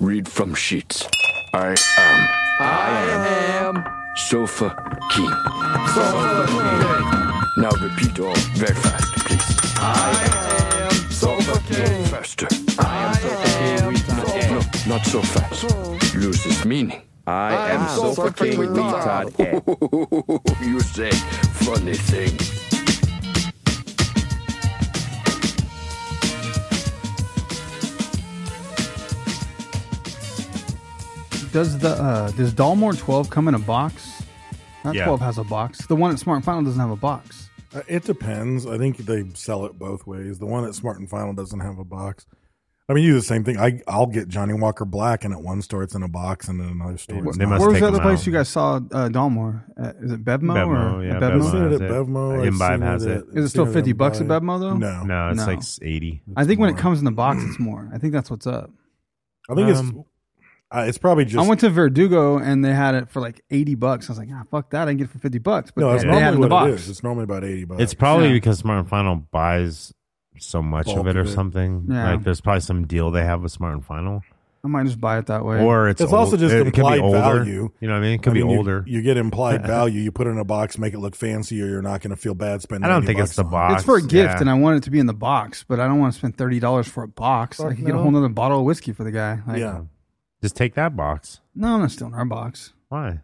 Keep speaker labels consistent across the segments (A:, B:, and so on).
A: read from sheets. I am. I am. Sofa King. Sofa King. Now repeat all very fast, please. I am. Sofa King. Faster. I am Sofa King. No, no, not so fast. Loses meaning.
B: I am Sofa King with me, Todd.
A: you say funny things.
C: Does the uh, does Dalmore twelve come in a box? Not
D: Yeah.
C: twelve has a box. The one at Smart and Final doesn't have a box.
D: Uh, It depends. I think they sell it both ways. The one at Smart and Final doesn't have a box. I mean, you do the same thing. I I'll get Johnny Walker Black, and at one store it's in a box, and at another store it's
C: Wh-
D: not.
C: Where
B: must
C: was
B: take
C: the other
B: them
C: place
B: out.
C: you guys saw uh, Dalmore? Uh, is it Bevmo, or
B: Bevmo, yeah,
C: at
D: I've
B: Bevmo
D: seen it
B: has it.
D: at Bevmo. I've
B: Imbibe
D: seen
B: has
D: at-
B: it.
D: I've
C: Is it still
D: seen
C: 50 bucks at
D: Imbibe.
C: Bevmo, though?
D: No,
B: No, it's
C: No.
B: like 80.
C: I think when it
D: more.
C: comes in the box, it's more. I think that's what's up.
D: I think it's
B: Um,
D: uh, it's probably just
C: I went to Verdugo and they had it for like eighty bucks. I was like, ah, fuck that. I can get it for fifty bucks, but
D: no. It's
C: they, they had it
D: normally
C: in the
D: what
C: box.
D: it is. It's normally about eighty bucks.
B: It's probably
C: Yeah.
B: because Smart and Final buys so much
D: Bulk
B: of it or
D: of it.
B: something.
C: Yeah.
B: Like there's probably some deal they have with Smart and Final,
C: I might just buy it that way.
B: or it's,
D: It's also
B: old-
D: just
B: it, it could be
D: implied
B: older.
D: value.
B: You know what I mean? It could
D: I mean,
B: be
D: you-
B: older.
D: You, get implied value. You put it in a box, make it look fancy, or you're not going to feel bad spending.
B: I don't
D: 80
B: think it's
D: bucks
B: the
D: on it.
B: box.
C: it's for a gift,
B: yeah.
C: and I want it to be in the box, but I don't want to spend thirty dollars for a box. I
D: Fuck
C: could get a
D: no.
C: whole nother bottle of whiskey for the guy. Like,
D: Yeah,
B: just take that box.
C: No, I'm not stealing our box.
B: Why?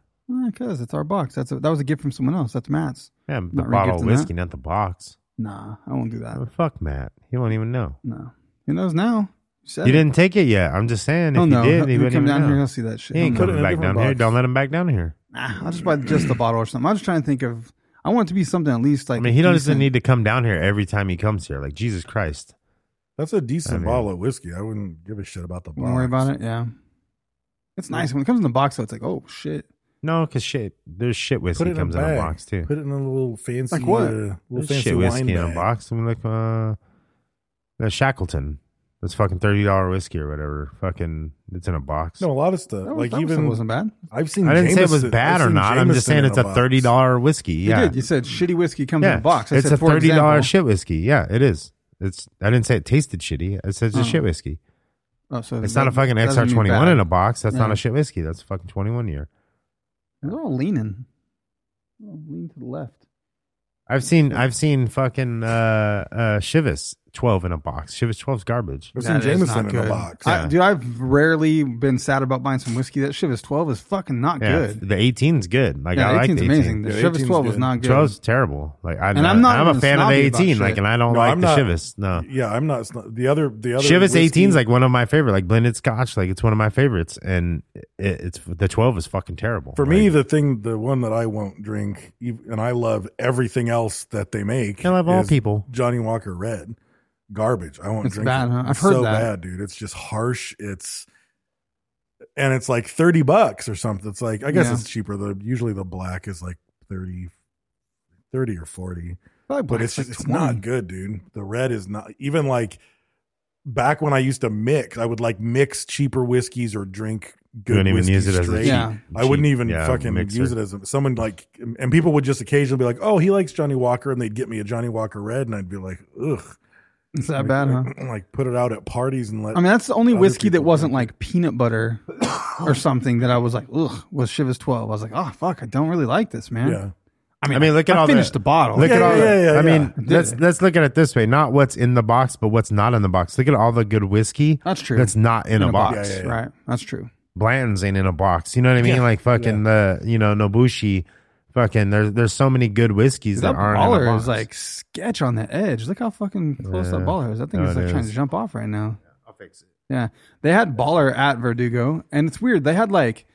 C: Because it's our box. That's a, that was a gift from someone else. That's Matt's.
B: Yeah, the
C: Not
B: bottle of
C: regifting
B: whiskey,
C: that.
B: not the box.
C: Nah, I won't do that.
B: Oh, fuck Matt. He won't even know.
C: No, he knows now. He said
B: You
C: it.
B: didn't take it yet. I'm just saying. If
C: He'll
B: you
C: know.
B: did, he
C: He'll
B: wouldn't
C: come
B: even
C: down
B: know.
C: here. He'll see that shit.
B: He ain't
D: Put it
B: coming
D: in a
B: back down
D: different
B: here.
D: box.
B: Don't let him back down here.
C: Nah, I'll just buy just the bottle or something. I'm just trying to think of. I want it to be something at least like.
B: I mean, he doesn't
C: decent-
B: need to come down here every time he comes here. Like Jesus Christ.
D: that's a decent
B: I mean-
D: bottle of whiskey. I wouldn't give a shit about the box.
C: Don't worry about it. Yeah, it's nice when it comes in the box. Though it's like, oh shit.
B: No, because shit, there's shit
D: Put
B: whiskey
D: it in
B: comes
D: a
B: in a
D: bag.
B: box too.
D: Put it in a little fancy,
C: Like what?
D: uh, little
B: There's
D: fancy
B: shit whiskey
D: wine
B: in a
D: bag.
B: box. I mean, like uh, the Shackleton. That's fucking thirty dollar whiskey or whatever. Fucking, it's in a box.
D: No, a lot of stuff.
C: That was-
D: Uh, like
C: that was-
D: even
C: wasn't bad.
D: I've seen.
B: I didn't say it was
D: Jameson-
B: bad
D: I've
B: or
D: seen
B: not. I'm just
D: Jameson
B: saying
D: in
B: it's a
D: box.
B: thirty dollar whiskey. Yeah,
C: You did. You said shitty whiskey comes
B: yeah.
C: in a box. I
B: it's
C: said,
B: a
C: for
B: thirty dollar
C: example-
B: shit whiskey. Yeah, it is. It's. I didn't say it tasted shitty. I said it's a shit whiskey.
C: Oh, so
B: It's
C: that-
B: not a fucking
C: that doesn't mean
B: XR21
C: bad.
B: in a box. That's not
C: Yeah.
B: a shit whiskey. That's a fucking 21 year.
C: They're all leaning. They're all lean to the left.
B: I've seen I've seen fucking uh uh Shivas 12 in a box. Shivas 12's garbage.
D: I've seen Jameson in a box.
C: I, dude, I've rarely been sad about buying some whiskey. That shit is twelve is fucking not
B: Yeah,
C: good.
B: the 18's good. Like
C: yeah,
B: I like the
C: 18's
B: 18.
C: amazing. The
D: Yeah,
C: Chivas
D: 18's
C: 12 was
D: good.
C: not good.
B: 12's terrible. Like I,
C: And I'm not
B: I'm a
C: even
B: fan of the
C: snobby about
B: 18
C: shit.
B: like and I don't
D: No,
B: like
D: I'm
B: the
D: not-
B: Shivas. No.
D: Yeah, I'm not. sno- The other, the other
B: Shivas
D: whiskey-
B: 18's like one of my favorite like blended scotch like it's one of my favorites and it, it's the 12 is fucking terrible.
D: For me,
B: Like,
D: the thing, the one that I won't drink, ev- and I love everything else that they make.
B: I love all
D: is
B: people.
D: Johnny Walker Red, garbage. I won't
C: It's
D: drink.
C: bad,
D: it.
C: huh? I've
D: It's
C: heard
D: so
C: that.
D: bad, dude. It's just harsh. It's and it's like thirty bucks or something. It's like I guess
C: Yeah.
D: it's cheaper. The usually the black is like 30, 30 or forty,
C: Probably
D: but
C: black
D: it's
C: like
D: just it's
C: 20.
D: not good, dude. The red is not even like back when I used to mix. I would like mix cheaper whiskeys or drink. Good
B: wouldn't even
D: whiskey
B: use it as a
D: straight.
B: cheap-
C: Yeah.
D: I wouldn't
B: cheap,
D: even
B: yeah,
D: fucking
B: mixer.
D: use it as a, someone like, and people would just occasionally be like, "Oh, he likes Johnny Walker," and they'd get me a Johnny Walker Red, and I'd be like, "Ugh,
C: It's that bad, huh?
D: Like put it out at parties and let.
C: I mean, that's the only
D: other
C: whiskey that
D: people
C: wasn't
D: drink
C: like peanut butter or something that I was like, ugh, was Chivas 12. I was like, oh, fuck, I don't really like this,
D: it.
C: man.
D: Yeah,
B: I mean, look at
C: I
B: all
C: finished
B: the,
C: the bottle.
B: Look
D: Yeah,
B: at all.
D: yeah,
B: the-
D: yeah, yeah,
B: I mean,
C: yeah.
B: let's let's look at it this way: not what's in the box, but what's not in the box. Look at all the good whiskey.
C: That's true.
B: That's not in, a, box.
D: Yeah, yeah, yeah.
C: Right. That's true.
B: Blanton's ain't in a box. You know what I mean?
D: Yeah.
B: Like fucking the you know Nobushi. Fucking there's there's so many good whiskeys that,
C: that
B: aren't in a
C: baller
B: box.
C: is like sketch on the edge. Look how fucking close that
B: Yeah.
C: baller is. That thing
B: No,
C: is
B: it
C: like trying
B: is.
C: to jump off right now.
B: I'll fix it.
C: Yeah. They had baller at Verdugo, and it's weird. They had like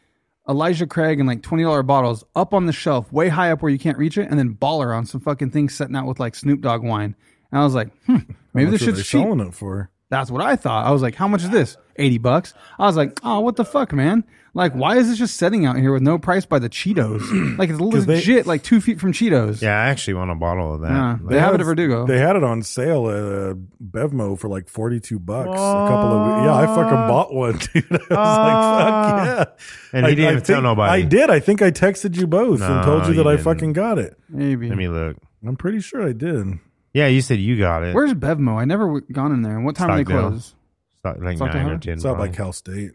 C: Elijah Craig and like twenty dollar bottles up on the shelf, way high up where you can't reach it, and then baller on some fucking thing setting out with like Snoop Dogg wine. And I was like, hmm, maybe this
D: That's what
C: shit's
D: they're
C: cheap.
D: selling it for.
C: That's what I thought. I was like, how much is this? 80 bucks. I was like, oh, what the fuck, man? Like, why is this just sitting out here with no price by the Cheetos? like, it's
B: they-
C: legit like two feet from Cheetos.
D: Yeah, I actually want a bottle of that.
C: Yeah.
D: Like,
C: They have
B: had-
C: it at Verdugo.
B: They had it on sale at uh, Bevmo for like forty two bucks a couple of weeks. Yeah, I fucking bought one, dude. I was
C: Uh,
B: like, fuck yeah.
D: And he
B: I-
D: didn't
B: I
D: even tell
B: think-
D: nobody.
B: I did. I think I texted you both and
D: No,
B: told you
D: you
B: that I
D: didn't.
B: fucking got it.
C: Maybe.
D: Let me look.
B: I'm pretty sure I did.
D: Yeah, you said you got it.
C: Where's Bevmo? I never w- gone in there. What time do they
D: Stockdale.
C: close?
D: It's not like
C: Stockdale
D: nine or
C: Highway?
D: ten.
B: It's out by
D: probably.
B: Cal State.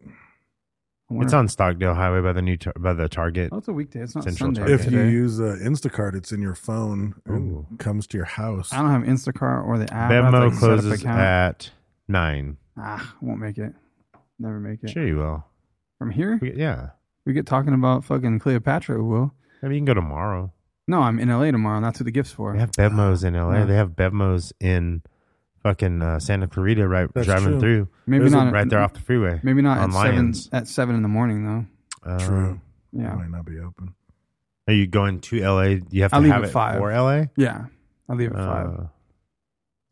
C: I wonder-
D: It's on Stockdale Highway by the new tar- by the Target.
C: Oh, it's a weekday. It's not
D: Central
C: Sunday.
D: Target.
B: If you
C: today.
B: use uh, Instacart, it's in your phone.
D: Ooh.
B: It comes to your house.
C: I don't have Instacart or the app. I have to,
D: Bevmo
C: like, set up
D: closes
C: account.
D: at nine.
C: Ah, I won't make it. Never make it.
D: Sure you will.
C: From here,
D: We- Yeah,
C: we get talking about fucking Cleopatra. We will.
D: I mean you can go tomorrow.
C: No, I'm in LA tomorrow, and that's who the gift's for.
D: They have Bevmos in L.A.
C: Yeah.
D: They have Bevmos in fucking uh, Santa Clarita, right?
B: That's
D: driving
B: true.
D: through,
C: Maybe
B: Is it
C: not
D: right there off the freeway.
C: Maybe not
D: on
C: at
D: Lions.
C: seven at seven in the morning though.
D: Uh,
B: True.
C: Yeah,
B: It might not be open.
D: Are you going to L.A.? You have to
C: I leave
D: have
C: at
D: it
C: five.
D: for L.A.
C: yeah. I'll leave it at five.
D: Uh,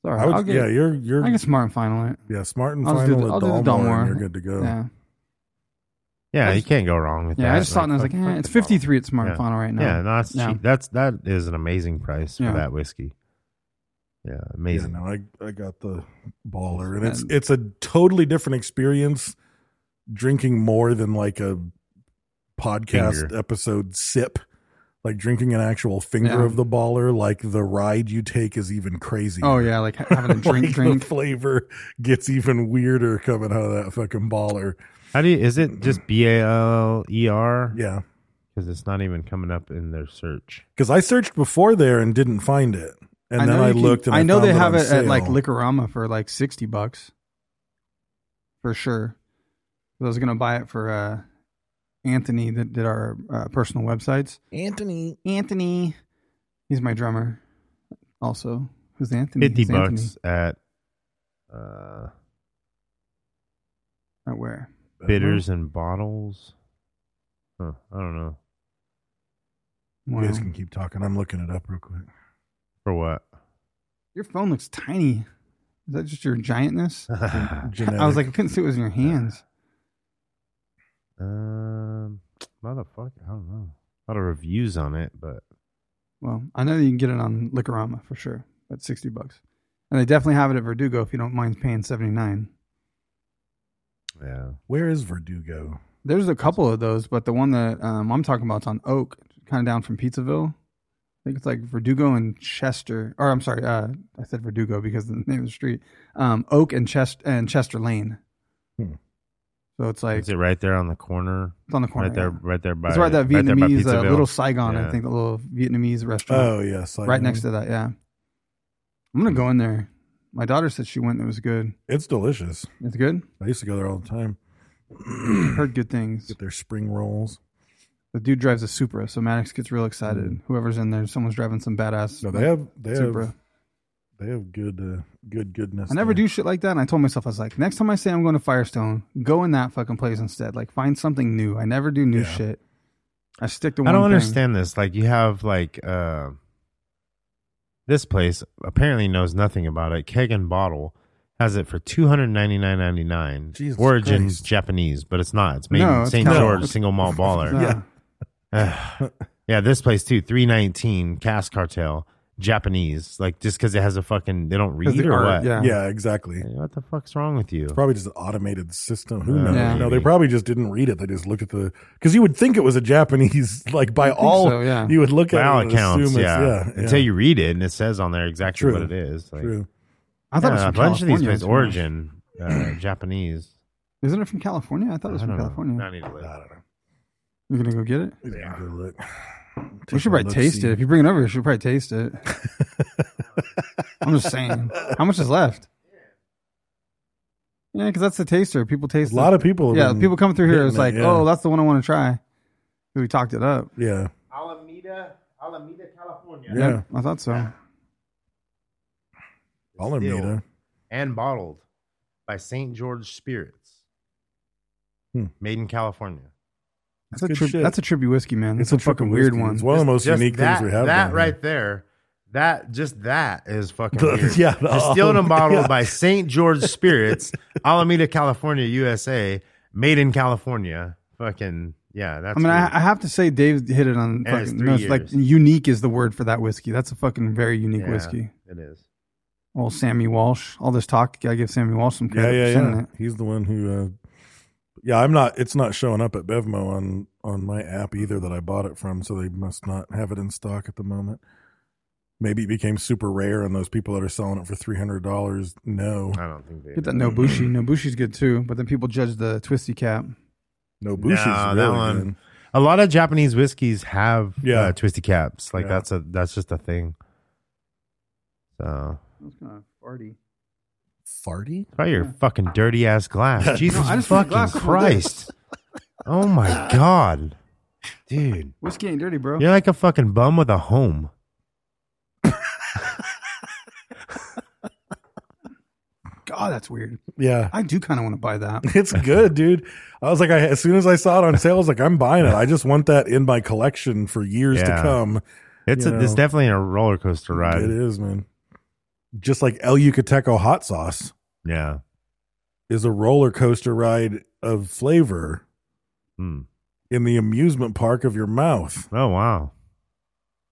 C: Sorry,
B: I would,
C: I'll get,
B: yeah, you're you're
C: I can smart and final it.
B: yeah smart and
C: I'll just do
B: final
C: the-
B: at
C: I'll do the
B: Dalmore,
C: Dalmore.
B: and you're good to go.
C: Yeah,
D: yeah,
C: I
D: you
C: just-
D: can't go wrong with that.
C: yeah. I just saw it and I was
D: fuck-
C: like, eh,
D: fuck
C: it's
D: the bottle.
C: fifty three at smart and final right now.
D: Yeah, no, that's
C: Yeah.
D: cheap. That's that is an amazing price for
C: Yeah.
D: that whiskey. Yeah,
B: Yeah,
D: amazing.
B: no, I I got the baller, and
C: Yeah.
B: it's it's a totally different experience drinking more than like a podcast
D: Finger.
B: episode sip. Like drinking an actual finger
C: Yeah.
B: of the baller, like the ride you take is even crazy.
C: Oh yeah, like ha- having a drink,
B: The
C: drink.
B: flavor gets even weirder coming out of that fucking baller.
D: How do you? Is it just B A L E R?
B: Mm. Yeah,
D: because it's not even coming up in their search.
B: because I searched before there and didn't find it, and then
C: know
B: I
C: you can-
B: looked. and I,
C: I know
B: found
C: they
B: it
C: have
B: on
C: it at like
B: sale.
C: Liquorama for like sixty bucks, for sure. I was gonna buy it for uh, Anthony that did our uh, personal websites.
E: Anthony.
C: Anthony, he's my drummer. Also, who's Anthony?
D: Fifty
C: Who's Anthony?
D: bucks at uh,
B: Uh-huh.
C: At where?
D: bitters and bottles. Huh, I don't know
C: Wow.
B: You guys can keep talking. I'm looking it up real quick.
D: for what.
C: Your phone looks tiny. Is that just your giantness? I was
B: Genetic.
C: like, I couldn't see what was in your hands.
D: um, motherfucker, I don't know. A lot of reviews on it, but
C: Well, I know that you can get it on Liquorama for sure. That's sixty bucks, and they definitely have it at Verdugo if you don't mind paying seventy nine.
D: yeah,
B: where is Verdugo?
C: There's a couple of those, but the one that um, I'm talking about is on Oak, kind of down from Pizzaville. I think it's like Verdugo and Chester, or I'm sorry, uh, I said Verdugo because of the name of the street. Um, Oak and Chest and Chester Lane.
B: Hmm.
C: So it's like
D: is it right there on the corner?
C: it's on the corner.
D: right there,
C: yeah.
D: right there by.
C: It's right that
D: there by
C: Vietnamese, uh,
D: Pizzaville.
C: little Saigon, I
D: Yeah.
C: think, the little Vietnamese restaurant
B: Oh yes, I
C: right
B: know.
C: next to that. Yeah, I'm gonna go in there. My daughter said she went and it was good.
B: It's delicious.
C: It's good.
B: I used to go there all the time.
C: Heard good things.
B: Get their spring rolls.
C: The dude drives a Supra, so Maddox gets real excited. Whoever's in there, someone's driving some badass
B: No, they have they
C: Supra.
B: have they have good uh, good goodness.
C: I never
B: there.
C: do shit like that. And I told myself, I was like, next time I say I'm going to Firestone, go in that fucking place instead. Like, find something new. I never do new
B: Yeah.
C: shit. I stick to one
D: I don't
C: thing.
D: understand this. Like you have like uh, this place apparently knows nothing about it. Keg and Bottle has it for two hundred ninety nine ninety nine.
B: Jesus
D: Origin's
B: Christ.
D: Japanese, but it's not. It's made
C: No,
D: in
C: it's
D: St.
C: not.
D: George
C: No.
D: single malt
C: No.
D: baller.
C: Yeah.
D: yeah. this place too. Three nineteen Cask Cartel Japanese. Like just because it has a fucking they don't read
C: the
D: or
C: art,
D: what?
C: yeah.
B: Yeah, exactly.
D: What the fuck's wrong with you?
B: Probably just an automated system. Who
D: Uh,
B: knows?
C: Yeah.
B: No, they probably just didn't read it. They just looked at the because you would think it was a Japanese. Like by
C: think
B: all,
C: so, yeah.
B: you would look
D: By
B: at
D: all
B: it and assume
D: accounts,
B: it's-
D: yeah.
B: yeah,
D: Until
B: yeah.
D: you read it and it says on there exactly
B: True.
D: what it is. Like,
B: True.
C: I thought it was
D: yeah,
C: from
D: a bunch of
C: California.
D: these places
C: too.
D: origin uh, Japanese.
C: Isn't it from California? I thought it was
D: I
C: from
D: don't know.
C: California.
D: I need to look.
C: You're going to go get it?
B: Yeah. Go look.
C: we
B: Take
C: should
B: a
C: probably
B: look,
C: taste
B: see.
C: it. If you bring it over, you should probably taste it. I'm just saying. How much is left? Yeah, because that's the taster. People taste
B: A lot
C: it.
B: of people. have
C: Yeah,
B: been
C: people come through here.
B: hitting
C: It's like,
B: yeah.
C: oh, that's the one I want to try. We talked it up.
B: yeah,
D: Alameda, Alameda, California.
B: Yeah.
C: I thought so.
B: Alameda.
D: And bottled by St. George Spirits.
B: Hmm.
D: Made in California.
C: That's,
B: good
C: a tri-
B: shit.
C: that's a trippy whiskey, man. That's
B: It's
C: a,
B: a triple
C: fucking weird
B: whiskey.
C: one.
B: It's one of the most
D: Just
B: unique
D: that,
B: things we have.
D: That
B: down here.
D: right there, That just that is fucking
B: The-
D: weird.
B: yeah, oh
D: the
B: the-
D: Distilled and bottled
B: yeah.
D: by St. George Spirits, Alameda, California, USA, made in California. Fucking yeah, that's
C: I mean,
D: weird.
C: I, I have to say, Dave hit it on.
D: it's
C: Fucking,
D: three
C: no, it's like
D: years.
C: unique is the word for that whiskey. That's a fucking very unique
D: Yeah,
C: whiskey.
D: It is.
C: Old Sammy Walsh. All this talk, gotta give Sammy Walsh some
B: Yeah,
C: credit.
B: yeah,
C: for sending
B: yeah.
C: it.
B: He's the one who. Uh, yeah, I'm not. It's not showing up at Bevmo on on my app either that I bought it from. So they must not have it in stock at the moment. Maybe it became super rare, and those people that are selling it for three hundred dollars know
D: I don't think they
C: Get that Nobushi. Nobushi's good too, but then people judge the twisty cap.
B: no bushes.
D: No, that one. A lot of Japanese whiskeys have
B: Yeah.
D: uh, twisty caps. Like
B: Yeah.
D: that's a that's just a thing. So
C: That's kind of farty.
B: farty.
D: try your fucking dirty ass glass. Jesus
C: I just want the
D: fucking
C: glass to hold it.
D: Christ! oh my god, dude,
C: Whiskey ain't dirty, bro.
D: you're like a fucking bum with a home.
C: God, that's weird.
B: Yeah,
C: I do kind of want to buy that.
B: it's good, dude. I was like, I, as soon as I saw it on sale, I was like, I'm buying it. I just want that in my collection for years
D: Yeah.
B: to come.
D: It's
B: You
D: a, it's
B: know.
D: definitely a roller coaster
B: It
D: ride.
B: is, man. Just like El Yucateco hot sauce.
D: Yeah.
B: is a roller coaster ride of flavor
D: Hmm.
B: in the amusement park of your mouth.
D: Oh wow.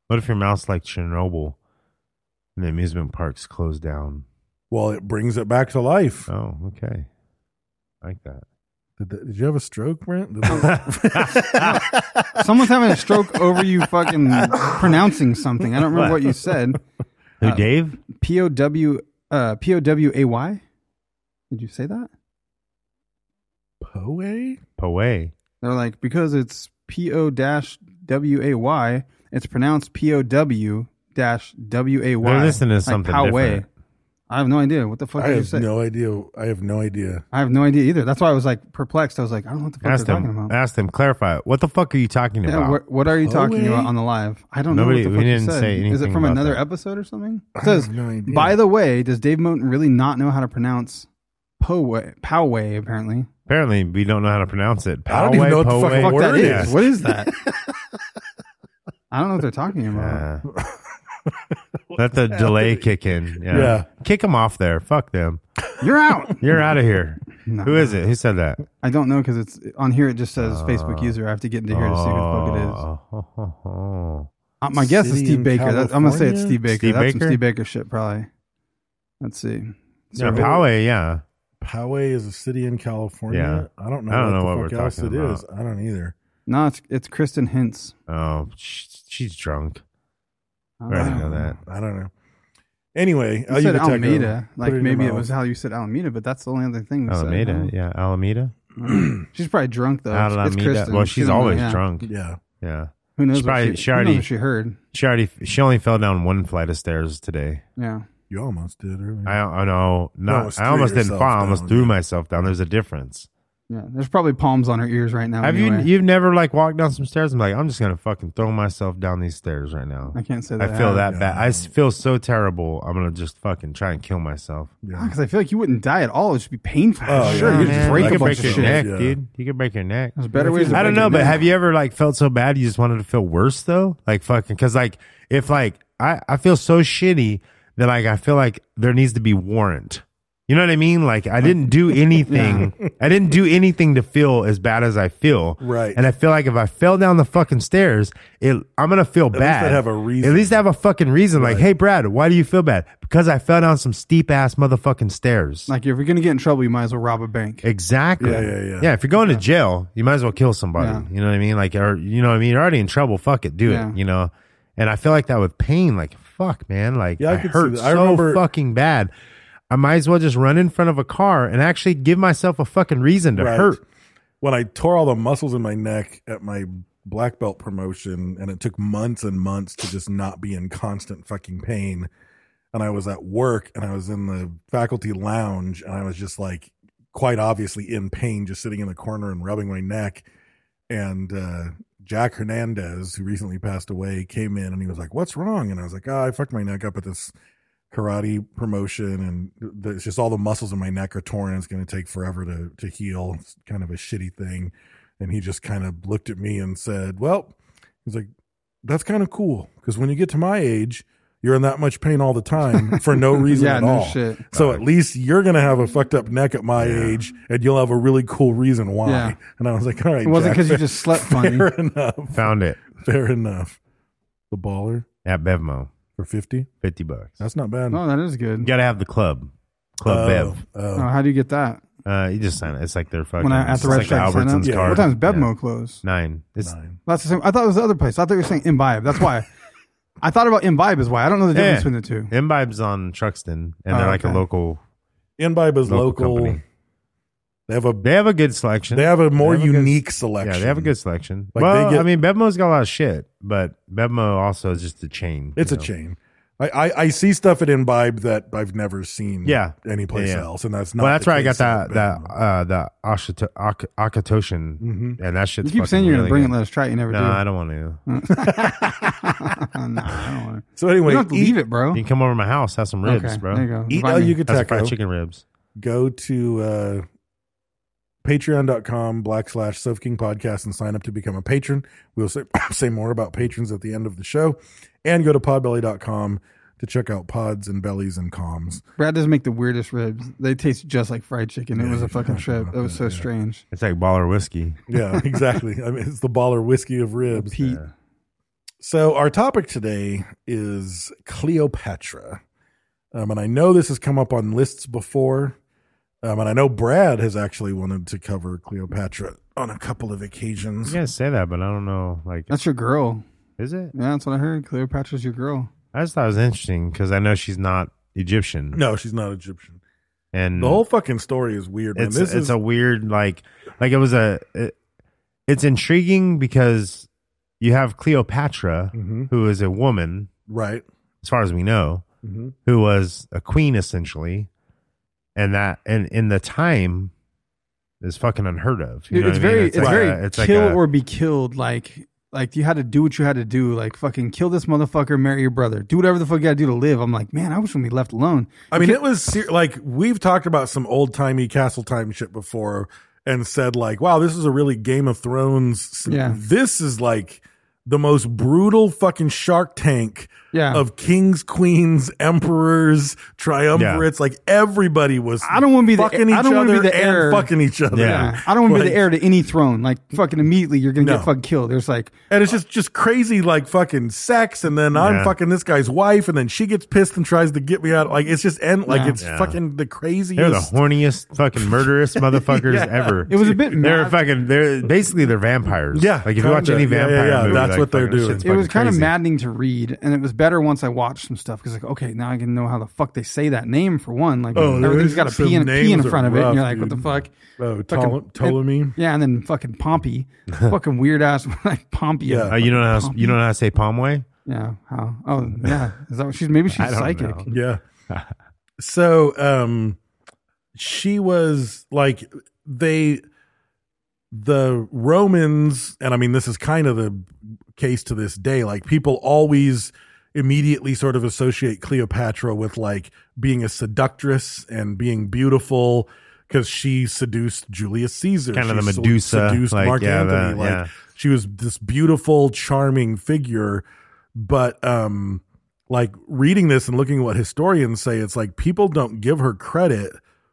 D: What if your mouth's like Chernobyl, and the amusement parks closed down?
B: Well, it brings it back to life.
D: Oh, okay. Like that.
B: Did, th- did you have a stroke, Brent? Did that-
C: Someone's having a stroke over you fucking pronouncing something. I don't remember what you said.
D: Who,
C: Uh,
D: Dave?
C: P O W uh, P O W A Y. Did you say that?
B: Poe?
D: Poe.
C: They're like because it's P O dash W A Y. It's pronounced P O W dash W A Y.
D: They're listening to something different.
C: I have no idea what the fuck
B: I
C: did you
B: have
C: say.
B: no idea. I have no idea.
C: I have no idea either. That's why I was like perplexed. I was like, I don't know what the fuck
D: Ask
C: they're talking
D: them.
C: about.
D: Ask them. Clarify. it. What the fuck are you talking
C: Yeah,
D: about?
C: what, what are you talking
B: Away?
C: about on the live? I don't
D: Nobody-
C: know. What the fuck
D: we
C: you
D: didn't
C: said.
D: say
C: Is
D: anything
C: it from
D: about
C: another
D: that.
C: episode or something? It
B: I
C: says,
B: have no idea.
C: by the way, does Dave Moten really not know how to pronounce Poway? Poway, apparently.
D: Apparently, we don't know how to pronounce it.
B: I don't even
D: Poway,
B: know what the fuck
D: Poway.
C: Fuck that
B: word
C: is.
B: is.
C: What is that? I don't know what they're talking about.
D: Yeah. Let the delay kick in. Yeah.
B: Yeah.
D: Kick them off there. Fuck them.
C: You're out.
D: You're out of here.
C: No.
D: Who is it? Who said that?
C: I don't know because it's on here. It just says
D: Uh,
C: Facebook user. I have to get into here to see who the fuck it is.
D: Oh, ho, ho, ho.
C: Uh, my guess is
B: City
C: Steve
B: in
C: Baker. That, I'm gonna say it's
B: California?
C: Steve Baker.
D: Steve
C: That's
D: Baker?
C: some Steve Baker shit, probably. Let's see.
D: Yeah, Poway, yeah.
B: Poway is a city in California. I don't know.
D: I don't know
B: what,
D: what
B: the
D: we're
B: fuck
D: talking
B: else it is. I don't either.
C: No, it's it's Kristen Hintz.
D: Oh, sh- she's drunk.
C: I
D: I already
C: don't
D: know
C: know.
D: that.
B: I don't know. Anyway,
C: You
B: El
C: said
B: Yucateco.
C: Alameda.
B: Put
C: Like
B: in your
C: maybe it
B: mouth.
C: was how you said Alameda, but that's the only other thing. We
D: Alameda,
C: Said,
D: yeah. Alameda?
C: yeah. She's probably drunk though. It's- It's
D: Alameda.
C: Kristen.
D: Well,
C: She
D: she's
C: don't know,
D: always
C: yeah.
D: drunk.
B: Yeah.
D: Yeah.
C: Who knows?
D: She's probably-
C: what
D: she
C: she, who knows
D: already-
C: what she heard.
D: She already she only fell down one flight of stairs today.
C: Yeah.
B: You almost did earlier.
D: I I know not.
B: almost
D: I almost
B: threw
D: didn't
B: yourself
D: fall. I almost
B: down,
D: threw
B: yeah.
D: myself down. There's a difference.
C: Yeah. There's probably palms on her ears right now.
D: Have
C: anyway.
D: you you've never like walked down some stairs? I'm like I'm just gonna fucking throw myself down these stairs right now.
C: I can't say
D: I
C: that. Oh,
D: feel that
B: Yeah.
D: bad. I s- feel so terrible. I'm gonna just fucking try and kill myself.
B: yeah.
C: Because Ah, I feel like you wouldn't die at all. It would just be painful.
B: Oh,
C: sure,
B: yeah,
C: you
B: man.
C: just break
D: you
C: a
D: could
C: bunch
D: break
C: of
D: your
C: shit.
D: neck,
B: Yeah.
D: dude. You could break your neck.
C: There's better ways. To
D: I don't
C: break
D: know,
C: it
D: but
C: down.
D: have you ever like felt so bad you just wanted to feel worse though? Like fucking cuz like if like I I feel so shitty that like I feel like there needs to be warrant. You know what I mean? Like I didn't do anything. I didn't do anything to feel as bad as I feel.
B: Right.
D: And I feel like if I fell down the fucking stairs, it I'm gonna feel
B: least
D: bad.
B: I'd have a reason.
D: At least I have a fucking reason. Like,
B: Right.
D: hey Brad, why do you feel bad? Because I fell down some steep ass motherfucking stairs.
C: Like, if you're gonna get in trouble, you might as well rob a bank.
D: Exactly.
B: Yeah, yeah, yeah.
D: if you're going to jail, you might as well kill somebody.
C: Yeah.
D: You know what I mean? Like, or you know what I mean? You're already in trouble. Fuck it, do
C: Yeah.
D: it. You know. And I feel like that with pain. Like, fuck, man. Like,
B: Yeah, I
D: I,
B: could see
D: hurt
B: that. I
D: so
B: remember-
D: fucking bad. I might as well just run in front of a car and actually give myself a fucking reason to
B: Right.
D: hurt.
B: when I tore all the muscles in my neck at my black belt promotion, and it took months and months to just not be in constant fucking pain. And I was at work and I was in the faculty lounge and I was just like quite obviously in pain, just sitting in the corner and rubbing my neck. And uh, Jack Hernandez, who recently passed away, came in and he was like, What's wrong? And I was like, Oh, I fucked my neck up at this karate promotion and th- it's just all the muscles in my neck are torn it's going to take forever to to heal it's kind of a shitty thing and he just kind of looked at me and said well he's like that's kind of cool because when you get to my age You're in that much pain all the time for no reason
C: Yeah,
B: at
C: no
B: all.
C: shit.
B: So at least you're gonna have a fucked up neck at my age, and you'll have a really cool reason why.
C: Yeah.
B: And I was like, all right,
C: It
B: Jack,
C: wasn't because you
B: fair-
C: just slept funny.
B: Fair enough.
D: Found it
B: Fair enough. The baller
D: at Bevmo,
B: for fifty.
D: fifty bucks.
B: That's not bad.
C: Oh, that is good.
D: You gotta have the club,
B: Oh,
D: club Bev.
B: oh.
C: Oh, how do you get that?
D: Uh, you just sign it. It's like their fucking.
C: When I at
D: it's
C: the
D: like
C: register, I sign up?
D: Albertsons
B: Yeah.
D: card.
C: What time's Bevmo
D: Yeah.
C: close?
D: Nine. It's
B: Nine.
C: That's the same. I thought it was the other place. I thought you were saying imbibe. That's why. I thought about imbibe is why. I don't know the
D: yeah.
C: difference between the two.
D: Imbibe's on Truxton, and
C: Oh,
D: they're like
C: okay.
D: a local.
B: Imbibe is
D: Local
B: local.
D: company.
B: They have a
D: They have a good selection.
B: they have a more
D: They have a good-
B: unique selection.
D: Yeah, they have a good selection.
B: Like,
D: well,
B: they get-
D: I mean, Bevmo's got a lot of shit, but Bevmo also is just a chain.
B: It's
D: you
B: a
D: know?
B: chain. I, I, I see stuff at Imbibe that I've never seen
D: Yeah,
B: anyplace
D: Yeah, yeah.
B: else, and that's not.
D: well, that's
B: the
D: where I got
B: case
D: that
B: at
D: that
B: Bevmo. Mm-hmm.
D: uh the Ashito- Ak- Akatoshin, and that shit's.
C: you keep
D: fucking
C: saying you're gonna
D: really
C: bring
D: good.
C: it. Let us try it. You never
D: No,
C: do.
D: I don't want to.
C: no, I don't want to.
B: So anyway, E
C: you don't have to
B: eat,
C: leave it, bro.
D: You can come over to my house, have some ribs,
C: okay,
D: bro.
C: There you go.
B: Eat
C: Invite
B: El
C: me.
D: Have some fried
B: Yucateco.
D: chicken ribs.
B: Go to uh, patreon.com black slash Sofa King podcast and sign up to become a patron. We'll say, say more about patrons at the end of the show, and go to podbelly.com to check out pods and bellies and comms.
C: Brad does make the weirdest ribs. They taste just like fried chicken. It was a fucking trip. It was so strange.
D: It's like baller whiskey.
B: Yeah, exactly. I mean, it's the baller whiskey of ribs.
C: Pete,
D: uh,
B: So our topic today is Cleopatra, um, and I know this has come up on lists before, um, and I know Brad has actually wanted to cover Cleopatra on a couple of occasions.
D: You guys say that, but I don't know. Like,
C: that's your girl.
D: is it?
C: Yeah, that's what I heard. Cleopatra's your girl.
D: I just thought it was interesting because I know she's not Egyptian.
B: No, she's not Egyptian.
D: and
B: The whole fucking story is weird. Man.
D: Mm. it's
B: this
D: it's
B: is
D: a weird like like it was a it, it's intriguing because you have Cleopatra
C: Mm-hmm.
D: who is a woman
B: right.
D: as far as we know
C: Mm-hmm.
D: who was a queen essentially and that and in the time is fucking unheard of You
C: Dude,
D: know
C: it's
D: what I mean?
C: very, it's,
D: like
C: very
D: a- it's like
C: kill
D: a-
C: or be killed. Like, like you had to do what you had to do. Like, fucking kill this motherfucker, marry your brother, do whatever the fuck you got to do to live. I'm like, man, I wish when we left alone.
B: I mean, it was ser- like we've talked about some old timey castle time shit before, and said like, "Wow, this is a really Game of Thrones."
C: Yeah.
B: this is like the most brutal fucking Shark Tank.
C: Yeah.
B: of kings, queens, emperors, triumvirates. Like everybody was.
C: I don't wanna be the-
B: fucking
C: I
B: each
C: don't wanna
B: other
C: be the
B: and
C: heir.
B: fucking each other.
D: Yeah.
C: I don't want to be
B: Like-
C: the heir to any throne. Like, fucking immediately, you're gonna
B: No.
C: get fucking killed. There's like,
B: And it's just just crazy, like fucking sex, and then I'm
D: Yeah.
B: fucking this guy's wife, and then she gets pissed and tries to get me out. Like it's just end. Like
C: Yeah.
B: it's
D: Yeah.
B: fucking the craziest.
D: they're the horniest fucking murderous motherfuckers
B: Yeah.
D: ever.
C: It was a bit
D: They're
C: mad-
D: fucking. They're basically they're vampires.
B: Yeah,
D: Like if you watch
B: kinda.
D: any
B: Yeah, yeah,
D: vampire
B: yeah.
D: movie,
B: That's
D: like,
B: what they're
D: fucking- that
B: doing.
D: shit's
C: it was
D: fucking
C: kind of
D: crazy.
C: maddening to read, and it was better once I watched some stuff because like, okay, now I can know how the fuck they say that name for one. Like,
B: Oh, there
C: everything's
B: is
C: got a
B: some
C: P and a P in
B: names are
C: front of it,
B: rough,
C: and you're like, what the
B: dude.
C: fuck?
B: Oh,
C: Fucking-
B: Ptole- Ptolemy.
C: Yeah, and then fucking Pompey, fucking weird ass like Pompey.
B: Yeah.
D: Oh, you don't know how you don't know how to say Palmway?
C: Yeah. How? Oh, yeah. Is that what she's? Maybe she's
D: don't
C: psychic.
D: know.
B: Yeah. so um she was like they the Romans and I mean this is kind of the case to this day like people always immediately sort of associate Cleopatra with like being a seductress and being beautiful because she seduced Julius Caesar
D: Kind of
B: She
D: the
B: sed-
D: Medusa,
B: seduced
D: like,
B: Mark
D: yeah,
B: Antony
D: that-
B: like
D: yeah.
B: she was this beautiful charming figure but um like reading this and looking at what historians say, it's like people don't give her credit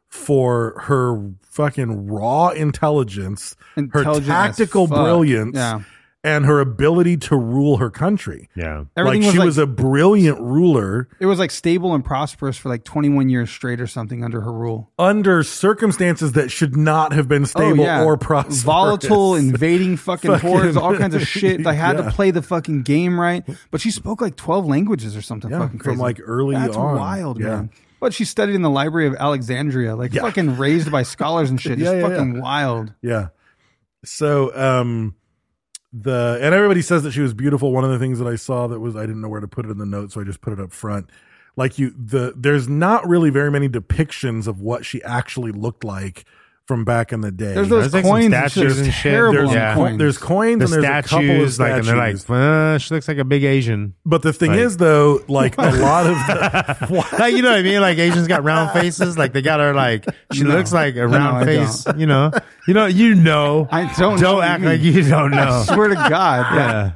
B: for her fucking raw intelligence, her
C: Intelligent as
B: tactical
C: fuck.
B: brilliance,
C: Yeah.
B: and her ability to rule her country.
D: Yeah.
C: Everything
B: like
C: was
B: she
C: like-
B: was a brilliant ruler
C: It was like stable and prosperous for like 21 years straight or something under her rule.
B: under circumstances that should not have been stable
C: oh, yeah.
B: or prosperous.
C: Volatile, invading fucking,
B: Fucking-
C: hordes, all kinds of shit. They had
B: Yeah.
C: to play the fucking game right. But she spoke like 12 languages or something
B: Yeah,
C: fucking
B: from,
C: crazy.
B: like, early
C: That's
B: on.
C: wild,
B: Yeah.
C: man. But she studied in the Library of Alexandria, like
B: Yeah.
C: fucking raised by scholars and shit.
B: Yeah,
C: Just
B: yeah,
C: fucking
B: yeah.
C: wild.
B: Yeah. So um the and everybody says that she was beautiful. One of the things that I saw that was I didn't know where to put it in the notes, so I just put it up front. Like you the there's not really very many depictions of what she actually looked like from back in the day.
C: There's those
D: There's, like, some
C: coins and shit.
D: statues
C: It's
D: and shit.
C: terrible
B: there's,
C: on
D: yeah.
C: coins.
B: there's coins
D: The
B: and there's a couple of
D: statues,
B: statues.
D: like, and they're like, uh, she looks like a big Asian.
B: but the thing
D: like-
B: is though, like a lot of the,
D: Like you know what I mean? Like Asians got round faces. Like they got her like she
C: No.
D: looks like
C: No, I
D: a round face. You know, you know, you know.
C: I don't know
D: Don't
C: what you
D: act
C: mean.
D: like you don't know.
C: Swear to God.
D: yeah,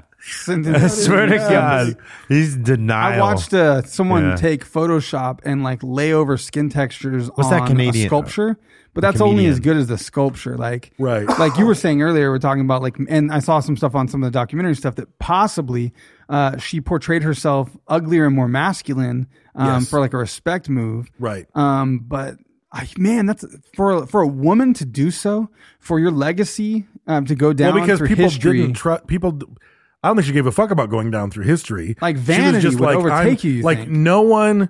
C: Sending-
D: I swear to God, he's denial.
C: I watched uh, someone
D: Yeah.
C: take Photoshop and like lay over skin textures
D: What's
C: on
D: that Canadian-
C: a sculpture, but
D: the
C: that's only
D: comedian.
C: as good as the sculpture. Like,
B: Right.
C: Like you were saying earlier, we're talking about like, and I saw some stuff on some of the documentary stuff that possibly uh, she portrayed herself uglier and more masculine um,
B: Yes.
C: for like a respect move,
B: Right.
C: Um, but. I, man, that's for for a woman to do so for your legacy um, to go down.
B: well, because
C: through
B: people
C: history.
B: didn't trust people. d- I don't think she gave a fuck about going down through history.
C: Like,
B: She was
C: vanity would overtake
B: I'm-
C: you, you
B: like
C: think.
B: no one,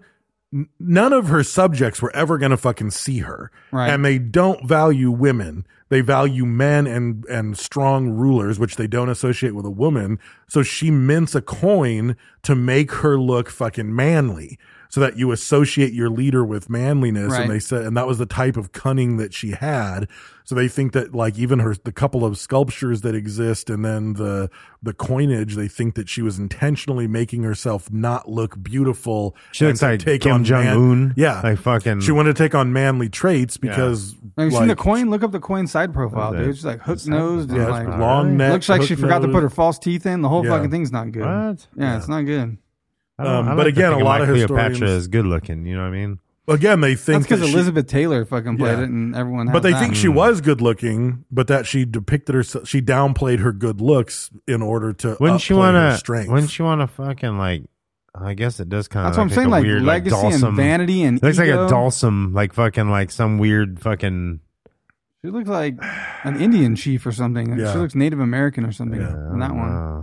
B: n- none of her subjects were ever going to fucking see her.
C: Right.
B: And they don't value women. They value men and and strong rulers, which they don't associate with a woman. So she mints a coin to make her look fucking manly, so that you associate your leader with manliness.
C: Right.
B: And they said, and that was the type of cunning that she had. So they think that like even her the couple of sculptures that exist, and then the the coinage, they think that she was intentionally making herself not look beautiful.
D: She
B: and
D: looks
B: to
D: like
B: take
D: Kim
B: on man-
D: Jong-un.
B: yeah,
D: Like fucking-
B: She wanted to take on manly traits because
C: Have you
B: like,
C: seen the coin? Look up the coin side profile,
D: Is
C: dude.
D: it-
C: She's like hook nosed and
B: Yeah,
C: like
B: it's long neck.
C: looks like she
B: hook
C: forgot to
B: nose.
C: put her false teeth in. The whole
B: Yeah.
C: fucking thing's not good.
D: What?
C: Yeah, it's not good.
D: I don't-
B: Um,
D: I
B: but
D: like to
B: again,
D: think
B: a lot
D: my
B: of
D: Cleopatra
B: historians-
D: is good looking. You know what I mean?
B: Again, they
C: That's
B: think
C: because
B: that she-
C: Elizabeth Taylor fucking played
B: Yeah.
C: it, and everyone.
B: but
C: had
B: they
C: that.
B: think she
D: Mm. Hmm.
B: was good looking, but that she depicted herself. She downplayed her good looks in order to
D: Wouldn't she
B: upplay her
D: want to?
B: strength.
D: Wouldn't she want to fucking like? I guess it does kind of.
C: That's what I'm saying, like,
D: weird,
C: legacy and
D: Dalsum-
C: vanity and
D: It looks like
C: ego.
D: a Dalsum, like fucking, like some weird fucking.
C: She looks like an Indian chief or something.
B: Yeah.
C: She looks Native American or something in that one.
D: Uh,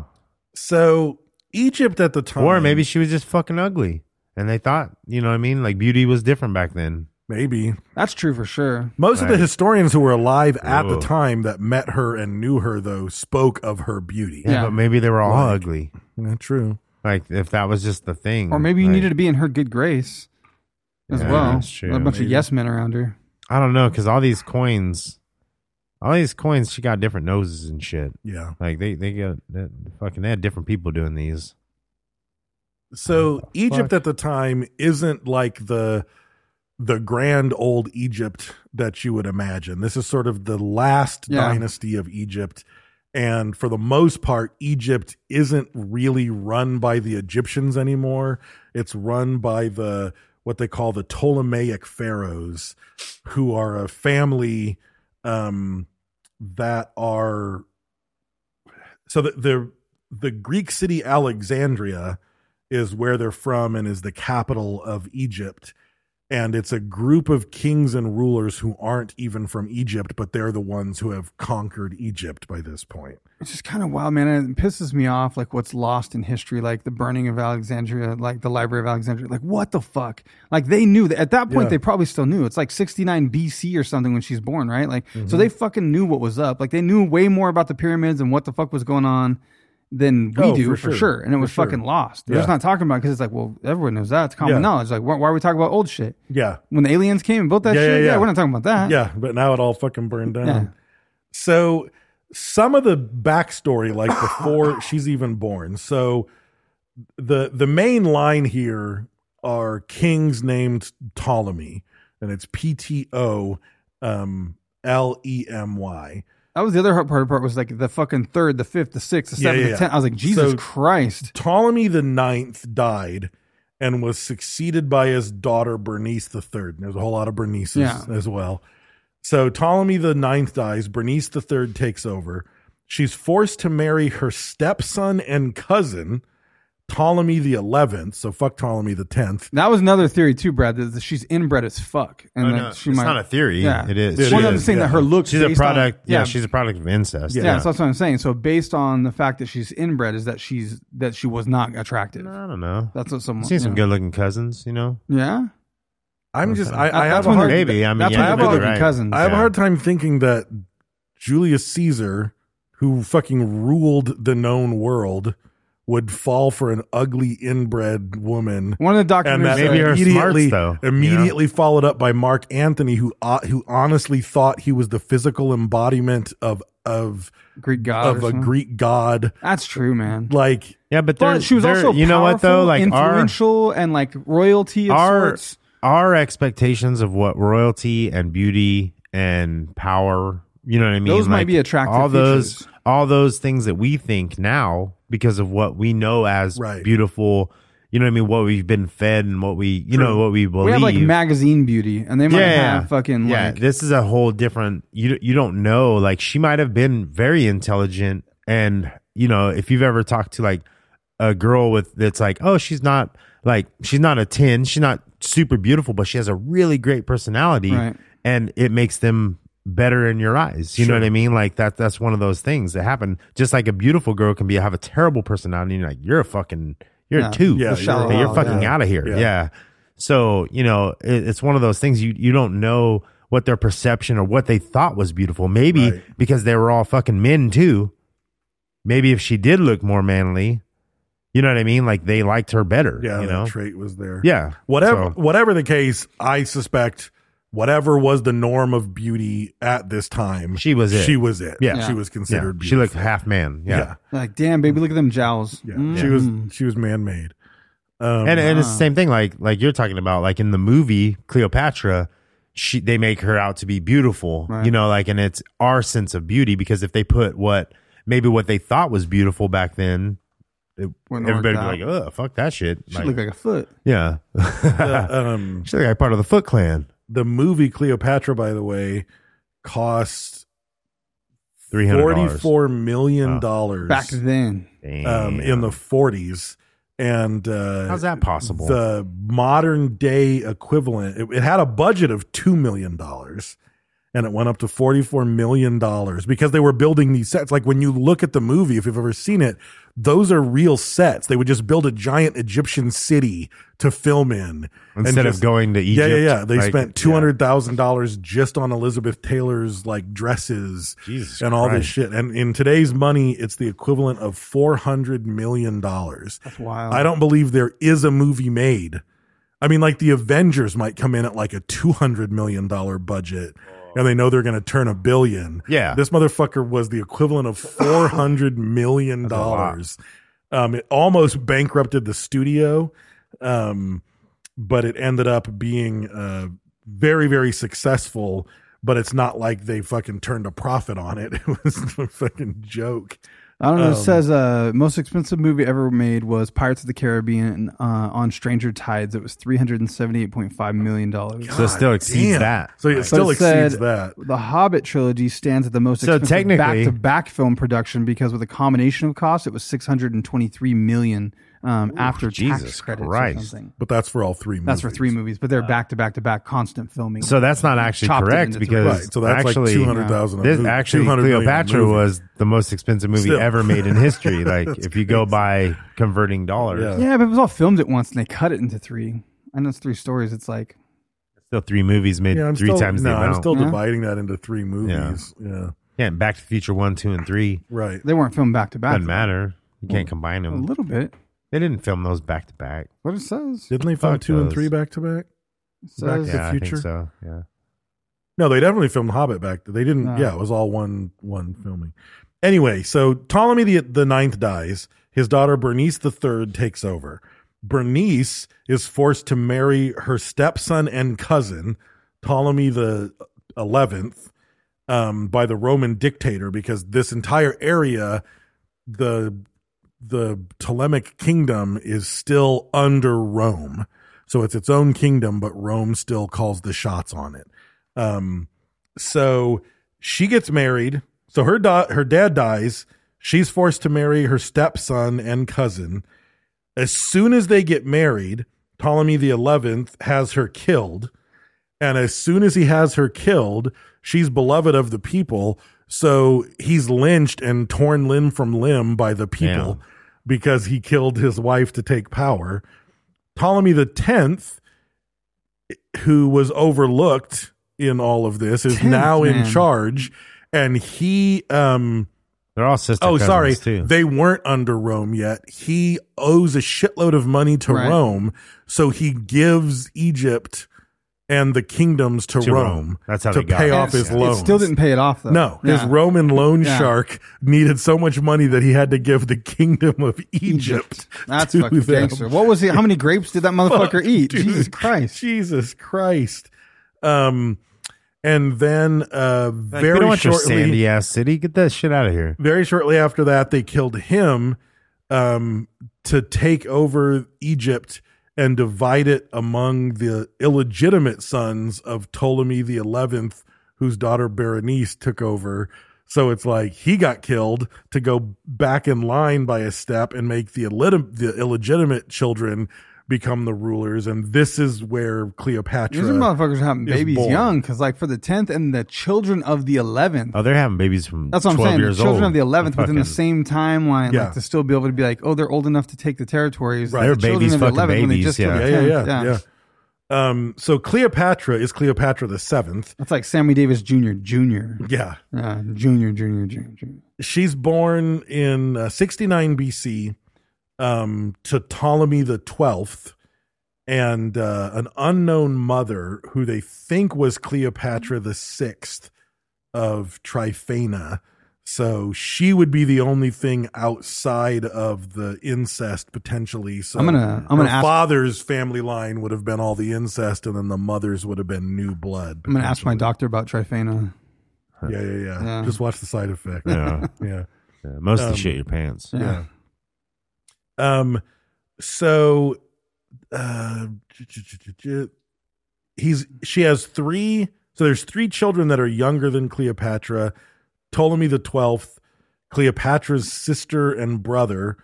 B: so Egypt at the time,
D: or maybe she was just fucking ugly, and they thought, you know what I mean? Like beauty was different back then.
B: maybe
C: That's true for sure.
B: Most of the
D: Right.
B: historians who were alive at the
D: Whoa.
B: time that met her and knew her, though, spoke of her beauty.
C: Yeah.
D: but maybe they were all
B: Like-
D: ugly.
B: Yeah, true.
D: Like if that was just the thing,
C: Or maybe you
D: Mm, like,
C: needed to be in her good grace as
D: Yeah,
C: well.
D: that's true,
C: a bunch
D: maybe.
C: of yes men around her.
D: I don't know, because all these coins, all these coins, she got different noses and shit.
B: Yeah.
D: Like they they got that, fucking they had different people doing these.
B: So
D: Fuck.
B: Egypt at the time isn't like the the grand old Egypt that you would imagine. This is sort of the last
C: Yeah.
B: dynasty of Egypt. And for the most part, Egypt isn't really run by the Egyptians anymore. It's run by the what they call the Ptolemaic pharaohs, who are a family um, that are so the, the the Greek city Alexandria is where they're from and is the capital of Egypt. And it's a group of kings and rulers who aren't even from Egypt, but they're the ones who have conquered Egypt by this point.
C: It's just kind of wild, man. And it pisses me off, like what's lost in history, like the burning of Alexandria, like the Library of Alexandria. Like, what the fuck? Like, they knew that at that point,
B: Yeah.
C: they probably still knew. It's like 69 BC or something when she's born, right? Like,
B: Mm-hmm.
C: so they fucking knew what was up. Like, they knew way more about the pyramids and what the fuck was going on than we
B: Oh,
C: do,
B: for
C: for
B: sure.
C: sure. And it was
B: For sure.
C: fucking lost. They're just
B: Yeah.
C: not talking about because it's like, well, everyone knows that. It's common
B: Yeah.
C: knowledge. Like, why, why are we talking about old shit?
B: Yeah.
C: When the aliens came and built that
B: Yeah,
C: shit?
B: yeah,
C: Yeah,
B: yeah.
C: we're not talking about that.
B: Yeah. But now it all fucking burned down.
C: Yeah.
B: So some of the backstory, like before she's even born. So the the main line here are kings named Ptolemy, and it's P T O um, L E M Y.
C: That was the other hard part, part was like the fucking third, the fifth, the sixth, the
B: Yeah,
C: seventh,
B: yeah,
C: the
B: yeah.
C: tenth. I was like, Jesus
B: So-
C: Christ.
B: Ptolemy the Ninth died and was succeeded by his daughter Bernice the Third. And there's a whole lot of Bernices
C: Yeah.
B: as well. So Ptolemy the Ninth dies. Bernice the Third takes over. She's forced to marry her stepson and cousin Ptolemy the Eleventh. So fuck Ptolemy the Tenth.
C: That was another theory too, Brad. That that she's inbred as fuck, and
D: Oh,
C: that
D: no,
C: she
D: it's
C: might.
D: not a theory.
C: Yeah,
D: It is.
B: It
C: Well, no, I'm
B: is,
C: saying
B: yeah.
C: that her looks.
D: She's a
C: based on-
D: product. yeah. she's a product of incest.
B: Yeah.
C: Yeah, so that's what I'm saying. So based on the fact that she's inbred, is that she's that she was not attractive.
D: I don't know.
C: That's what
D: I've
C: someone.
D: seen some
C: yeah.
D: good looking cousins. You know,
C: Yeah,
B: I'm just I, I
C: That-
B: have
C: that's
B: a
C: when
B: hard,
C: they're-
D: Maybe, I mean,
C: that's
D: yeah,
B: you're
C: when they're
B: probably
C: good-looking
D: right.
C: cousins.
B: I have a
D: Yeah.
B: hard time thinking that Julius Caesar, who fucking ruled the known world, would fall for an ugly inbred woman.
C: One of the
B: And
C: documentaries.
B: that
D: Maybe her
B: immediately,
D: smarts, though, you know?
B: immediately followed up by Mark Anthony, who uh, who honestly thought he was the physical embodiment of of
C: Greek god
B: of
C: or
B: a
C: something.
B: Greek god.
C: That's true, man.
B: Like
D: yeah, but, they're-
C: but she was
D: they're-
C: also
D: you know what though,
C: powerful,
D: like our
C: influential and like royalty of
D: our
C: sorts.
D: our expectations of what royalty and beauty and power you know what i mean
C: Those might be attractive
D: all those
C: features.
D: all those things that we think now because of what we know as
B: Right.
D: beautiful. You know what I mean? What we've been fed and what we, you know, what we believe.
C: We have like magazine beauty, and they might have fucking
D: yeah.
C: like
D: This is a whole different. You you don't know. Like she might have been very intelligent, and you know if you've ever talked to like a girl with that's like, oh, she's not like she's not a ten, she's not super beautiful, but she has a really great personality,
C: Right.
D: and it makes them better in your eyes. You know what I mean? Like that. That's one of those things that happen. Just like a beautiful girl can be have a terrible personality, and you're like you're a fucking you're
C: Yeah.
D: a two,
B: Yeah,
D: you're,
B: you're
C: a-
D: fucking
C: yeah.
D: out of here,
B: Yeah.
D: yeah. So you know, it, it's one of those things you you don't know what their perception or what they thought was beautiful. Maybe
B: Right.
D: because they were all fucking men too. Maybe if she did look more manly, you know what I mean? Like they liked her better.
B: Yeah,
D: you
B: that
D: know.
B: trait was there.
D: Yeah,
B: Whatever
D: so-
B: whatever the case, I suspect whatever was the norm of beauty at this time,
D: She was it.
B: She was it.
D: Yeah.
B: She was
D: Yeah,
B: considered beautiful.
D: she looked half man. Yeah,
C: like damn baby, look at them jowls.
B: Yeah.
C: Mm.
B: She was she was man made. Um,
C: Oh,
D: and and it's the same thing. Like like you're talking about. Like in the movie Cleopatra, she they make her out to be beautiful.
C: Right.
D: You know, like and it's our sense of beauty because if they put what maybe what they thought was beautiful back then,
C: Wouldn't have
D: everybody
C: worked
D: be
C: out.
D: like, "Oh, fuck that shit."
C: She looked like a foot.
D: yeah,
B: the, um,
D: she looked like part of the Foot Clan.
B: the movie Cleopatra, by the way, cost
D: Three hundred
B: forty
D: dollars.
B: four million
D: Wow.
B: dollars
C: Back then,
B: um, in the forties, and uh,
D: how's that possible?
B: the modern day equivalent it, it had a budget of two million dollars and it went up to $44 million because they were building these sets like when you look at the movie if you've ever seen it those are real sets they would just build a giant egyptian city to film in and
D: Instead of
B: just-
D: going to
B: yeah yeah
D: Egypt,
B: yeah they
D: like-
B: spent
D: yeah.
B: $200000 just on elizabeth taylor's like dresses
D: Jesus
B: and all this
D: Christ.
B: shit and in today's money it's the equivalent of $400 million
C: that's wild.
B: I don't believe there is a movie made. I mean, like the Avengers might come in at like a two hundred million dollar budget, and they know they're going to turn a billion.
D: Yeah.
B: this motherfucker was the equivalent of four hundred million dollars. Um, it almost bankrupted the studio, um, but it ended up being uh, very, very successful. But it's not like they fucking turned a profit on it. It was a fucking joke.
C: I don't know. it
B: Um,
C: says uh, most expensive movie ever made was Pirates of the Caribbean uh, on Stranger Tides. It was three hundred and seventy eight point five million dollars.
D: So it still exceeds that.
B: So it
D: Like-
B: still
C: it said
B: exceeds that.
C: The Hobbit trilogy stands at the most
D: So
C: expensive
D: technically-
C: back to back film production because with a combination of costs, it was six hundred and twenty three million um, after tax
D: Jesus
C: credits or
D: Christ.
C: something.
B: But that's for all three movies.
C: That's for three movies, but they're back to back to back constant filming.
D: So that's not actually
C: Chopped it
D: correct
C: into three.
D: because
B: Right, so that's like
D: actually,
B: 200,000 a
D: This
B: movie-
D: actually
B: 200 million a
D: Cleopatra
B: movie.
D: was the most expensive movie
B: Still.
D: ever made in history. Like if you go by converting dollars,
B: Yeah.
C: yeah, but it was all filmed at once and they cut it into three. I know it's three stories. It's like
D: still three movies made
B: Yeah, I'm
D: three
B: still,
D: times
B: no,
D: the
B: I'm
D: amount.
B: still
C: Yeah.
B: dividing that into three movies. Yeah,
D: yeah, Back to the Future one, two, and three
B: right.
C: they weren't filmed back to back.
D: doesn't matter. You can't combine
C: A
D: them.
C: little bit.
D: They didn't film those back to back.
C: What it says.
B: Didn't they film
D: Fuck
B: two and
D: those.
B: three back to back?
C: It
B: Back
C: says
B: to-
D: Yeah, I
B: future?
D: think so. Yeah.
B: No, they definitely filmed Hobbit back. They didn't.
C: No.
B: Yeah, it was all one one filming. Anyway, so Ptolemy the the ninth dies. His daughter Bernice the third takes over. Bernice is forced to marry her stepson and cousin Ptolemy the uh, eleventh um, by the Roman dictator because this entire area, the the Ptolemaic kingdom is still under Rome. So it's its own kingdom, but Rome still calls the shots on it. Um, so she gets married. So her da- her dad dies. She's forced to marry her stepson and cousin. As soon as they get married, Ptolemy the Eleventh has her killed, and as soon as he has her killed, she's beloved of the people. So he's lynched and torn limb from limb by the people
D: Damn.
B: because he killed his wife to take power. Ptolemy the Tenth who was overlooked in all of this is
C: Tenth
B: now in
C: man.
B: charge and he um
D: They're all sister
B: oh
D: cousins,
B: sorry
D: too.
B: they weren't under rome yet he owes a shitload of money to
C: Right.
B: rome so he gives egypt and the kingdoms to,
D: To
B: rome,
D: Rome. That's how
B: to
D: they got
B: pay
D: it.
B: off his
D: Yeah. It
B: loans
C: It still didn't pay it off though.
B: no, his
C: Yeah.
B: Roman loan
C: Yeah.
B: shark needed so much money that he had to give the kingdom of Egypt.
C: That's
B: to
C: fucking
B: them.
C: gangster. What was he? How many grapes did that
B: Fuck,
C: motherfucker eat?
B: dude.
C: Jesus Christ.
B: Jesus Christ. Um, And then uh,
D: Like,
B: very
D: we don't want your
B: shortly,
D: sandy ass city. Get that shit out of here.
B: very shortly after that, they killed him um, to take over Egypt and divide it among the illegitimate sons of Ptolemy the Eleventh, whose daughter Berenice took over. So it's like he got killed to go back in line by a step and make the, illit- the illegitimate children become the rulers. And this is where Cleopatra.
C: These motherfuckers are having
B: is
C: babies
B: born.
C: young because, like, for the tenth and the children of the eleventh.
D: Oh, they're having babies from
C: That's what I'm
D: 12
C: saying. The
D: Years
C: children
D: old.
C: of the eleventh within the
D: Fucking-
C: same timeline,
B: Yeah.
C: like to still be able to be like, oh, they're old enough to take the territories.
B: Right.
C: Like,
B: They're
C: the children
D: babies,
C: of the
D: fucking
C: 11th when they
D: babies,
C: just killed
D: yeah.
B: yeah,
C: the
B: yeah,
C: 10th,
B: yeah, yeah. Um, so Cleopatra is Cleopatra the Seventh.
C: That's like Sammy Davis Jr. Jr.
B: Yeah.
C: Uh, junior, junior, junior, junior.
B: she's born in uh, 69 BC um, to Ptolemy the 12th and uh, an unknown mother who they think was Cleopatra the 6th of Tryphena. So she would be the only thing outside of the incest potentially. So
C: I'm gonna- I'm
B: her
C: gonna ask-
B: father's family line would have been all the incest, and then the mother's would have been new blood.
C: I'm gonna ask my
B: potentially.
C: doctor about Trifena.
B: Yeah, yeah, yeah,
C: Yeah.
B: Just watch the side effect.
D: Yeah.
B: yeah.
D: Yeah, mostly
B: Um,
D: shit your pants.
C: Yeah.
B: Yeah. Um. So, uh, j- j- j- j- j- he's she has three. So there's three children that are younger than Cleopatra. Ptolemy the twelfth, Cleopatra's sister and brother,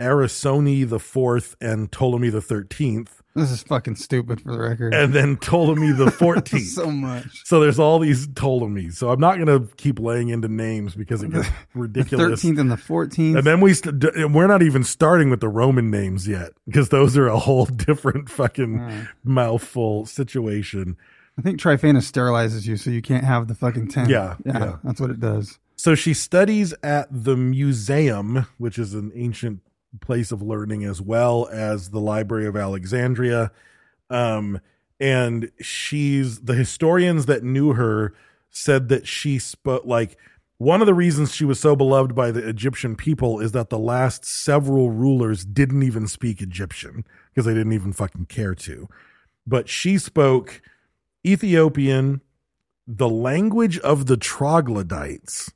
B: Arisone the fourth, and Ptolemy the thirteenth,
C: This is fucking stupid for the record.
B: and then Ptolemy the fourteenth.
C: so much.
B: So there's all these Ptolemies. So I'm not going to keep laying into names because it gets
C: The
B: ridiculous.
C: thirteenth and the fourteenth.
B: And then we st- d- we're not even starting with the Roman names yet because those are a whole different fucking mouthful situation.
C: I think Trifena sterilizes you, so you can't have the fucking ten.
B: Yeah,
C: yeah,
B: yeah.
C: that's what it does.
B: So she studies at the museum, which is an ancient place of learning, as well as the Library of Alexandria. Um, and she's the historians that knew her said that she spoke like one of the reasons she was so beloved by the Egyptian people is that the last several rulers didn't even speak Egyptian because they didn't even fucking care to. But she spoke Ethiopian, the language of the troglodytes.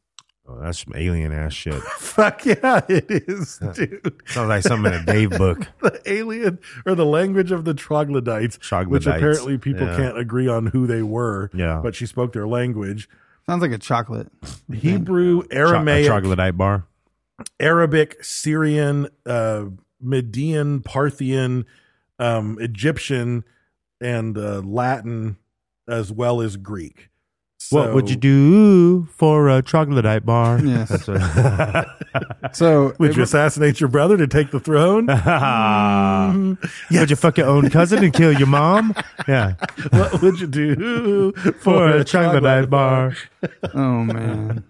D: Oh, that's some alien ass shit.
B: Fuck yeah, it is, dude.
D: Sounds like something in a Dave book.
B: The alien or the language of the troglodytes, which
D: Troglodytes,
B: apparently people
D: yeah.
B: can't agree on who they were.
D: Yeah.
B: but she spoke their language:
C: Sounds like a chocolate.
B: Hebrew,
D: Tro-
B: Aramaic,
D: a troglodyte bar.
B: Arabic, Syrian, uh, Median, Parthian, um, Egyptian, and uh, Latin, as well as Greek.
D: what would
B: So-
D: you do for a troglodyte bar?
C: Yes.
D: That's what-
C: So
B: Would
C: it-
B: you assassinate your brother to take the throne?
C: Mm-hmm.
D: Would you fuck your own cousin and kill your mom? Yeah.
B: what would you do
D: For a troglodyte bar.
C: oh man.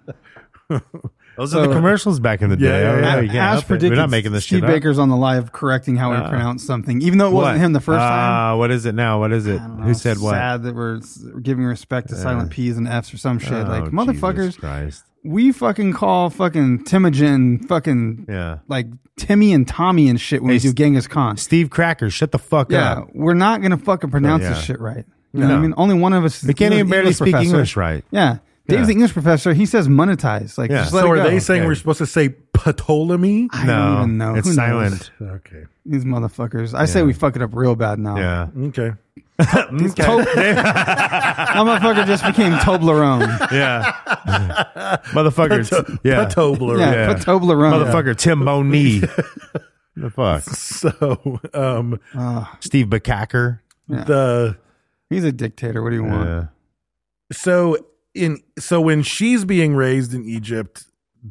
D: Those are the
C: So-
D: commercials back in the
B: Yeah,
D: day.
B: yeah,
D: Oh,
B: yeah.
D: you can't
C: Ash
D: help it. We're not making this
C: Steve
D: shit up.
C: Baker's on the live correcting how we
D: Ah.
C: pronounce something, even though it wasn't him the first time.
D: Ah, what is it now? What is it?
C: I don't know,
D: Who said what?
C: Sad that we're s- giving respect to silent P's and F's or some shit.
D: Oh,
C: like
D: Jesus
C: motherfuckers,
D: Christ.
C: we fucking call fucking Timogen fucking
D: Yeah.
C: like Timmy and Tommy and shit when
D: Hey,
C: we do
D: S-
C: Genghis Khan.
D: Steve Cracker, shut the fuck
C: yeah,
D: up.
C: we're not gonna fucking pronounce
D: yeah.
C: this shit right. You know what I mean? Only one of us. is-
D: We can't
C: he's
D: even
C: an
D: barely speak
C: professor.
D: English right.
C: Yeah, Dave's
D: Yeah.
C: the English professor. He says monetize. Like,
D: Yeah.
C: just let
B: So
C: it
B: are
C: go.
B: they saying
D: Okay.
B: we're supposed to say Ptolemy?
C: I don't even know.
D: It's
C: Who knows?
D: silent.
B: Okay.
C: These motherfuckers. I say we fuck it up real bad now.
D: Yeah.
B: Okay.
C: Tob- that motherfucker just became Toblerone.
D: Yeah. Motherfucker. Yeah.
B: Patobler.
C: Yeah,
D: Yeah.
C: put Toblerone.
D: Motherfucker Tim Boney. the fuck.
B: So um
D: Steve Bacacker.
B: the
C: He's a dictator. What do you want?
D: Yeah.
B: so in so when she's being raised in Egypt,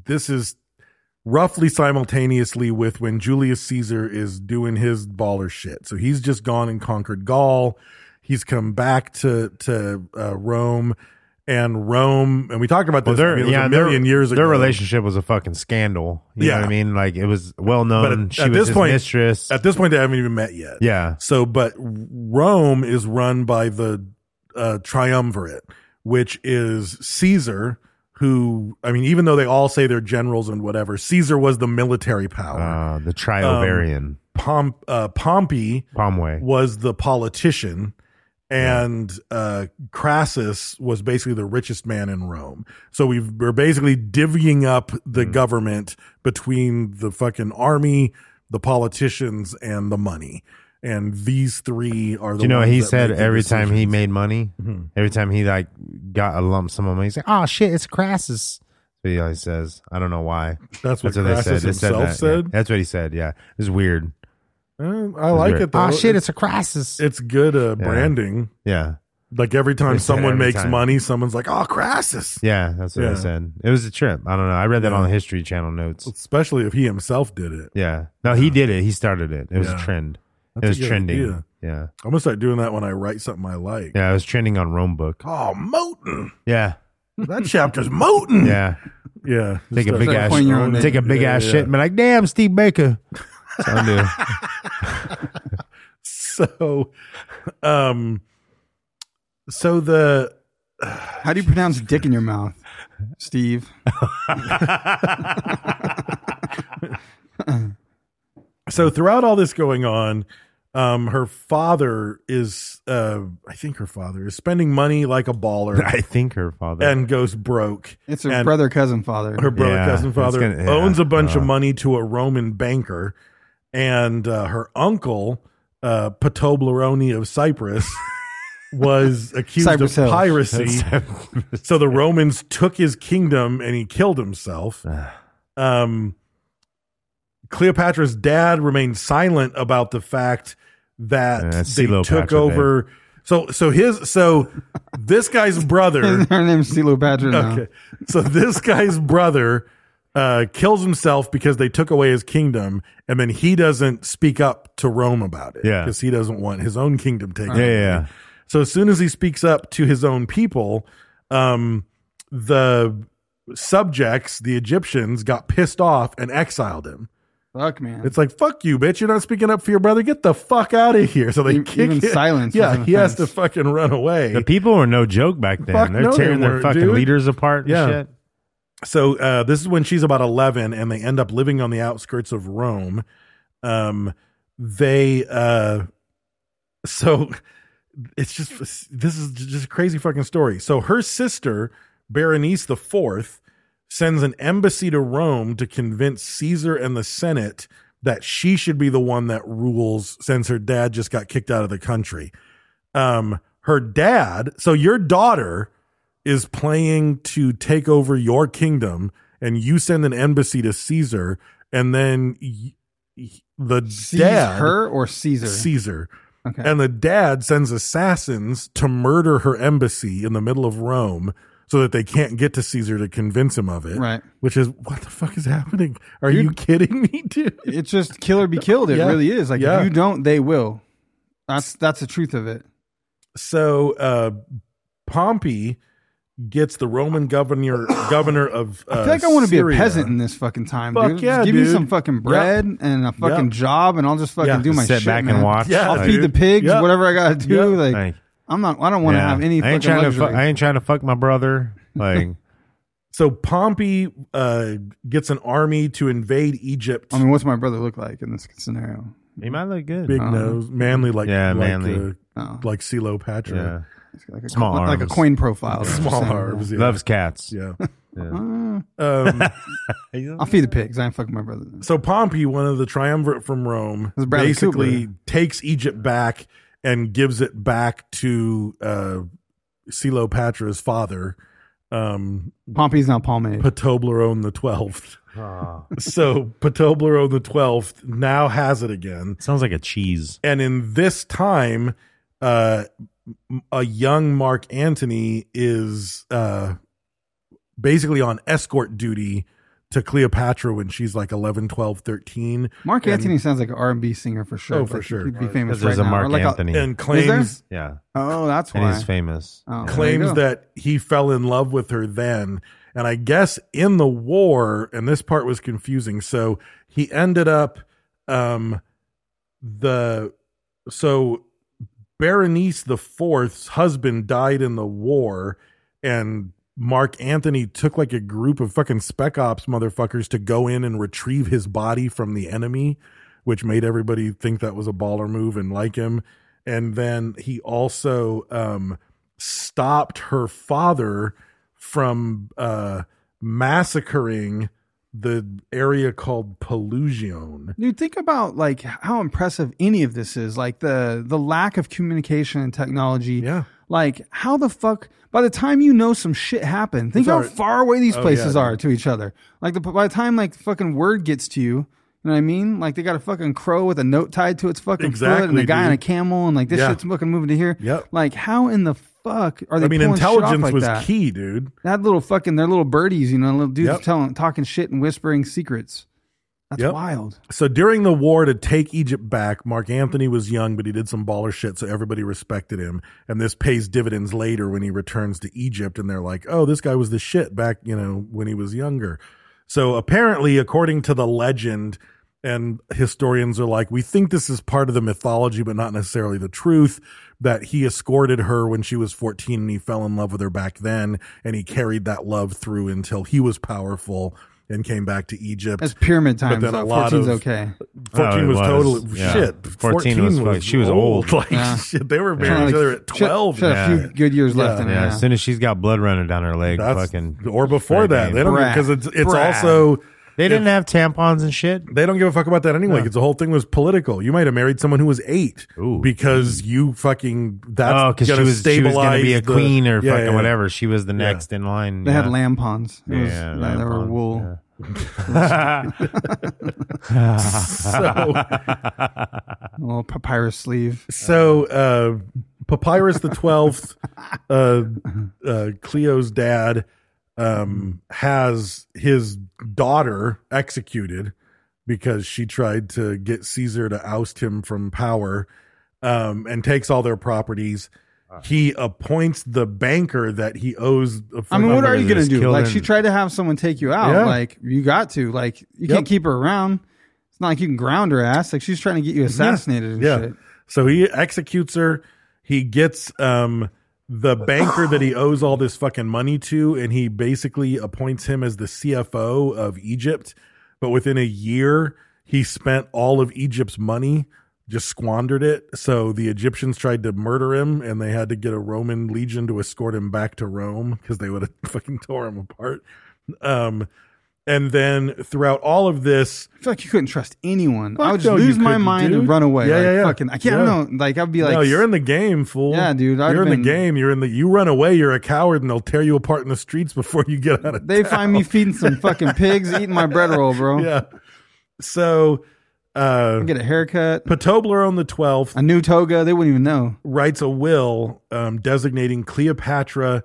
B: this is roughly simultaneously with when Julius Caesar is doing his baller shit. So he's just gone and conquered Gaul. He's come back to to uh, Rome and Rome, and we talked about
D: Well,
B: this I
D: their,
B: mean, it was
D: yeah,
B: a million
D: their,
B: years ago.
D: Their relationship was a fucking scandal. You
B: Yeah.
D: know what I mean? Like it was well
B: but
D: known.
B: at,
D: she
B: at
D: was
B: this
D: his
B: point,
D: mistress.
B: at this point, they haven't even met yet.
D: yeah.
B: So, but Rome is run by the uh, triumvirate, which is Caesar, who, I mean, even though they all say they're generals and whatever, Caesar was the military power.
D: Uh, the
B: Um,
D: triovarian.
B: Pomp, uh, Pompey
D: Palmway.
B: was the politician, and uh, Crassus was basically the richest man in Rome. So we we're basically divvying up the
D: Mm.
B: government between the fucking army, the politicians, and the money. And these three are the.
D: Do you know,
B: ones
D: he
B: that
D: said
B: make the
D: every time
B: decisions.
D: he
B: Mm-hmm.
D: made money, every time he like got a lump sum of money, he's like, "Oh shit, it's Crassus." That's what he always says. I don't know why.
B: That's what Crassus himself
D: that, yeah.
B: said?
D: That's what he said. Yeah, it's weird.
B: Eh, I like it. Though.
D: Oh shit, it's a Crassus.
B: it's good uh,
D: Yeah.
B: branding.
D: yeah,
B: Like every time
D: They said
B: someone
D: every
B: makes
D: time.
B: money, someone's like, "Oh, Crassus."
D: yeah, that's what
B: Yeah.
D: I said. It was a trip. I don't know. I read that
B: Yeah.
D: on the History Channel notes.
B: Especially if he himself did it.
D: Yeah, no, he did it. He started it. It was
B: Yeah.
D: a trend.
B: That's a
D: it was
B: good
D: trending.
B: idea.
D: Yeah,
B: I'm gonna start doing that when I write something I like.
D: yeah, it was trending on Rome Book.
B: Oh, Moten.
D: Yeah,
B: That chapter's Moten.
D: yeah.
B: Yeah.
D: Take a
B: Start-
D: big
C: like
D: ass,
C: pointing your own
D: take a
B: name.
D: big
B: Yeah,
D: ass
B: yeah.
D: shit, and be like, "Damn, Steve Baker." That's what I do.
B: So, um, so the
C: How do you pronounce dick in your mouth, Steve?
B: so throughout all this going on, um, her father is, uh, I think her father is spending money like a baller
D: I think her father
B: and goes broke.
C: It's her
B: And
C: brother, cousin, father.
B: her brother
D: Yeah,
B: cousin
D: it's
B: father
D: gonna- yeah,
B: owns a bunch of
D: uh,
B: money to a roman banker and uh, her uncle uh patoblerone of cyprus was accused
C: Cypress
B: of
C: Hills.
B: piracy so the romans took his kingdom and he killed himself um cleopatra's dad remained silent about the fact that
D: Yeah, that's
B: they
D: Cleopatra,
B: took
D: babe.
B: over so so his so this guy's brother
C: her name's Celo Badger now.
B: Okay. So this guy's brother uh, kills himself because they took away his kingdom, and then he doesn't speak up to Rome about it.
D: Yeah.
B: Because he doesn't want his own kingdom taken.
D: Yeah, yeah, yeah.
B: So as soon as he speaks up to his own people, um, the subjects, the Egyptians, got pissed off and exiled him.
C: Fuck, man.
B: It's like fuck you, bitch! You're not speaking up for your brother. Get the fuck out of here! So they
C: Even-
B: kick
C: E-, even
B: him-
C: silence was
B: Yeah,
C: an
B: he has to
C: offense.
B: fucking run away.
D: The people were no joke back then.
B: Fuck
D: They're
B: no, they
D: tearing their
B: weren't,
D: fucking
B: dude.
D: leaders apart and
B: Yeah.
D: shit.
B: so uh, this is when she's about 11 and they end up living on the outskirts of rome um, they uh, so it's just this is just a crazy fucking story so her sister berenice the fourth sends an embassy to rome to convince caesar and the senate that she should be the one that rules since her dad just got kicked out of the country um her dad so your daughter is playing to take over your kingdom and you send an embassy to caesar and then y- y- the
C: Seize
B: dad
C: her or Caesar?
B: caesar
C: Okay.
B: and the dad sends assassins to murder her embassy in the middle of rome so that they can't get to caesar to convince him of it
C: Right.
B: which is what the fuck is happening are you kidding me dude
C: it's just kill or be killed. It
B: Yeah.
C: really is. Like
B: Yeah.
C: if you don't, they will. That's that's the truth of it.
B: so uh pompey gets the roman governor governor of uh,
C: I feel like I want to be a
B: Syria.
C: peasant in this fucking time,
B: Fuck
C: dude. Just
B: yeah,
C: give me
B: dude.
C: some fucking bread and a fucking
B: Yep.
C: job, and I'll just fucking
B: Yeah.
C: do my
D: Sit
C: shit,
D: back
C: man.
D: and watch.
B: Yeah,
C: I'll
D: Like,
C: feed the pigs,
B: Yeah.
C: whatever I gotta do.
B: Yeah.
C: Like,
D: like,
C: I'm not. I don't want to
D: yeah.
C: have any
D: I ain't
C: fucking
D: trying
C: luxury.
D: to. Fu- I ain't trying to fuck my brother. Like,
B: so pompey uh gets an army to invade egypt
C: I mean, what's my brother look like in this scenario?
D: he might look good.
B: big
C: Uh-huh.
B: nose manly like
D: Yeah,
B: like,
D: manly.
B: uh,
C: Oh.
B: like Cleopatra.
D: yeah,
C: Like a
D: Small
C: coin- like a
D: arms.
C: coin profile,
B: small
C: Same.
B: arms yeah.
D: loves cats.
B: yeah
C: Uh,
B: um
C: I'll feed the pigs. I ain't fucking my brother.
B: so Pompey, one of the triumvirate from Rome,
C: This is Bradley
B: basically
C: Cooper.
B: takes Egypt back and gives it back to uh Cleopatra's father, um
C: Pompey's not pomade.
B: Patoblerone the twelfth. so Patoblerone the twelfth now has it again.
D: Sounds like a cheese.
B: And in this time, uh m- a young Mark Antony is uh basically on escort duty to Cleopatra when she's like 11, 12, 13
C: Mark
B: and-
C: Anthony sounds like an R and B singer for sure.
B: Oh, for
C: Like,
B: sure.
C: he'd be famous
D: Because there's
C: right
D: a
C: now. Or
D: Mark
C: like
D: Anthony.
B: and
C: there?
B: claims
D: yeah,
C: oh, that's
D: and
C: why.
D: he's famous.
C: Oh, there you
B: claims
C: go.
B: that he fell in love with her then. And I guess in the war, and this part was confusing. So he ended up um the so Berenice the Fourth's husband died in the war, and Mark Anthony took like a group of fucking spec ops motherfuckers to go in and retrieve his body from the enemy, which made everybody think that was a baller move and like him. and then he also um, stopped her father from uh, massacring the area called Pelusion.
C: Dude, think about like how impressive any of this is. Like the the lack of communication and technology.
B: Yeah.
C: Like how the fuck by the time you know some shit happened, think
B: It's
C: how
B: already-
C: far away these
B: Oh,
C: places
B: yeah,
C: are
B: dude.
C: to each other. Like the by the time like fucking word gets to you, you know what I mean? Like they got a fucking crow with a note tied to its fucking foot and
B: Exactly,
C: a guy on a
B: dude.
C: camel and like this
B: Yeah.
C: shit's fucking moving to here.
B: Yep.
C: Like how in the fuck are they?
B: I mean,
C: pulling shit off
B: intelligence
C: like
B: was
C: that?
B: key, dude.
C: That little fucking their little birdies, you know, little dudes
B: Yep.
C: telling talking shit and whispering secrets. That's
B: Yep.
C: wild.
B: So during the war to take Egypt back, Mark Anthony was young, but he did some baller shit, so everybody respected him. And this pays dividends later when he returns to Egypt, and they're like, "Oh, this guy was the shit back, you know, when he was younger." So apparently, according to the legend, and historians are like, we think this is part of the mythology, but not necessarily the truth. That he escorted her when she was 14 and he fell in love with her back then. And he carried that love through until he was powerful and came back to Egypt.
C: That's pyramid times.
B: But then
C: though.
B: a lot
C: 14's
B: of-
C: okay.
B: 14
D: Oh, it
B: was,
D: was.
B: totally
D: Yeah.
B: shit.
D: 14 was like- she was old.
B: Like
C: Yeah.
B: shit, they were marrying
C: Kinda
B: each
C: like-
B: other at
C: she had-
B: twelve.
C: She had
B: man.
C: a few good years left in her.
D: Yeah,
C: Yeah.
D: as soon as she's got blood running down her leg,
B: That's-
D: fucking
B: or before
D: fair
B: that,
D: game.
B: they don't
C: Brad.
B: because it's it's
C: Brad.
B: also
D: They didn't have tampons and shit.
B: they don't give a fuck about that anyway.
D: No.
B: Because the whole thing was political. You might have married someone who was eight
D: Ooh.
B: because you fucking that's
D: Oh, because she
B: gonna
D: was she was gonna be a
B: stabilize the-
D: queen or
B: yeah,
D: fucking
B: yeah.
D: whatever. She was the next in line.
C: They
D: yeah.
C: had lampons. It was, yeah,
D: Yeah,
C: they were
D: lampons,
C: wool.
D: yeah.
B: So
C: A little papyrus sleeve.
B: so uh, Papyrus the Twelfth, uh, uh, Cleo's dad, um, has his daughter executed because she tried to get Caesar to oust him from power, um, and takes all their properties. He appoints the banker that he owes.
C: I mean, what are you
D: Somebody
C: gonna
D: just
C: do?
D: killed
C: Like,
D: him.
C: she tried to have someone take you out.
B: Yeah.
C: Like, you got to. Like, you
B: Yep.
C: can't keep her around. It's not like you can ground her ass. Like, she's trying to get you assassinated and
B: yeah.
C: shit.
B: So he executes her. He gets um the banker that he owes all this fucking money to, and he basically appoints him as the CFO of Egypt. But within a year, he spent all of Egypt's money, just squandered it. So the Egyptians tried to murder him, and they had to get a Roman legion to escort him back to Rome because they would have fucking tore him apart. Um, and then throughout all of this,
C: I feel like you couldn't trust anyone. I
B: Fuck
C: would just
B: no, you
C: lose my
B: couldn't,
C: mind and
B: dude.
C: run away.
B: Yeah,
C: like,
B: yeah, yeah.
C: Fucking, I can't
B: Yeah.
C: know. Like, I'd be like,
B: no, you're in the game, fool.
C: Yeah, dude, I'd
B: you're in
C: been-
B: the game. You're in the. You run away. You're a coward, and they'll tear you apart in the streets before you get out of.
C: They
B: town.
C: find me feeding some fucking pigs, eating my bread roll, bro.
B: Yeah. So, uh,
C: Get a haircut,
B: Patobler on the twelfth
C: a new toga. They wouldn't even know.
B: writes a will um, designating Cleopatra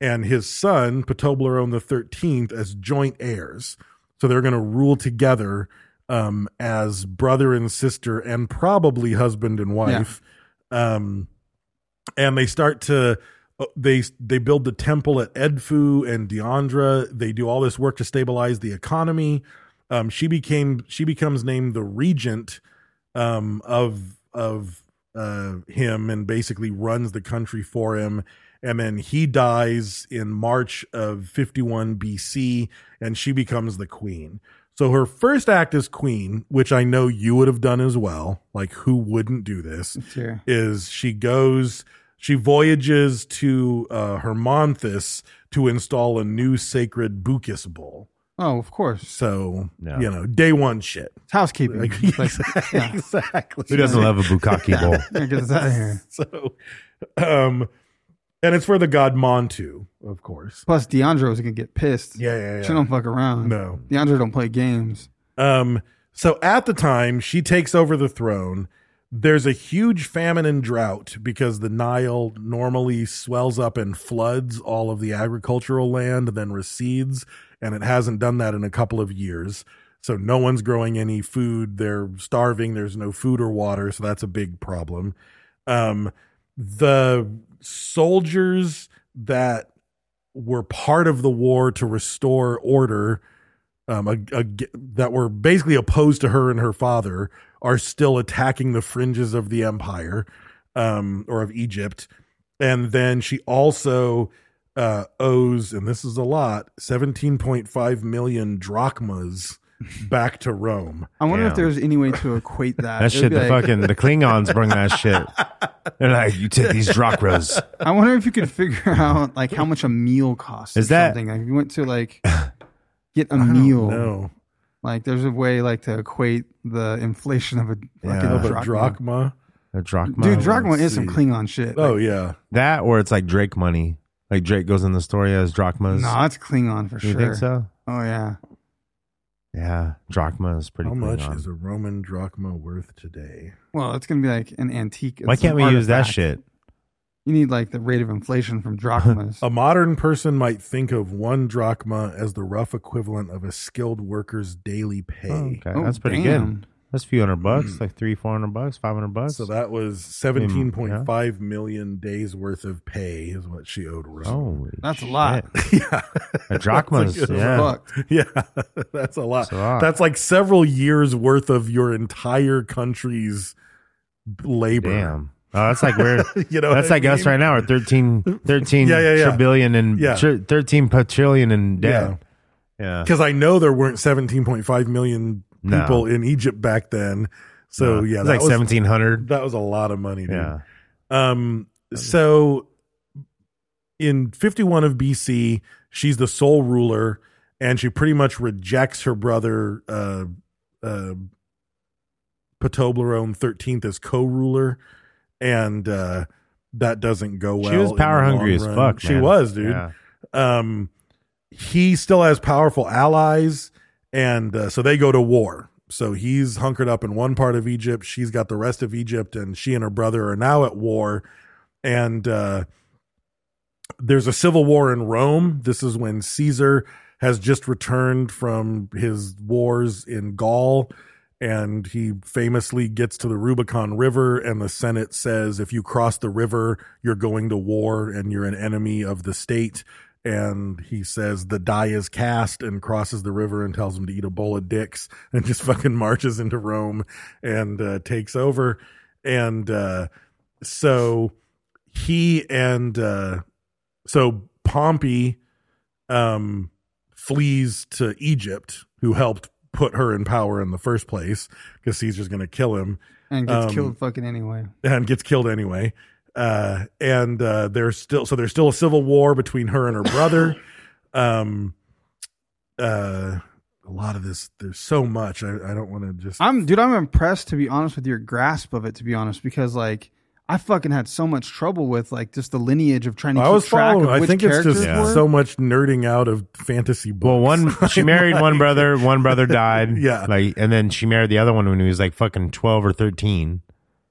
B: and his son Patobler on the thirteenth as joint heirs. So they're going to rule together um, as brother and sister, and probably husband and wife. Um, and they start to uh, they they build the temple at Edfu and Deandra. They do all this work to stabilize the economy. Um, she became she becomes named the regent um, of of uh, him and basically runs the country for him. And then he dies in March of 51 BC, and she becomes the queen. So her first act as queen, which I know you would have done as well. Like, who wouldn't do this?
C: Sure.
B: Is she goes, she voyages to uh, Hermonthis to install a new sacred Bucus bull.
C: Oh, of course.
B: So,
D: No.
B: you know, day one shit.
C: It's housekeeping.
B: Like,
C: It's Mm-hmm. like, yeah.
B: exactly.
D: Who doesn't love a bukkake bowl?
C: Yeah, get us out of here.
B: so um and it's for the god montu of course
C: Plus, DeAndre was gonna get pissed.
B: Yeah, yeah, yeah.
C: She don't fuck around.
B: No.
C: DeAndre don't play games.
B: um so at the time she takes over the throne there's a huge famine and drought because the Nile normally swells up and floods all of the agricultural land, then recedes, and it hasn't done that in a couple of years. So no one's growing any food. They're starving. There's no food or water. So that's a big problem. Um, the soldiers that were part of the war to restore order um, ag- ag- that were basically opposed to her and her father are still attacking the fringes of the empire um, or of Egypt. And then she also uh, owes, and this is a lot, 17.5 million drachmas back to Rome.
C: I wonder if
D: Damn.
C: there's any way to equate that.
D: That
C: It would
D: shit,
C: be
D: the
C: like-
D: fucking the Klingons bring that shit. They're like, you take these Drachras.
C: I wonder if you could figure out like how much a meal costs.
D: Is
C: or
D: that-
C: something. Like, if you went to like get a
D: Oh,
C: meal?
B: No,
C: Like there's a way like to equate the inflation of a like
D: Yeah.
C: a
B: of a
C: drachma.
B: drachma.
D: A drachma.
C: Dude,
D: was-
C: drachma is some
B: see.
C: Klingon shit.
B: Oh
C: Like,
B: yeah,
D: That or it's like Drake money. Like Drake goes in the story as drachmas.
C: no, it's Klingon for
D: you
C: sure.
D: think so?
C: Oh yeah.
D: Yeah, drachma is pretty.
B: how much
D: Klingon.
B: is a Roman drachma worth today?
C: Well, it's gonna be like an antique.
D: Why
C: it's
D: can't
C: an
D: we use that
C: artifact.
D: shit?
C: You need like the rate of inflation from drachmas.
D: Oh,
B: A modern person might think of one drachma as the rough equivalent of a skilled worker's daily pay.
D: Okay,
C: Oh,
D: that's pretty
C: damn. Hmm.
D: good. That's a few hundred bucks, like three, four hundred bucks, five hundred bucks.
B: So that was seventeen point five million days worth of pay is what she owed Rome.
D: Holy
C: That's a lot.
D: shit. a drachma is
B: That's like-
D: yeah.
C: Fuck.
B: Yeah, that's a lot.
D: Oh. a lot.
B: That's like several years worth of your entire country's labor.
D: Damn. Oh, that's like we're
B: You know
D: that's
B: what I
D: like us
B: mean?
D: right now. We're 13, 13
B: Yeah, yeah, yeah.
D: trillion and
B: Yeah.
D: tr- thirteen patrillion in debt. Yeah.
B: Because I know there weren't 17.5 million
D: No.
B: people in Egypt back then. So yeah,
D: it's like
B: was,
D: seventeen hundred.
B: That was a lot of money. Dude.
D: Yeah.
B: Um. So in 51 of BC, she's the sole ruler, and she pretty much rejects her brother, uh, uh, Patoblerone 13th as co-ruler, and uh, that doesn't go well.
D: she was
B: in the
D: power
B: long
D: hungry as
B: run.
D: fuck.
B: She
D: man.
B: was, dude
D: Yeah.
B: um, he still has powerful allies, and uh, so they go to war. So he's hunkered up in one part of Egypt. She's got the rest of Egypt, and she and her brother are now at war. And uh, there's a civil war in Rome. This is when Caesar has just returned from his wars in Gaul. And he famously gets to the Rubicon River, and the Senate says, if you cross the river, you're going to war and you're an enemy of the state. And he says, the die is cast, and crosses the river and tells him to eat a bowl of dicks and just fucking marches into Rome and uh, takes over. And uh, so he and uh, so Pompey um, flees to Egypt, who helped put her in power in the first place because Caesar's going to kill him
C: And gets
B: Um,
C: killed fucking anyway.
B: and gets killed anyway. Uh, and uh, there's still so there's still a civil war between her and her brother. um, uh, a lot of this there's so much I, I don't want to just
C: I'm dude, I'm impressed to be honest with your grasp of it, to be honest, because like I fucking had so much trouble with like just the lineage of trying to
B: I
C: keep
B: was
C: track
B: following.
C: of
B: I
C: which
B: think it's
C: characters
B: just
C: were.
B: so much nerding out of fantasy books.
D: Well, one she married one brother, one brother died.
B: Yeah.
D: like and then she married the other one when he was like fucking twelve or thirteen.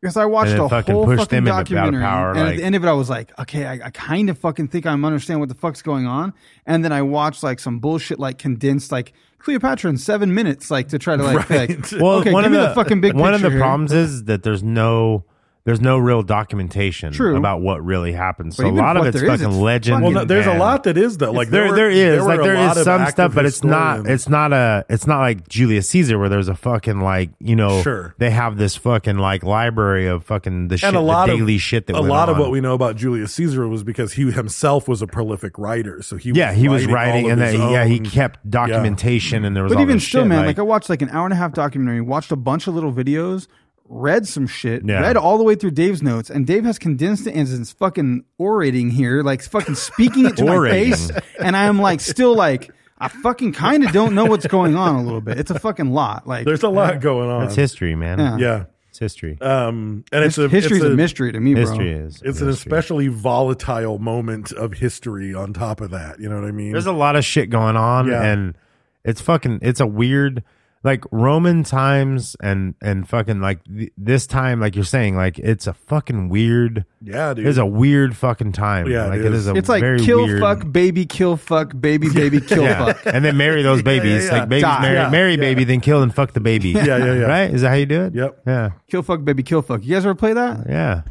C: Because I watched
D: And it
C: a
D: fucking
C: whole
D: pushed
C: fucking
D: them into battle
C: documentary,
D: power,
C: and
D: like-
C: at the end of it, I was like, okay, I, I kind of fucking think I'm understand what the fuck's going on. And then I watched like some bullshit, like condensed, like Cleopatra in seven minutes, like to try to like, be like,
D: Well,
C: okay,
D: one
C: give
D: of
C: me
D: the,
C: the, fucking big
D: one of the
C: picture here.
D: problems is that there's no there's no real documentation
C: True.
D: about what really happened. So
C: But
D: a
C: even
D: lot of
C: what
D: it's
C: there is,
D: fucking
C: it's
D: legend.
C: fucking-
B: Well,
C: in
B: no, there's a
D: and-
B: lot that is though. Like
D: there,
B: were-
D: there is
B: were
D: like
B: a
D: there
B: lot
D: is
B: of
D: some stuff,
B: active
D: but it's not
B: historians.
D: it's not a it's not like Julius Caesar where there's a fucking like you know
B: Sure.
D: they have this fucking like library of fucking the shit
B: and a lot
D: the daily
B: of
D: shit that
B: a
D: went
B: lot of
D: on.
B: what we know about Julius Caesar was because he himself was a prolific writer. So he
D: yeah
B: was
D: he was
B: all
D: writing
B: of
D: and
B: his
D: that, yeah he
B: own-
D: kept documentation and there was
C: But
D: all
C: even
D: this
C: still,
D: shit,
C: man, like, I watched like an hour and a half documentary, watched a bunch of little videos, read some shit,
D: Yeah.
C: read all the way through Dave's notes, and Dave has condensed it and is fucking orating here, like fucking speaking it to my
D: Orating.
C: face, and I am like still like I fucking kind of don't know what's going on a little bit. It's a fucking lot. Like
B: There's a lot going on.
D: it's history man
C: Yeah.
B: yeah.
D: it's history
B: Um, and it's a
C: history's
B: it's
C: a, mystery to me, bro.
D: history is
B: It's an
D: history.
B: especially volatile moment of history. On top of that, you know what I mean?
D: There's a lot of shit going on,
B: Yeah.
D: and it's fucking. It's a weird, like Roman times, and and fucking like th- this time, like you're saying, like it's a fucking weird.
B: yeah, dude.
D: It's a weird fucking time.
B: Yeah, it
D: like it
B: is.
D: is. a
C: It's like
D: very
C: kill
D: weird-
C: fuck baby, kill fuck baby, baby, kill
D: Yeah,
C: fuck.
D: and then marry those babies.
B: yeah.
D: Like babies,
C: Die.
D: marry,
B: Yeah,
D: marry
B: yeah.
D: baby, then kill and fuck the baby.
B: Yeah, yeah, yeah.
D: Right? Is that how you do it?
B: Yep.
D: Yeah,
C: Kill fuck baby, kill fuck. You guys ever play that?
D: yeah.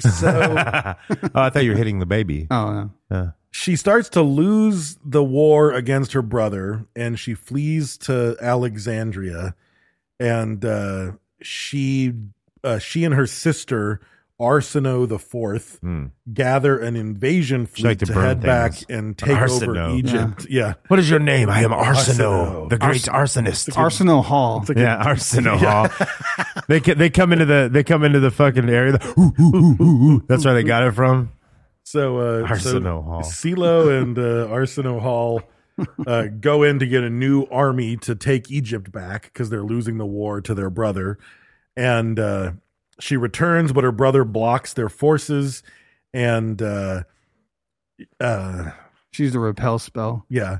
D: So, oh, I thought you were hitting the baby.
C: Oh no.
B: she starts to lose the war against her brother and she flees to Alexandria and uh, she uh, she and her sister Arsinoe the Fourth gather an invasion fleet
D: Hmm. like to
B: to
D: burn
B: head back
D: things.
B: and take over
D: Arsinoe.
B: Egypt. Yeah.
D: What is your name? I am
B: Arsinoe.
D: Arsinoe, the great arsonist.
C: Arsenal Hall.
D: yeah, Arsinoe Hall. they ca- they come into the they come into the fucking area. the- ooh, ooh, ooh, ooh, ooh. That's where they got it from.
B: So uh, so
D: Arsenal Hall.
B: CeeLo and uh, Arsenal Hall uh, go in to get a new army to take Egypt back because they're losing the war to their brother. And uh, she returns, but her brother blocks their forces. And uh, uh,
C: She used a repel spell.
B: yeah.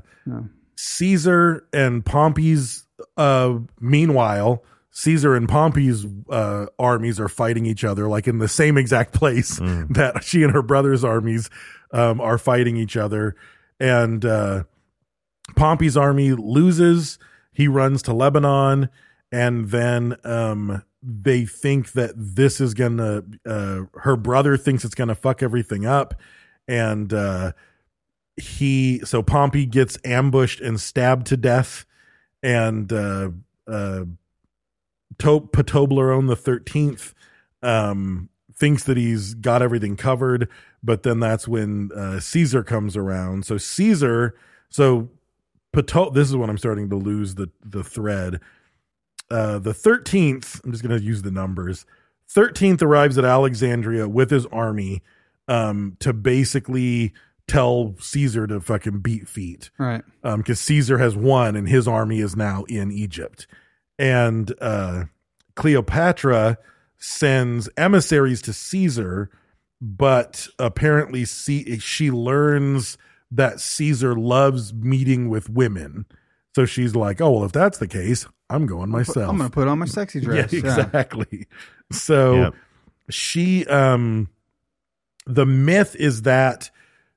B: Caesar and Pompey's uh meanwhile, Caesar and Pompey's uh armies are fighting each other like in the same exact place that she and her brother's armies um are fighting each other and uh Pompey's army loses, he runs to Lebanon and then um they think that this is going to uh her brother thinks it's going to fuck everything up and uh he so Pompey gets ambushed and stabbed to death, and uh, uh, to- Patoblerone the Thirteenth um, thinks that he's got everything covered, but then that's when uh, Caesar comes around. So Caesar, so Pato- this is when I'm starting to lose the the thread. Uh, the 13th, I'm just going to use the numbers. 13th arrives at Alexandria with his army um, to basically tell Caesar to fucking beat feet
C: Right.
B: because Caesar has won and his army is now in Egypt. And uh, Cleopatra sends emissaries to Caesar, but apparently Ce- she learns that Caesar loves meeting with women. So she's like, oh, well, if that's the case, I'm going myself.
C: I'm gonna put on my sexy dress.
B: Yeah,
C: Yeah,
B: exactly. So
D: Yep.
B: she um the myth is that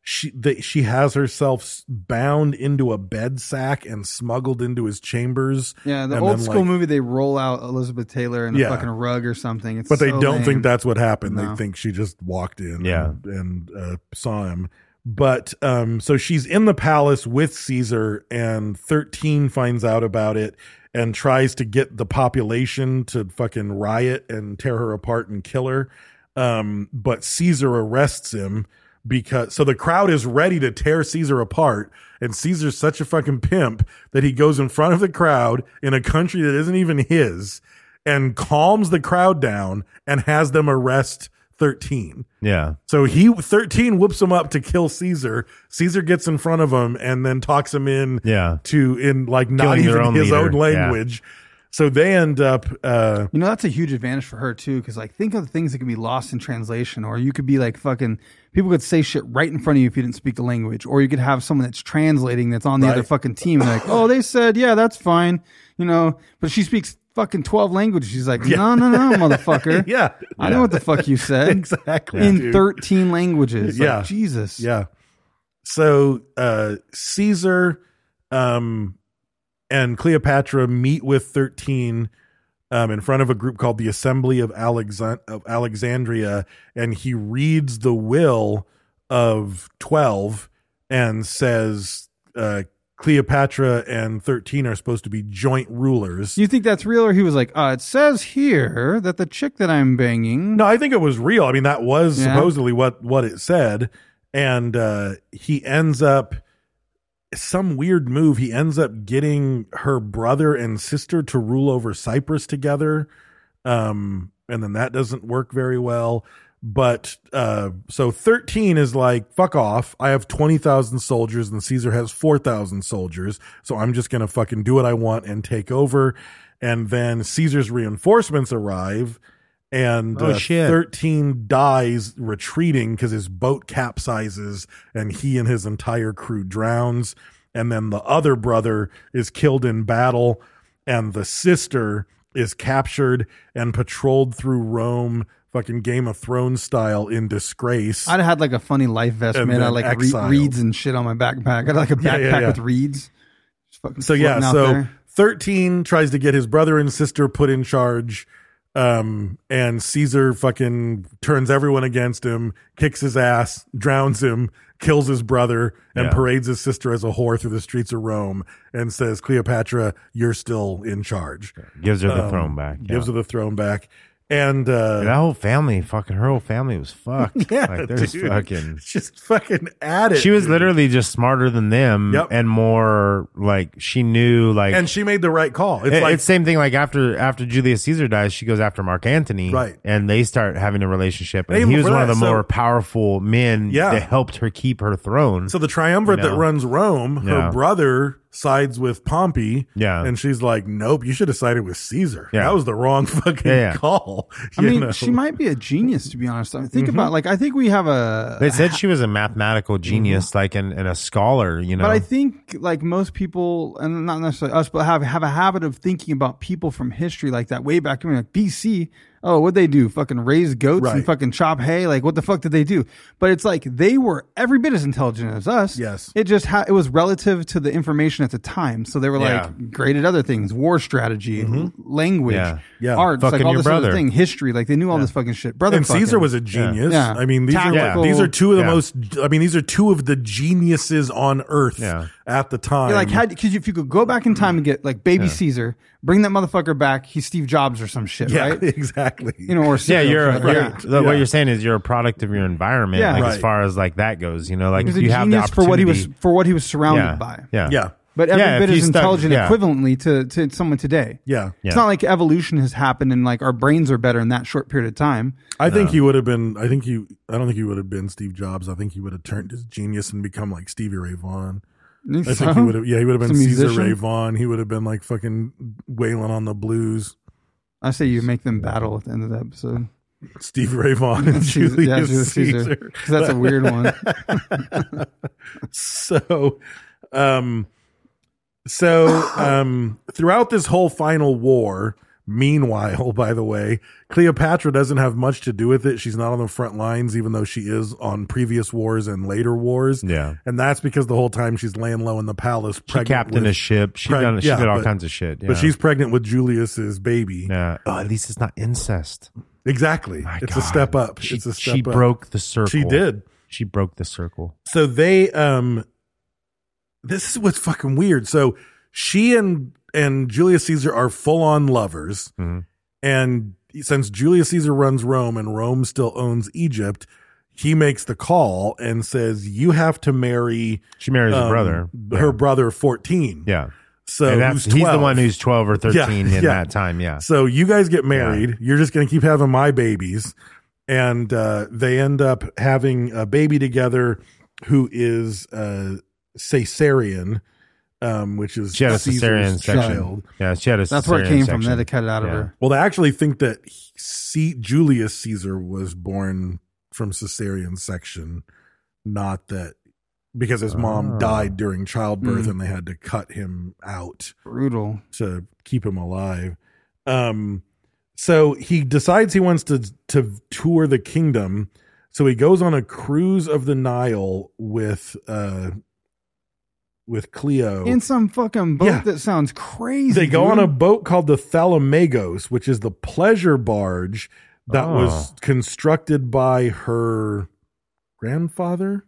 B: she that she has herself s- bound into a bed sack and smuggled into his chambers.
C: Yeah, the
B: and
C: old
B: then,
C: school
B: like-
C: movie they roll out Elizabeth Taylor in a
B: Yeah.
C: fucking rug or something. It's
B: But they
C: so
B: don't
C: lame.
B: think that's what happened. They
C: No.
B: think she just walked in
D: Yeah.
B: and, and uh, saw him. But um, so she's in the palace with Caesar, and 13 finds out about it and tries to get the population to fucking riot and tear her apart and kill her. Um, but Caesar arrests him because so the crowd is ready to tear Caesar apart. And Caesar's such a fucking pimp that he goes in front of the crowd in a country that isn't even his and calms the crowd down and has them arrest 13.
D: Yeah,
B: So he 13 whoops him up to kill Caesar. Caesar gets in front of him and then talks him in
D: Yeah.
B: to in like not
D: Killing their
B: even
D: own
B: his
D: leader.
B: own language. So they end up uh
C: You know, that's a huge advantage for her too, because like think of the things that can be lost in translation, or you could be like fucking people could say shit right in front of you if you didn't speak the language, or you could have someone that's translating that's on the other
B: Right.
C: fucking team, like, oh, they said, yeah, that's fine, you know, but she speaks fucking twelve languages. She's like, no, no, no, motherfucker,
B: Yeah.
C: I know what the fuck you said
B: Exactly,
C: in
B: dude.
C: thirteen languages. Like,
B: Yeah.
C: Jesus,
B: Yeah. So uh Caesar um and Cleopatra meet with 13 um in front of a group called the Assembly of Alexan- of Alexandria and he reads the will of 12 and says uh Cleopatra and 13 are supposed to be joint rulers.
C: Do you think that's real, or he was like, uh, it says here that the chick that I'm banging,
B: No, I think it was real. I mean, that was
C: Yeah.
B: supposedly what what it said, and uh, he ends up some weird move. He ends up getting her brother and sister to rule over Cyprus together, um, and then that doesn't work very well. But uh, so thirteen is like fuck off. I have twenty thousand soldiers, and Caesar has four thousand soldiers. So I'm just gonna fucking do what I want and take over. And then Caesar's reinforcements arrive, and
D: Oh,
B: uh,
D: shit.
B: 13 dies retreating because his boat capsizes and he and his entire crew drowns and then the other brother is killed in battle and the sister is captured and patrolled through rome fucking game of thrones style in disgrace
C: I'd have had like a funny life vest
B: And
C: made out
B: then
C: of like re-
B: exiled.
C: reeds and shit on my backpack. I had like a backpack
B: Yeah, yeah, yeah.
C: with reeds. Just fucking
B: so yeah
C: floating out
B: so
C: there.
B: 13 tries to get his brother and sister put in charge um and caesar fucking turns everyone against him kicks his ass drowns him kills his brother and
D: Yeah.
B: parades his sister as a whore through the streets of rome and says cleopatra you're still in charge
D: gives her the throne back.
B: Um, gives
D: yeah.
B: her the throne back And uh,
D: That whole family, fucking her whole family was fucked.
B: yeah,
D: like there's
B: dude.
D: fucking.
B: just fucking at it.
D: She was
B: dude.
D: literally just smarter than them
B: Yep.
D: and more like she knew like
B: and she made the right call. It's
D: It-
B: like
D: it's same thing like after after Julius Caesar dies, she goes after Mark Antony,
B: Right.
D: And they start having a relationship,
B: And
D: and
B: even
D: he was one
B: before
D: of the
B: that, so-
D: more powerful men
B: Yeah.
D: that helped her keep her throne.
B: So the triumvirate
D: You know?
B: that runs Rome, her
D: Yeah.
B: brother sides with Pompey.
D: Yeah.
B: And she's like, nope, you should have sided with Caesar.
D: Yeah.
B: That was the wrong fucking
D: Yeah, yeah.
B: call.
C: I
B: you
C: mean,
B: know? Mm-hmm.
C: she might be a genius to be honest. I mean, think about like I think we have a
D: they said she was a mathematical genius, like and, and a scholar, you know.
C: But I think like most people, and not necessarily us, but have have a habit of thinking about people from history like that way back. I mean, like BC. Oh, what they do? Fucking raise goats
B: Right.
C: and fucking chop hay. Like, what the fuck did they do? But it's like they were every bit as intelligent as us.
B: Yes.
C: It just ha- it was relative to the information at the time. So they were like
D: Yeah.
C: great at other things: war strategy, language,
D: Yeah.
B: Yeah.
C: arts,
D: Fucking
C: like all
D: your
C: this other
D: brother.
C: thing, history. Like they knew all this fucking shit. Brother,
B: and Caesar
C: fucking-
B: was a genius.
C: Yeah.
B: I mean, these
C: Tactical-
B: are these are two of the
D: Yeah.
B: most. I mean, these are two of the geniuses on earth
D: Yeah.
B: at the time.
C: Yeah, like had because if you could go back in time and get like baby Caesar, bring that motherfucker back. He's Steve Jobs or some shit,
B: yeah,
C: right?
B: exactly.
C: You know, or
D: yeah,
C: serial
D: you're,
C: killer.
D: you're
C: Yeah.
D: the- what
B: Yeah.
D: you're saying is you're a product of your environment,
C: Yeah.
D: like
B: Right.
D: as far as like that goes, you know. Like
C: He was
D: if
C: a
D: you have the
C: genius for what he was
D: opportunity-
C: for what he was surrounded
D: yeah,
C: by.
D: yeah,
B: Yeah.
C: But every
D: Yeah, if
C: bit
D: you
C: as
D: stuck-
C: intelligent
D: yeah.
C: equivalently to, to someone today.
B: Yeah.
C: It's
D: Yeah.
C: not like evolution has happened and like our brains are better in that short period of time.
B: I think he would have been. I think you. I don't think he would have been Steve Jobs. I think he would have turned his genius and become like Stevie Ray Vaughan. I think he would have. Yeah, he would have been
C: Some
B: Caesar
C: musician?
B: Ray Vaughan. He would have been like fucking wailing on the blues.
C: I say you make them battle at the end of the episode.
B: Steve Ray Vaughan and
C: Caesar-
B: Julius
C: yeah, Julius
B: Caesar.
C: 'Cause That's a weird one.
B: So, um, so um, throughout this whole final war. Meanwhile, by the way, Cleopatra doesn't have much to do with it. She's not on the front lines, even though she is on previous wars and later wars.
D: Yeah.
B: and that's because the whole time she's laying low in the palace.
D: She
B: pregnant
D: captained
B: with-
D: a ship. She
B: preg-
D: done. She
B: yeah,
D: did all
B: but-
D: kinds of shit. Yeah.
B: But she's pregnant with Julius's baby.
D: yeah. Oh, at least it's not incest.
B: Exactly.
D: My
B: it's a
D: God.
B: step up.
D: She,
B: it's a step
D: she
B: up.
D: broke the circle.
B: She did.
D: She broke the circle.
B: So they um this is what's fucking weird. So she and and Julius Caesar are full on lovers.
D: Mm-hmm.
B: And since Julius Caesar runs Rome and Rome still owns Egypt, he makes the call and says you have to marry
D: She marries
B: um,
D: her brother.
B: Her brother 14.
D: Yeah.
B: So
D: and
B: who's
D: that's, he's the
B: 12.
D: one who's 12 or 13
B: Yeah,
D: in
B: yeah.
D: that time. Yeah.
B: So you guys get married. You're just going to keep having my babies. And uh, they end up having a baby together who is uh, Caesarian, um, which is
D: she had a cesarean
B: Caesar's
D: section.
B: child.
D: Yeah. She had a
C: That's where it
D: cesarean
C: came from.
D: section.
C: They had to cut it out of
D: Yeah.
C: her.
B: Well, they actually think that he- C- Julius Caesar was born from Caesarian section, not that because his mom
D: Oh.
B: died during childbirth
D: Hmm.
B: and they had to cut him out.
C: Brutal.
B: to keep him alive. Um, so he decides he wants to to tour the kingdom. So he goes on a cruise of the Nile with uh with Cleo.
C: In some fucking boat
B: Yeah.
C: that sounds crazy.
B: they go on
C: dude.
B: a boat called the Thalamagos, which is the pleasure barge that was
C: Ah.
D: Oh.
B: constructed by her grandfather.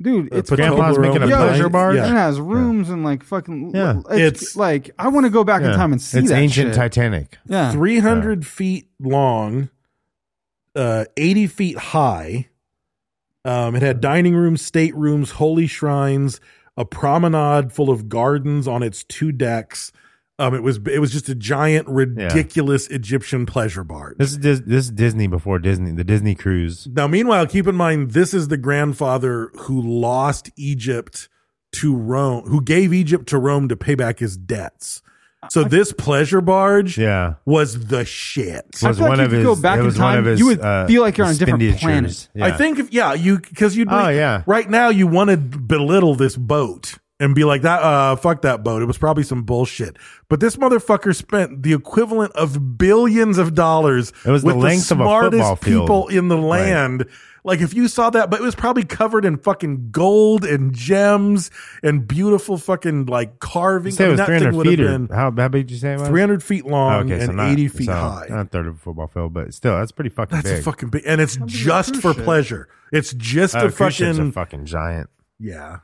C: dude.
B: Uh,
C: It's
B: Ptolemy-
D: Grandpa's making a
B: Yeah.
D: pleasure barge?
C: It
B: Yeah.
C: has rooms and like fucking.
D: Yeah.
C: It's,
B: It's-
C: like I want to go back in time and see
D: it's
C: that
D: ancient
C: shit.
D: Titanic.
C: Yeah.
B: 300 feet long, uh, 80 feet high. Um, it had dining rooms, staterooms, holy shrines, a promenade full of gardens on its two decks. Um, it was it was just a giant, ridiculous Egyptian pleasure barge.
D: This is Dis- this is Disney before Disney, the Disney cruise.
B: now, meanwhile, keep in mind this is the grandfather who lost Egypt to Rome, who gave Egypt to Rome to pay back his debts. So this pleasure barge,
D: Yeah.
B: was the shit.
C: I
D: was
C: feel like
D: one
C: if
D: of
C: you go
D: his-
C: back
D: it
C: in
D: was one
C: time,
D: of his,
C: you would
D: uh,
C: feel like you're on a different planet.
D: expenditures. Yeah.
B: I think if yeah, you because you'd
D: Oh, yeah.
B: right now you want to belittle this boat and be like that uh fuck that boat. It was probably some bullshit. But this motherfucker spent the equivalent of billions of dollars
D: It was the
B: with
D: length
B: the
D: of a
B: smartest
D: football field.
B: people in the
D: Right.
B: land. Like if you saw that, but it was probably covered in fucking gold and gems and beautiful fucking like
D: You
B: carving.
D: say
B: I
D: it
B: mean,
D: was
B: that thing
D: 300
B: would have
D: feet or
B: been
D: how, how big did you say it was?
B: 300 feet
D: Oh,
B: long
D: okay, so
B: and
D: not-
B: 80 feet
D: so
B: high.
D: Not a third of a football field, but still, that's pretty fucking
B: That's
D: big.
B: a fucking big, and it's just for pleasure. It's just
D: Oh,
B: a
D: cruise ships
B: fucking
D: are fucking giant.
B: yeah.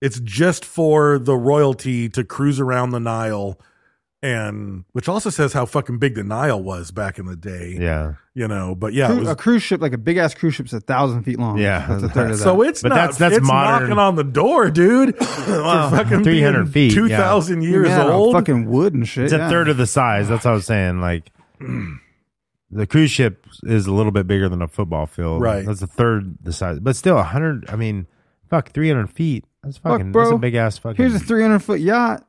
B: It's just for the royalty to cruise around the Nile and which also says how fucking big the Nile was back in the day.
D: Yeah.
B: you know, but yeah, it
C: Cru-
B: was,
C: a cruise ship, like a big ass cruise ship's a thousand feet long.
D: Yeah.
C: that's a third of that.
B: so it's
D: But
B: not
D: that's- that's
B: it's
D: modern.
B: knocking on the door, dude. for fucking
D: 300 feet, yeah.
B: two thousand
C: Yeah,
B: years
C: on
B: old.
C: fucking wood and shit.
D: It's
C: yeah.
D: a third of the size. That's what I was saying. Like the cruise ship is a little bit bigger than a football field.
B: Right.
D: That's a third the size. But still hundred I mean, fuck, three hundred feet. That's
C: Fuck,
D: fucking
C: bro.
D: that's a big ass fucking
C: Here's a 300 foot yacht.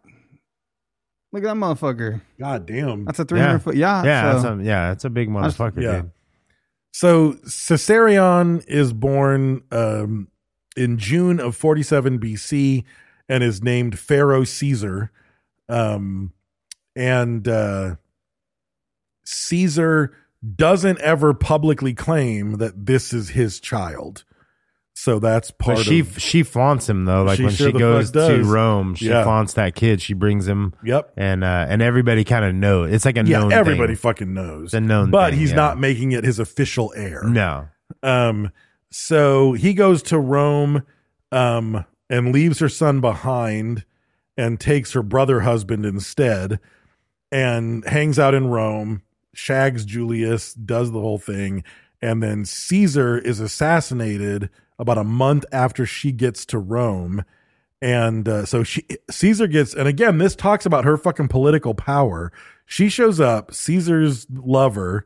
C: Look at that motherfucker.
B: God damn.
C: That's a 300
D: yeah.
C: foot yacht. so-
D: Yeah, that's a, yeah, that's a big motherfucker,
B: yeah.
D: dude.
B: So Caesarion is born um, in June of 47 BC and is named Pharaoh Caesar. Um, and uh, Caesar doesn't ever publicly claim that this is his child. So that's part
D: But she
B: of
D: she flaunts him though. Like
B: She
D: when
B: sure
D: she
B: the
D: goes
B: fuck
D: to
B: does.
D: Rome, she
B: Yeah.
D: flaunts that kid. She brings him.
B: Yep.
D: And uh, and everybody kind of knows. It's like a
B: yeah,
D: known.
B: everybody
D: Thing.
B: fucking knows.
D: It's a known
B: but
D: thing,
B: he's
D: yeah.
B: not making it his official heir.
D: No.
B: Um, so he goes to Rome um, and leaves her son behind and takes her brother husband instead and hangs out in Rome, shags Julius, does the whole thing. And then Caesar is assassinated about a month after she gets to Rome. And uh, so she, Caesar gets, and again, this talks about her fucking political power. She shows up, Caesar's lover.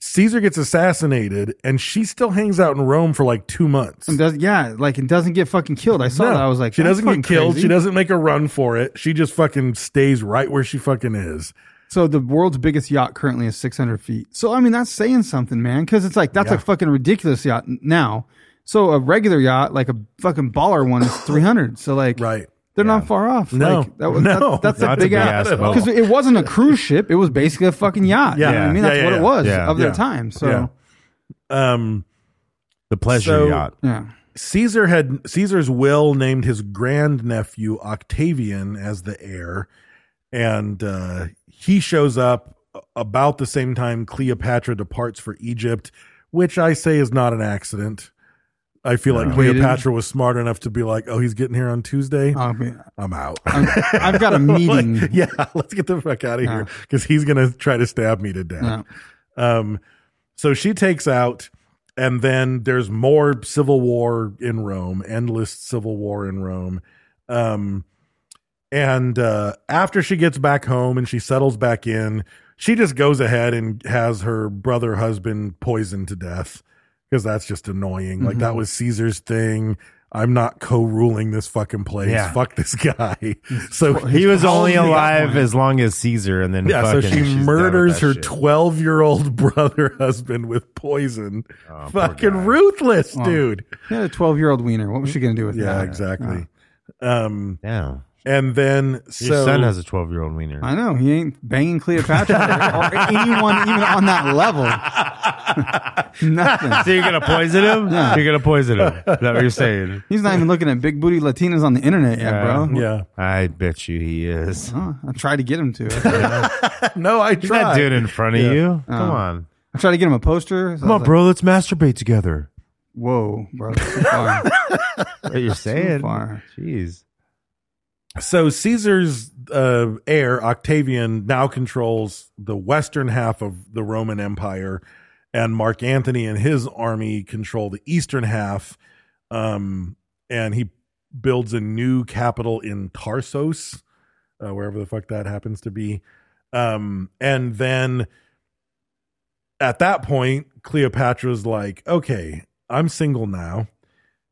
B: Caesar gets assassinated, and she still hangs out in Rome for like two months.
C: And does, yeah, like it doesn't get fucking killed. I saw
B: No,
C: that. I was like,
B: she
C: that's
B: doesn't get
C: fucking
B: killed.
C: crazy.
B: She doesn't make a run for it. She just fucking stays right where she fucking is.
C: So the world's biggest yacht currently is 600 feet. So I mean, that's saying something, man. Because it's like that's
B: Yeah.
C: a fucking ridiculous yacht n- now. So a regular yacht, like a fucking baller one, is 300. So like,
B: Right.
C: They're not far off.
B: No.
C: like, that was,
B: No.
C: that- that's
D: Not
C: a
D: a
C: big
D: big
C: ass.
D: ass boat.
C: Because it wasn't a cruise ship; it was basically a fucking yacht. You know
B: Yeah.
C: what I mean
B: Yeah,
C: that's
B: yeah,
C: what
B: yeah.
C: it was
D: Yeah.
C: of
B: Yeah.
C: their time. So
B: Yeah.
C: yeah,
B: Um,
D: The pleasure
B: So-
D: yacht.
B: Caesar had Caesar's will named his grandnephew Octavian as the heir, and uh, he shows up about the same time Cleopatra departs for Egypt, which I say is not an accident. I feel like
C: Waited.
B: Cleopatra was smart enough to be like, "Oh, he's getting here on Tuesday.
C: I mean,
B: I'm out."
C: i have got a meeting.
B: Like, yeah, let's get the fuck out of here
C: Yeah.
B: because he's gonna try to stab me to death. Um, so she takes out, and then there's more civil war in Rome, endless civil war in Rome. Um, and uh, after she gets back home and she settles back in, she just goes ahead and has her brother husband poisoned to death because that's just annoying. Like that was Caesar's thing. I'm not co-ruling this fucking place.
D: Yeah.
B: Fuck this guy. So
D: He was only
C: at that
D: alive
C: point.
D: as long as Caesar, and then
B: yeah, so
D: fucking,
B: she
D: she's done with
B: murders
D: that
B: her
D: shit. Oh,
B: 12 year old brother husband with poison.
D: Oh,
B: Fucking ruthless, dude.
C: She had a 12 year old wiener. What was she going to do with
B: Oh. Yeah,
C: that?
B: exactly. Um,
D: Damn,
B: and then so
D: your son has a twelve-year-old wiener.
C: I know. He ain't banging Cleopatra or anyone even on that level. Nothing.
D: So you're gonna poison him? You're gonna poison him. Is that what you're saying?
C: He's not even looking at big booty Latinas on the internet yet,
D: Yeah.
C: bro.
B: yeah,
D: I bet you he is.
C: Huh, I tried to get him to.
B: no, I
D: He's not
B: tried.
D: doing it in front of
B: Yeah.
D: you.
C: Uh-huh.
D: Come on,
C: I tried to get him a poster. so
D: come
C: I
D: on,
C: was like,
D: bro. Let's masturbate together.
C: Whoa, bro. that's too far.
D: What you're saying?
C: far.
D: Jeez.
B: So Caesar's uh, heir Octavian now controls the western half of the Roman Empire, and Mark Antony and his army control the eastern half. Um, and he builds a new capital in Tarsos, uh, wherever the fuck that happens to be. Um, and then at that point, Cleopatra's like, "Okay, I'm single now."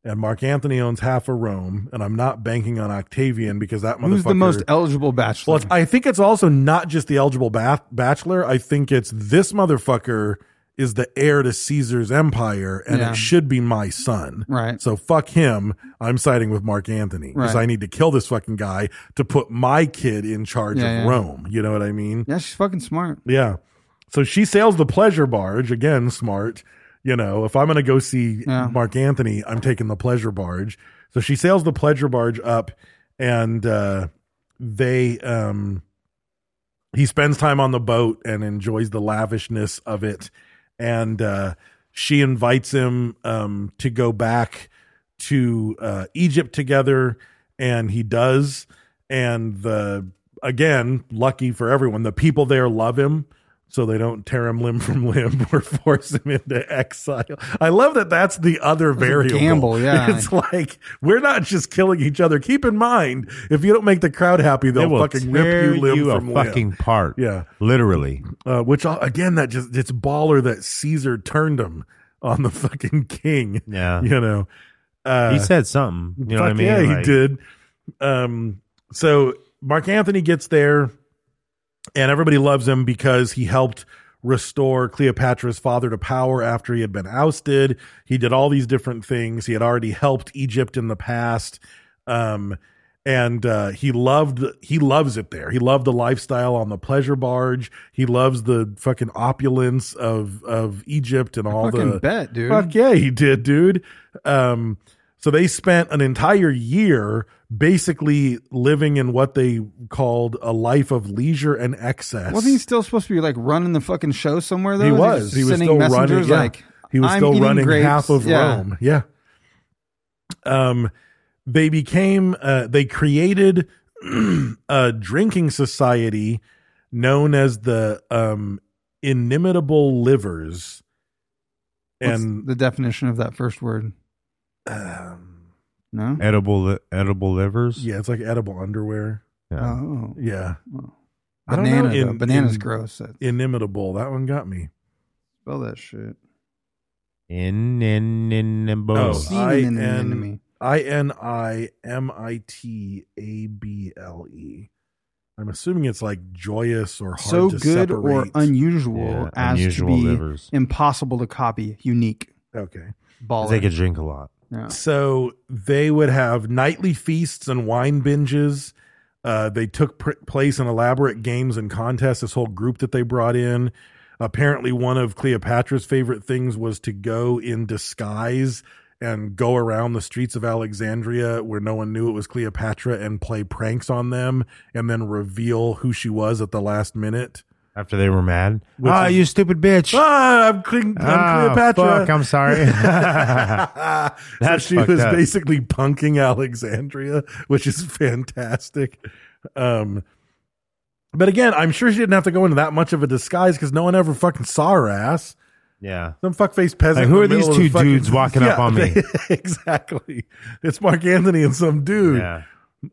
B: and Mark Antony owns half of Rome, and I'm not banking on Octavian because that motherfucker.
C: Who's the most eligible bachelor?
B: well, it's, I think it's also not just the eligible ba- bachelor. I think it's this motherfucker is the heir to Caesar's empire, and
C: Yeah.
B: it should be my son.
C: Right.
B: So fuck him. I'm siding with Mark Antony because
C: Right.
B: I need to kill this fucking guy to put my kid in charge
C: Yeah,
B: of
C: yeah.
B: Rome. You know what I mean?
C: yeah, she's fucking smart.
B: Yeah. So she sails the pleasure barge again, smart. You know, if I'm going to go see
C: Yeah.
B: Mark Anthony, I'm taking the pleasure barge. So she sails the pleasure barge up and uh they um he spends time on the boat and enjoys the lavishness of it and uh she invites him um to go back to uh Egypt together and he does and the again, lucky for everyone, the people there love him, so they don't tear him limb from limb or force him into exile. I love that that's the other variable.
C: gamble, yeah.
B: It's like we're not just killing each other. Keep in mind, if you don't make the crowd happy,
D: They
B: they'll
D: will
B: fucking
D: tear
B: rip you limb
D: you a
B: from
D: fucking
B: limb.
D: part.
B: Yeah.
D: literally.
B: Uh, which uh, again, that just it's baller that Caesar turned him on the fucking king.
D: Yeah.
B: you know. Uh,
D: he said something. You know what I
B: Fuck
D: mean?
B: Yeah, he
D: Like,
B: did. Um, so Mark Anthony gets there, and everybody loves him because he helped restore Cleopatra's father to power after he had been ousted. He did all these different things. He had already helped Egypt in the past. Um, and uh, he loved he loves it there. He loved the lifestyle on the pleasure barge. He loves the fucking opulence of of Egypt and all
C: fucking
B: the
C: bet, dude.
B: Fuck yeah, he did, dude. Um, so they spent an entire year basically living in what they called a life of leisure and excess.
C: Wasn't he still supposed to be like running the fucking show somewhere though?
B: He
C: Is
B: was.
C: just
B: He was
C: sending
B: still running.
C: messengers
B: yeah.
C: like
B: he was
C: "I'm
B: still
C: eating
B: running
C: grapes."
B: half of
C: Yeah.
B: Rome. Yeah. Um, they became. Uh, they created a drinking society known as the um, Inimitable Livers.
C: What's
B: And
C: the definition of that first word.
B: Um,
C: no.
D: edible li- edible livers.
B: yeah, it's like edible underwear.
D: Yeah.
C: Oh,
B: Yeah. I don't know,
C: banana. though.
B: in-
C: Banana's
B: in-
C: gross. That-
B: Inimitable. That one got me.
C: Spell that shit.
D: In in in in both.
C: see.
B: Oh, I
C: Inimitable.
B: N I N I M I T A B L E. I'm assuming it's like joyous or hard
C: so
B: to
C: good or
B: separate.
C: unusual
D: Yeah,
C: as
D: unusual
C: to be
D: livers.
C: impossible to copy, unique.
B: Okay.
C: Baller.
D: They could drink a lot.
C: Yeah.
B: So they would have nightly feasts and wine binges. Uh, they took pr- place in elaborate games and contests. This whole group that they brought in. Apparently, one of Cleopatra's favorite things was to go in disguise and go around the streets of Alexandria where no one knew it was Cleopatra and play pranks on them and then reveal who she was at the last minute.
D: After they were mad.
B: Which
D: Ah,
B: is-
D: you stupid bitch.
B: Ah, I'm, Cle- I'm
D: Ah,
B: Cleopatra.
D: fuck, I'm sorry.
B: That's
D: That's
B: she
D: fucked
B: was
D: up.
B: basically punking Alexandria, which is fantastic. Um, but again, I'm sure she didn't have to go into that much of a disguise because no one ever fucking saw her ass.
D: yeah.
B: Some fuckface peasant.
D: Like,
B: in
D: who are
B: the
D: these
B: middle of the
D: two
B: fucking-
D: dudes walking up on me?
B: exactly. It's Mark Anthony and some dude.
D: Yeah.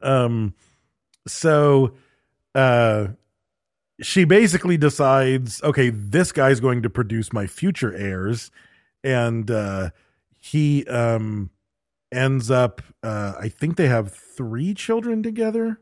B: Um, so uh, she basically decides, okay, this guy's going to produce my future heirs, and uh, he um ends up. Uh, I think they have three children together.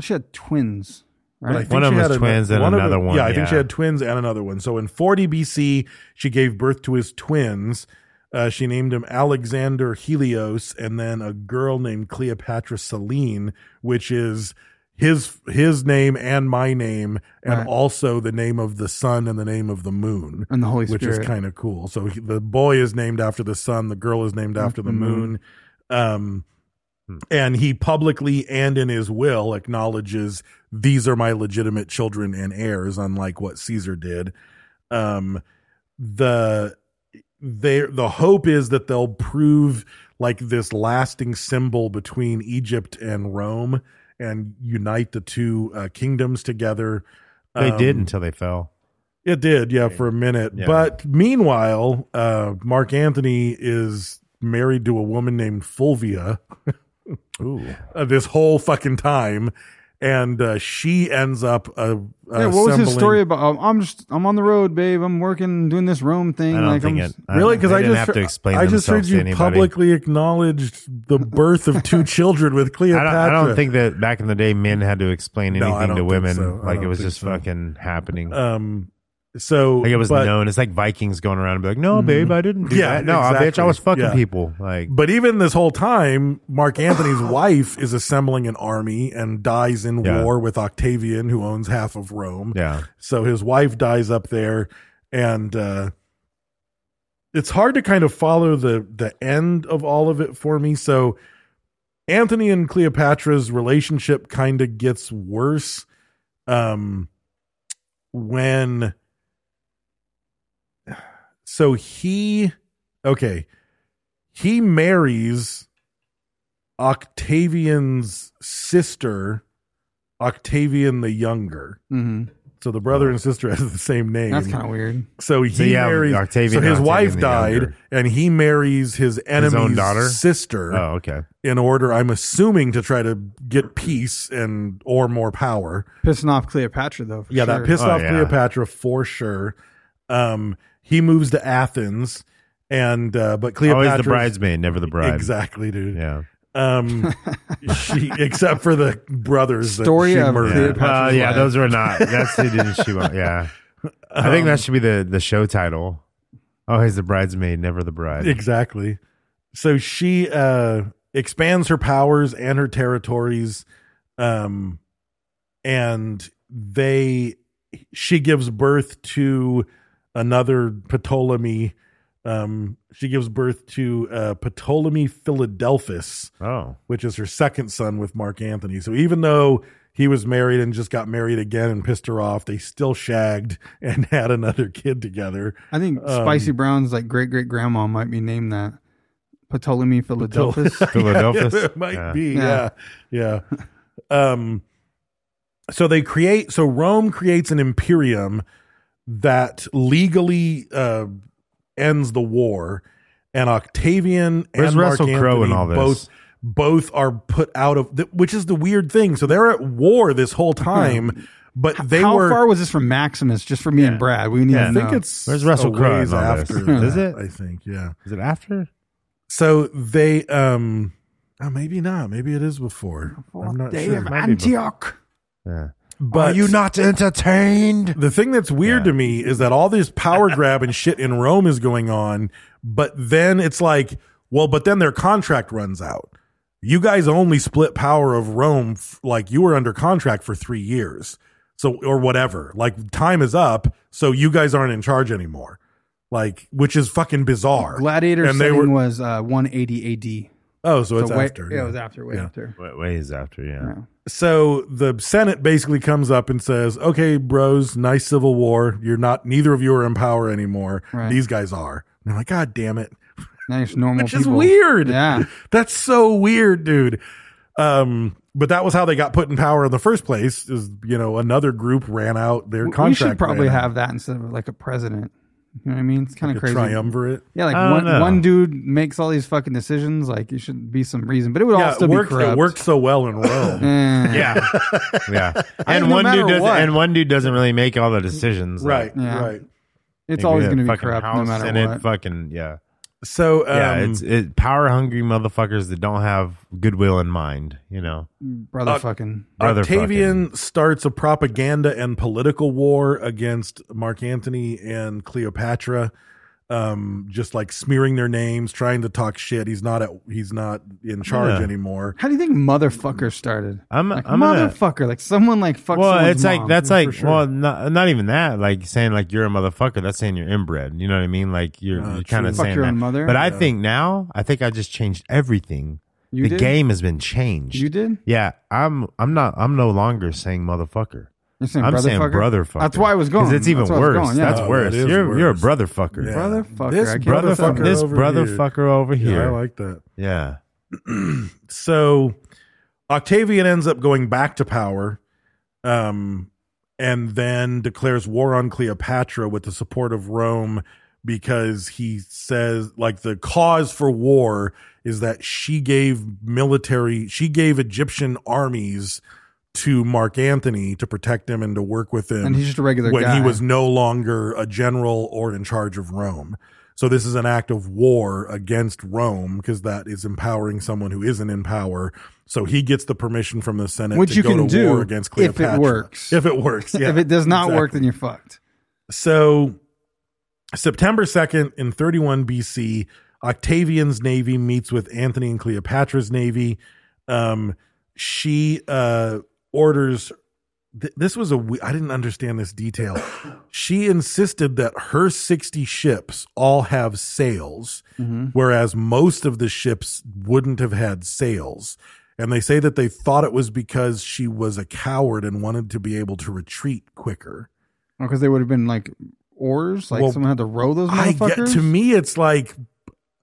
C: She had twins,
B: But I
C: right?
B: think
D: One of
B: she
D: them
B: had
D: was
B: an-
D: twins and
B: of
D: another one,
B: Yeah, I think she
D: yeah.
B: had twins and another one. So in 40 BC, she gave birth to his twins. Uh, she named him Alexander Helios, and then a girl named Cleopatra Selene, which is his his name and my name, and
C: Right.
B: also the name of the sun and the name of the moon
C: And the Holy
B: which is
C: Spirit.
B: kind of cool. So he, the boy is named after the sun, the girl is named after the
C: Mm-hmm.
B: moon. Um,
C: Hmm.
B: and he publicly and in his will acknowledges these are my legitimate children and heirs, unlike what Caesar did. Um, the they the hope is that they'll prove like this lasting symbol between Egypt and Rome and unite the two uh, kingdoms together.
D: They
B: Um,
D: did until they fell.
B: it did, yeah, for a minute.
D: Yeah.
B: But meanwhile, uh, Mark Anthony is married to a woman named Fulvia
D: Ooh.
B: uh, this whole fucking time, and uh, she ends up. Uh,
C: yeah, what was his
B: assembling-
C: story about? Um, I'm just, I'm on the road, babe. I'm working, doing this Rome thing.
D: I don't
C: like,
D: think
C: I'm
D: it. I
B: Really?
D: don't-
B: Because
D: they
B: I
D: didn't
B: just
D: have to explain
B: I just heard
D: themselves to
B: you
D: anybody.
B: publicly acknowledged the birth of two children with
D: I don't,
B: Cleopatra.
D: I don't think that back in the day men had to explain
B: No, I don't
D: anything to
B: think
D: women.
B: so. I
D: Like it
B: don't
D: was
B: think
D: just
B: so.
D: fucking happening.
B: Um, so
D: like it was
B: but- Mm-hmm.
D: known. It's like Vikings going around and be like, "No, babe, I didn't do
B: Yeah,
D: that. No, I bitch,
B: exactly.
D: I was fucking
B: Yeah.
D: people." Like,
B: But even this whole time, Mark Anthony's wife is assembling an army and dies in
D: Yeah.
B: war with Octavian, who owns half of Rome.
D: yeah,
B: So his wife dies up there, and uh, it's hard to kind of follow the the end of all of it for me. So Anthony and Cleopatra's relationship kind of gets worse um, when. So he, okay, he marries Octavian's sister Octavian the Younger.
C: hmm
B: So the brother and sister has the same name.
C: That's kind of weird.
B: So he
D: So, yeah,
B: marries.
D: Octavian
B: so his
D: and
B: wife
D: Octavian the
B: died,
D: Younger.
B: and he marries his enemy's
D: daughter?
B: sister
D: Oh, okay.
B: in order, I'm assuming, to try to get peace and or more power.
C: Pissing off Cleopatra though. For
B: Yeah,
C: sure.
B: that pissed
D: Oh,
B: off
D: yeah.
B: Cleopatra for sure. Um, he moves to Athens, and uh, but Cleopatra
D: Always the bridesmaid, never the bride.
B: Exactly, dude.
D: Yeah.
B: Um, she except for the brothers. that
C: Story
B: she
C: of
B: murdered.
C: Cleopatra.
D: Uh,
C: Patrick's
D: yeah,
C: wife.
D: those were not. That's who didn't she want. Yeah, I think
B: Um,
D: that should be the the show title. Oh, he's the bridesmaid, never the bride.
B: Exactly. So she uh expands her powers and her territories um and they she gives birth to another Ptolemy um she gives birth to uh Ptolemy Philadelphus
D: Oh,
B: which is her second son with Mark Anthony. So even though he was married and just got married again and pissed her off, they still shagged and had another kid together.
C: I think Spicy Brown's like great great grandma might be named that. Ptolemy Philadelphus.
D: Philadelphia.
B: Yeah, it might
D: Yeah.
B: be. Yeah.
C: Yeah.
B: Yeah. Um, so they create, so Rome creates an imperium that legally uh, ends the war. And Octavian
D: Where's
B: and Mark
D: Russell Crowe
B: Anthony
D: in all this?
B: both both are put out of, th- which is the weird thing. So they're at war this whole time, but they
C: Hmm. How
B: were.
C: far was this from Maximus? Just for me and Brad, we need
D: Yeah.
C: to
B: I
C: know.
B: think it's
D: Where's Russell
B: a
D: Crowe in
B: ways
D: all this?
B: after
D: Is
B: that,
D: it?
B: I think, yeah
D: is it after?
B: so they um oh, maybe not maybe it is before Oh, i'm not
C: Day
B: sure
C: of
D: Might be before.
C: Antioch.
D: Yeah.
B: but
C: Oh,
D: not entertained?
B: the thing that's weird to me is that all this power grab and shit in rome is going on but then it's like well but then their contract runs out you guys only split power of rome f- like you were under contract for three years so or whatever like time is up so you guys aren't in charge anymore like which is fucking bizarre
C: Gladiator
B: and they
C: setting
B: were
C: was uh, 180 AD.
B: oh so it's
C: So way-
B: after
C: Yeah, it was after. Way
B: Yeah.
C: after.
D: What way is after? Yeah.
B: so the Senate basically comes up and says, "Okay, bros, nice civil war. You're not. Neither of you are in power anymore.
C: Right.
B: These guys are." And I'm like, "God damn it!"
C: Nice normal.
B: Which is
C: people.
B: weird.
C: Yeah.
B: That's so weird, dude. Um, but that was how they got put in power in the first place. Is you know another group ran out their
C: We-
B: contract.
C: we should probably
B: ran out.
C: have that instead of like a president. You know what I mean? It's kind
B: Like
C: of
B: a
C: crazy.
B: triumvirate.
C: Yeah, like
D: I
C: one,
D: don't know.
C: one dude makes all these fucking decisions. Like, it should be some reason, but it would all
B: Yeah,
C: still
B: it worked,
C: be
B: it
C: corrupt.
B: worked so well in Rome.
C: Eh,
D: Yeah. yeah.
C: no
D: And one
C: matter
D: dude doesn't.
C: what.
D: And one dude doesn't really make all the decisions.
B: right,
D: Like,
C: Yeah.
B: right.
C: it's
D: like, we
C: always
D: have
C: going to be
D: fucking
C: corrupt no
D: House,
C: matter
D: Senate,
C: what.
D: Fucking yeah.
B: So um,
D: yeah. It's it, power hungry motherfuckers that don't have goodwill in mind. You know.
C: Brother, fucking.
D: Brother
B: Octavian starts a propaganda and political war against Mark Antony and Cleopatra, um, just like smearing their names, trying to talk shit. He's not at, he's not in charge
D: Yeah.
B: anymore.
C: How do you think motherfucker started?
D: I'm-
C: like,
D: I'm gonna-
C: motherfucker, like someone like fuck.
D: well,
C: someone's
D: it's
C: mom,
D: like that's
C: for
D: like
C: sure.
D: well, not, not even that. Like saying like you're a motherfucker. That's saying you're inbred. You know what I mean? Like you're,
B: Uh,
D: you're kind of
B: true.
C: Oh, Fuck
D: saying
C: your
D: that.
C: own mother?
D: But I
C: Yeah.
D: think now, I think I just changed everything.
C: You
D: the
C: did?
D: game has been changed.
C: You did?
D: Yeah, I'm. I'm not. I'm no longer saying motherfucker.
C: You're saying
D: I'm saying
C: brotherfucker?
D: brotherfucker.
C: That's why I was going.
D: 'Cause It's even
C: That's why I was
D: worse.
C: going, yeah.
D: That's
B: Oh,
D: worse.
B: that is
D: you're you're a
B: worse.
D: brotherfucker.
B: Yeah.
C: Brotherfucker,
B: This
C: I can't-
D: Brotherfucker.
B: brotherfucker.
D: This
B: over here.
D: brotherfucker over here.
B: Yeah, I like that.
D: Yeah.
B: So Octavian ends up going back to power, um, and then declares war on Cleopatra with the support of Rome because he says like the cause for war is that she gave military she gave Egyptian armies to Mark Antony to protect him and to work with him.
C: And he's just a regular
B: when
C: guy.
B: he was no longer a general or in charge of Rome. So this is an act of war against Rome because that is empowering someone who isn't in power. So he gets the permission from the Senate
C: Which
B: to
C: you
B: go to
C: can do
B: war against
C: if it
B: Cleopatra.
C: works.
B: If it works. yeah,
C: if it does not work,
B: exactly.
C: then you're fucked.
B: So, September 2nd in 31 BC, Octavian's navy meets with Anthony and Cleopatra's navy. Um, she uh, orders. Th- this was a. We- I didn't understand this detail. She insisted that her 60 ships all have sails, whereas most of the ships wouldn't have had sails. And they say that they thought it was because she was a coward and wanted to be able to retreat quicker.
C: Because they would have been like oars. Like
B: Well,
C: someone had to row those
B: I get
C: motherfuckers.
B: to me, it's like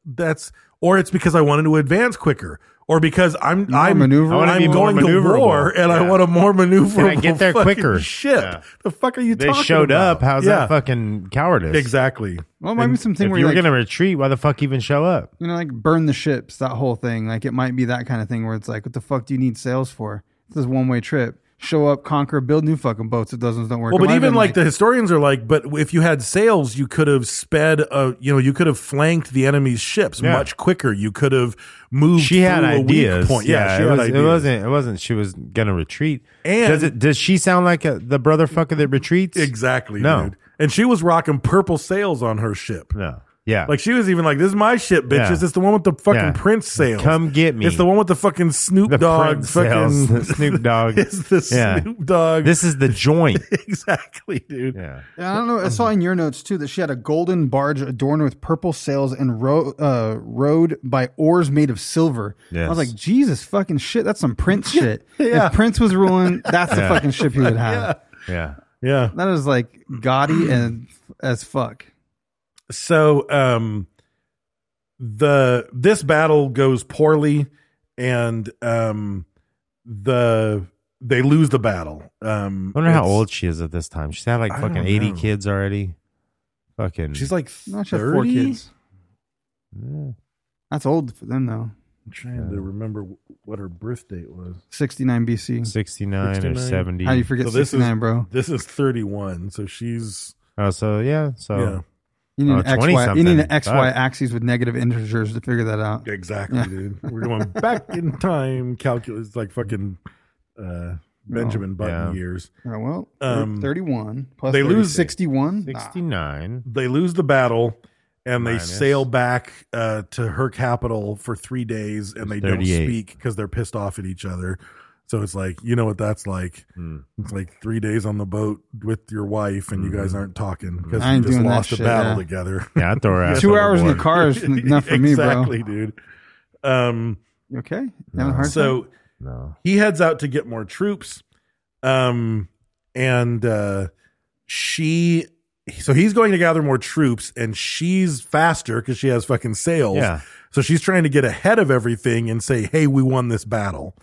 B: that's or it's because I wanted to advance quicker, or because I'm
C: You
B: I'm
C: are maneuverable. I wanna be
B: I'm
C: more
B: going to
D: maneuverable.
B: war and I
D: Yeah.
B: want a more maneuverable.
D: Can I get there
B: fucking
D: quicker?
B: Shit,
D: Yeah.
B: the fuck are you?
D: They
B: talking
D: showed
B: about?
D: up. How's
B: Yeah.
D: that fucking cowardice?
B: Exactly.
C: Well, it might be something
D: If
C: where
D: you
C: you
D: were
C: like,
D: gonna retreat, why the fuck even show up?
C: you know, like burn the ships, that whole thing. Like it might be that kind of thing where it's like, what the fuck do you need sails for? It's this one way trip. Show up, conquer, build new fucking boats. If those ones don't work.
B: Well,
C: It
B: but
C: might have
B: even
C: been
B: like the historians are like, but if you had sails, you could have sped. Uh, you know, you could have flanked the enemy's ships
D: Yeah.
B: much quicker. You could have moved.
D: She had
B: through a weak
D: ideas.
B: point. Yeah, she
D: it,
B: had
D: was,
B: ideas.
D: it wasn't. It wasn't. She was gonna retreat.
B: And-
D: does it? Does she sound like a, the brother fucker that retreats?
B: exactly.
D: No.
B: dude. and she was rocking purple sails on her ship.
D: No. Yeah.
B: Like she was even like, "This is my ship, bitches.
D: Yeah.
B: It's the one with the fucking
D: Yeah.
B: Prince sails.
D: Come get me.
B: It's the one with the fucking Snoop
D: The
B: Dogg.
D: Prince sails,
B: Fucking
D: the Snoop Dogg.
B: it's the
D: Yeah.
B: Snoop Dogg.
D: this is the joint.
B: exactly, dude.
D: yeah.
C: Yeah, I don't know. I saw in your notes too that she had a golden barge adorned with purple sails and ro- uh, rowed by oars made of silver. I was
D: Yes.
C: like, Jesus fucking shit, that's some Prince shit.
B: Yeah.
C: If Prince was ruling, that's the
D: Yeah.
C: fucking ship he would have.
D: Yeah.
B: Yeah.
C: That is like gaudy and as fuck.
B: so um the this battle goes poorly and um the they lose the battle um
D: I wonder how
B: it's-
D: old she is at this time. She's had like
B: I
D: fucking
B: don't
D: eighty
B: know.
D: kids already. Fucking.
B: she's like
C: Not
B: 30?
C: just four kids.
D: Yeah.
C: That's old for them though.
B: i'm trying to remember what her birth date was
C: 69 BC.
D: 69, or
B: 69.
D: seventy.
C: How do you forget 69,
B: is
C: bro?
B: this is 31 so she's
D: Oh, so yeah. So
B: yeah
C: You need
D: Oh,
C: an XY.
D: 20-something.
C: You need an XY
D: Fuck.
C: axes with negative integers to figure that out.
B: exactly dude we're going back in time calculus it's like fucking uh benjamin button
D: Yeah.
B: years
C: All right, well,
B: Um,
C: 31 plus
B: they
C: 30,
B: lose-
C: 61. Nah.
D: sixty-nine.
B: they lose the battle and they
D: Minus.
B: sail back uh, to her capital for three days and they don't
D: 38.
B: speak because they're pissed off at each other so it's like you know what that's like
C: Hmm.
B: it's like three days on the boat with your wife and you guys aren't talking because
C: Hmm. I
B: you
C: ain't
B: just
C: doing that
B: lost a
C: shit,
B: battle
C: yeah.
B: together
D: Yeah, I throw her ass
C: Two hours in the
D: overboard.
C: car is enough for me, bro.
B: exactly dude um
C: You okay? You Having a hard time?
B: so
D: No.
B: he heads out to get more troops um and uh she so he's going to gather more troops and she's faster because she has fucking sails
D: Yeah.
B: so she's trying to get ahead of everything and say hey we won this battle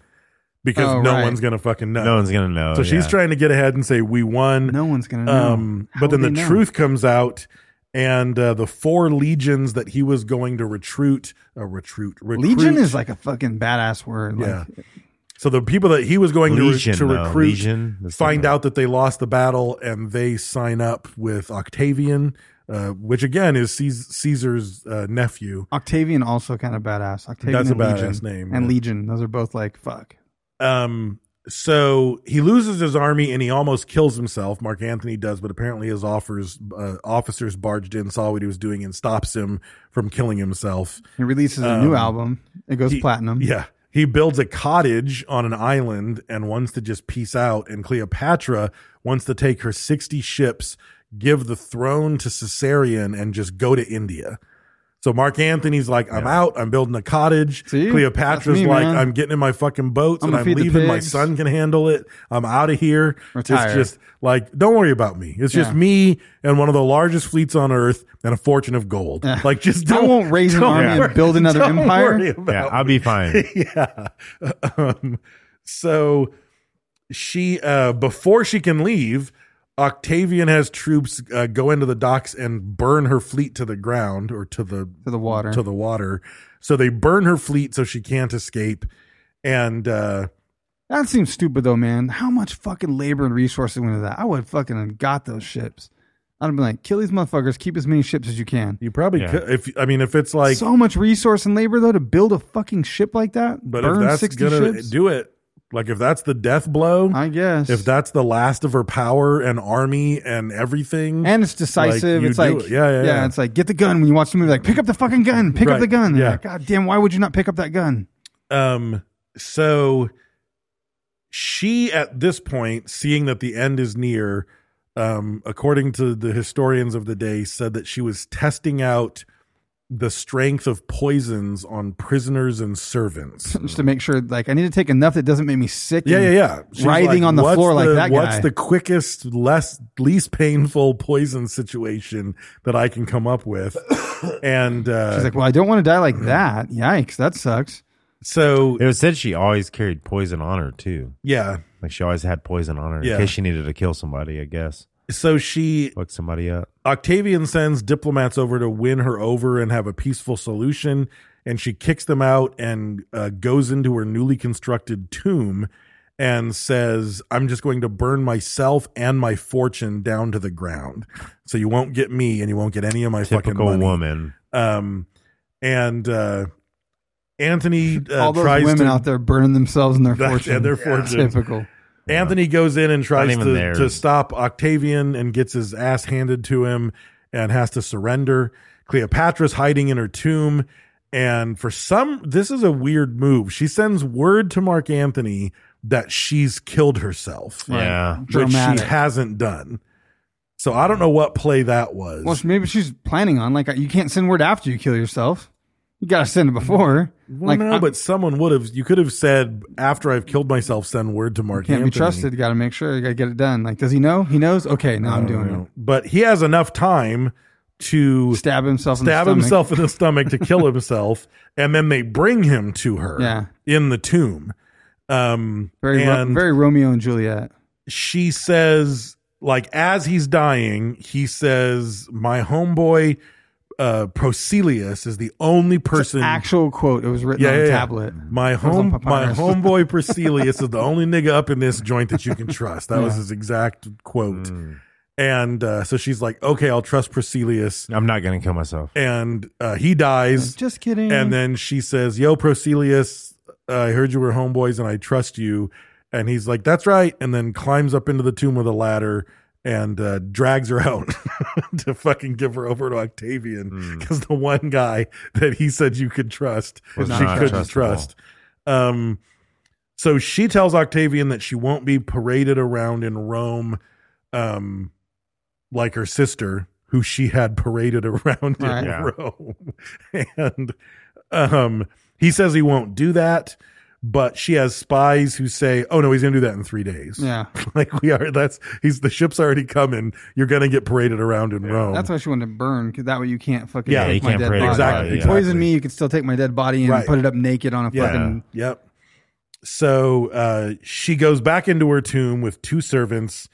B: because
C: Oh,
B: no
C: right.
B: one's gonna fucking know
D: No one's gonna know.
B: so she's
D: yeah.
B: trying to get ahead and say we won
C: no one's gonna know.
B: um
C: How
B: but then the
C: would they know?
B: truth comes out and uh, the four legions that he was going to recruit uh, recruit recruit
C: Legion is like a fucking badass word. Like,
B: yeah. So the people that he was going
D: Legion,
B: to, re- to
D: though.
B: recruit
D: Legion, that's
B: find
D: different.
B: out that they lost the battle and they sign up with Octavian, uh, which again is Caes- Caesar's uh, nephew.
C: Octavian also kind of badass. Octavian
B: That's a
C: and Legion.
B: badass name,
C: And
B: yeah.
C: Legion, those are both like fuck.
B: Um, so he loses his army and he almost kills himself. Mark Anthony does, but apparently his offers, uh, officers barged in, saw what he was doing, and stops him from killing himself.
C: He releases a new album. It goes
B: Um, He-
C: platinum.
B: Yeah. He builds a cottage on an island and wants to just peace out. And Cleopatra wants to take her 60 ships, give the throne to Caesarion, and just go to India. So Mark Anthony's like, I'm out. I'm building a cottage.
C: See?
B: Cleopatra's
C: That's me,
B: like,
C: man.
B: I'm getting in my fucking boats
C: I'm
B: and
C: gonna
B: I'm
C: feed the
B: leaving. My
C: pigs."
B: son can handle it. I'm out of here.
C: Retire.
B: It's just like, don't worry about me. It's just
C: Yeah.
B: me and one of the largest fleets on earth and a fortune of gold. Like, just
C: I
B: don't.
C: won't raise an
B: don't
C: army and
B: worry-
C: build another
B: don't
C: empire.
B: worry about
D: Yeah, I'll be fine.
B: yeah. Um, so she uh, before she can leave, Octavian has troops uh, go into the docks and burn her fleet to the ground or to the
C: To the water.
B: to the water. So they burn her fleet so she can't escape. And uh,
C: That seems stupid though, man. How much fucking labor and resources went into that? I would have fucking have got those ships. I'd have been like, kill these motherfuckers, keep as many ships as you can.
B: you probably
D: Yeah.
B: could if I mean if it's like
C: so much resource and labor though to build a fucking ship like that.
B: but
C: burn
B: if that's
C: 60
B: gonna
C: ships.
B: do it, like if that's the death blow,
C: I guess.
B: if that's the last of her power and army and everything
C: and it's decisive.
B: you
C: it's
B: do
C: like
B: it. Yeah, yeah, yeah.
C: It's like get the gun when you watch the movie. Like pick up the fucking gun. Pick
B: Right,
C: up the gun.
B: yeah.
C: Like, God damn, why would you not pick up that gun?
B: Um, so she at this point, seeing that the end is near, um, according to the historians of the day, said that she was testing out the strength of poisons on prisoners and servants.
C: Just to make sure. Like I need to take enough that doesn't make me sick.
B: Yeah, yeah,
C: and
B: yeah. She's like,
C: writhing on the
B: "What's
C: floor like
B: the-
C: that guy.
B: What's the quickest, less, least painful poison situation that I can come up with? And uh,
C: She's like, well, I don't want to die like that. Yikes, that sucks.
B: So
D: It was said she always carried poison on her too.
B: yeah,
D: Like she always had poison on her
B: Yeah.
D: in case she needed to kill somebody. I guess
B: so she
D: fuck somebody up.
B: Octavian sends diplomats over to win her over and have a peaceful solution, and she kicks them out and uh, goes into her newly constructed tomb and says, I'm just going to burn myself and my fortune down to the ground. So you won't get me and you won't get any of my fucking
D: Typical
B: money.
D: woman.
B: Um, and uh, Anthony uh,
C: All those
B: tries
C: women
B: to,
C: out there burning themselves and their
B: That-
C: fortune.
B: and their fortune.
C: Typical.
B: Anthony goes in and tries
D: even
B: to,
D: theirs.
B: to stop Octavian and gets his ass handed to him and has to surrender. Cleopatra's hiding in her tomb. And for some, this is a weird move. She sends word to Mark Anthony that she's killed herself,
D: Yeah.
B: which she
C: Dramatic.
B: hasn't done. So I don't know what play that was.
C: Well, maybe she's planning on like you can't send word after you kill yourself. You gotta send it before.
B: Well,
C: like
B: no,
C: I-
B: but someone would have. You could have said after I've killed myself, send word to Mark.
C: can't
B: Anthony.
C: be trusted. You gotta make sure. You gotta get it done. Like, does he know? He knows. Okay, now I'm doing it.
B: But he has enough time to
C: Stab himself. In
B: stab
C: the stomach.
B: himself in the stomach to kill himself, and then they bring him to her
C: Yeah.
B: in the tomb. Um,
C: Very, Ro-
B: and
C: very Romeo and Juliet.
B: she says, like as he's dying, he says, "My homeboy, uh, Procelius is the only person."
C: Actual quote. It was written on a tablet.
B: My
C: It was on
B: home, my
C: papyrus.
B: homeboy Priscilius is the only nigga up in this joint that you can trust. That was his exact quote.
C: Mm.
D: Mm.
B: And uh, so she's like, "Okay, I'll trust Priscilius."
D: I'm not gonna kill myself.
B: And uh, he dies.
C: Just kidding.
B: And then she says, Yo, Procelius, uh, I heard you were homeboys and I trust you. And he's like, That's right. And then climbs up into the tomb with a ladder and uh, drags her out to fucking give her over to
D: Hmm.
B: Octavian because the one guy that he said you could trust,
D: Was
B: she
D: not
B: couldn't
D: trustable.
B: trust. Um, so she tells Octavian that she won't be paraded around in Rome um, like her sister, who she had paraded around
C: Right.
B: in
D: Yeah.
B: Rome. and um, he says he won't do that, but she has spies who say, "Oh no, he's going to do that in three days."
C: Yeah.
B: like we are. That's he's the ship's already coming. You're going to get paraded around in Rome.
C: That's why she wanted to burn, because that way you can't fucking
B: Yeah,
C: take
B: you
C: my
D: can't
C: dead
D: parade
C: body.
B: Exactly,
C: If you
B: exactly.
C: poison me, you can still take my dead body and
B: Right.
C: put it up naked on a
B: yeah.
C: fucking.
B: Yep. So uh, she goes back into her tomb with two servants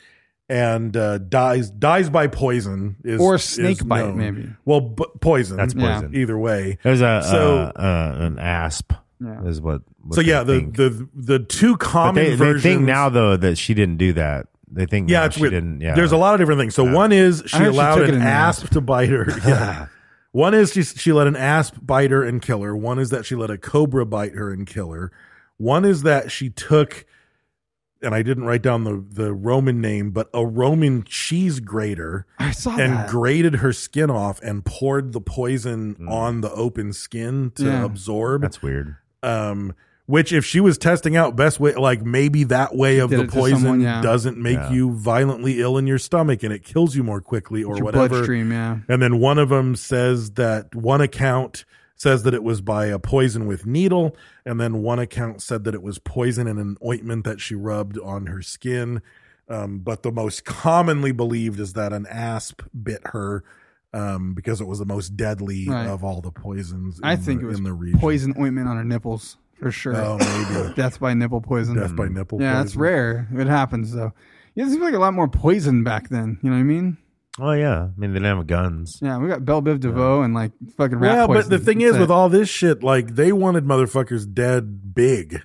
B: and uh, dies dies by poison is,
C: Or snake
B: is
C: bite,
B: known.
C: maybe.
B: well b- poison
D: That's
C: Yeah.
D: poison.
B: either way
D: There's a
B: So-
D: uh, uh, an asp.
C: Yeah.
D: Is what. what
B: so
D: they
B: yeah the,
D: think.
B: the the two
D: But
B: common
D: they, they
B: versions
D: think now though that she didn't do that. They think
B: yeah,
D: now
B: it's
D: she
B: weird.
D: didn't. Yeah,
B: There's a lot of different things. So one is she
C: I heard she
B: allowed
C: took it
B: an
C: in the
B: asp
C: asp.
B: to bite her. Yeah. one is she, she let an asp bite her and kill her. One is that she let a cobra bite her and kill her. One is that she took, and I didn't write down the the Roman name, but a Roman cheese grater
C: I saw
B: and
C: that.
B: grated her skin off and poured the poison on the open skin to
C: Yeah.
B: absorb
D: Mm. That's weird.
B: um which if she was testing out best way like maybe that way of
C: did
B: the
C: it to
B: poison
C: someone, yeah.
B: doesn't make
D: Yeah.
B: you violently ill in your stomach and it kills you more quickly or
C: It's your
B: whatever
C: bloodstream, yeah.
B: and then one of them says that one account says that it was by a poison with needle and then one account said that it was poison in an ointment that she rubbed on her skin um, but the most commonly believed is that an asp bit her um, because it was the most deadly
C: Right.
B: of all the poisons
C: I
B: in
C: think
B: the-
C: it was
B: in the region.
C: poison ointment on her nipples for sure.
B: Oh, maybe.
C: Death by nipple poison. Mm.
B: death
D: Mm.
B: by nipple
C: yeah, that's
B: poison.
C: rare. It happens though. Yeah, it seems like a lot more poison back then. You know what I mean?
D: Oh yeah, I mean they didn't have guns.
C: Yeah, we got Belle Biv DeVoe and like fucking rat
B: yeah, but
C: poison.
B: the thing
C: That's
B: is,
C: it.
B: with all this shit, like they wanted motherfuckers dead big.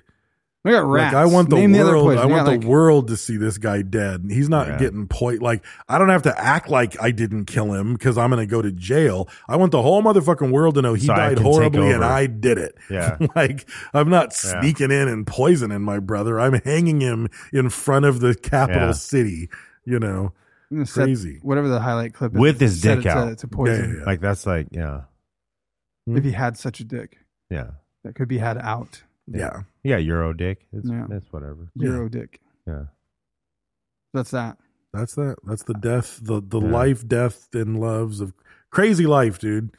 C: we got rats.
B: Like I want the
C: Name other
B: world,
C: poison.
B: I
C: We
B: want
C: got,
B: the
C: like,
B: world to see this guy dead. He's not
D: Yeah.
B: getting point. Like I don't have to act like I didn't kill him because I'm gonna go to jail. I want the whole motherfucking world to know he
D: So I
B: died
D: can take
B: horribly and
D: over.
B: I did it.
D: Yeah.
B: like I'm not
D: Yeah.
B: sneaking in and poisoning my brother. I'm hanging him in front of the capital
D: Yeah.
B: city. You know,
C: I'm gonna set
B: crazy.
C: Whatever the highlight clip is,
D: With his
C: set
D: dick
C: it to-
D: out.
C: to poison.
B: Yeah, yeah,
D: Like that's like yeah,
C: If he had such a dick
D: yeah,
C: that could be had out,
B: yeah.
D: yeah. Euro dick. It's,
C: Yeah.
D: That's whatever.
B: Yeah.
C: Euro dick.
D: Yeah.
C: That's that.
B: That's that. That's the death, the the
D: Yeah.
B: life, death, and loves of crazy life, dude.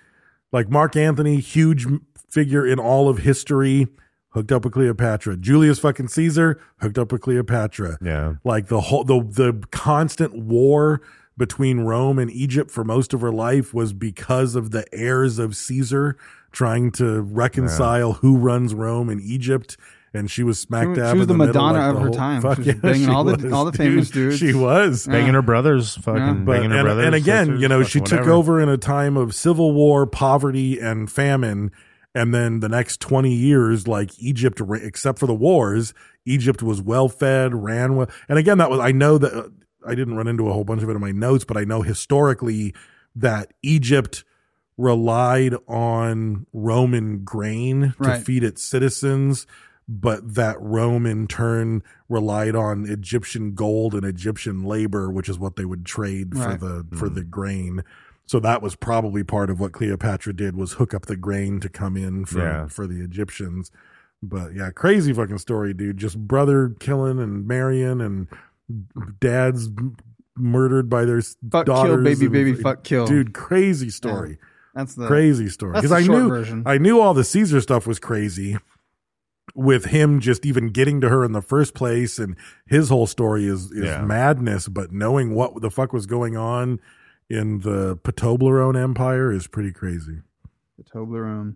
B: Like Mark Anthony, huge m- figure in all of history, hooked up with Cleopatra. Julius fucking Caesar hooked up with Cleopatra.
D: Yeah.
B: Like the whole the the constant war between Rome and Egypt for most of her life was because of the heirs of Caesar trying to reconcile who runs Rome and Egypt. And she was smack
C: She was-
B: dab.
C: she was
B: in
C: the
B: middle,
C: Madonna
B: like,
C: of
B: the
C: her
B: whole-
C: time.
B: fuck
C: She was banging all the- all the famous dudes.
B: She was
D: Banging her brothers, fucking
C: Yeah.
D: banging
B: and,
D: her brothers.
B: and again,
D: sisters,
B: you know,
D: fucking
B: she took
D: whatever.
B: over in a time of civil war, poverty, and famine. And then the next 20 years, like Egypt, ra- except for the wars, Egypt was well fed, ran well. And again, that was, I know that uh, I didn't run into a whole bunch of it in my notes, but I know historically that Egypt relied on Roman grain
C: Right.
B: to feed its citizens, but that Rome in turn relied on Egyptian gold and Egyptian labor, which is what they would trade
C: Right.
B: for the for the grain. So that was probably part of what Cleopatra did was hook up the grain to come in for
D: Yeah.
B: for the Egyptians. But yeah, crazy fucking story, dude. Just brother killing and marrying and dads m- murdered by their s-
C: Fuck, kill,
B: daughters
C: baby,
B: and-
C: baby, fuck, kill.
B: dude crazy story
C: That's the
B: crazy story
C: that's
B: because
C: the
B: i
C: short
B: knew
C: version.
B: i knew all the caesar stuff was crazy with him just even getting to her in the first place and his whole story is is
D: Yeah.
B: madness but knowing what the fuck was going on in the Toblerone empire is pretty crazy
C: The Toblerone.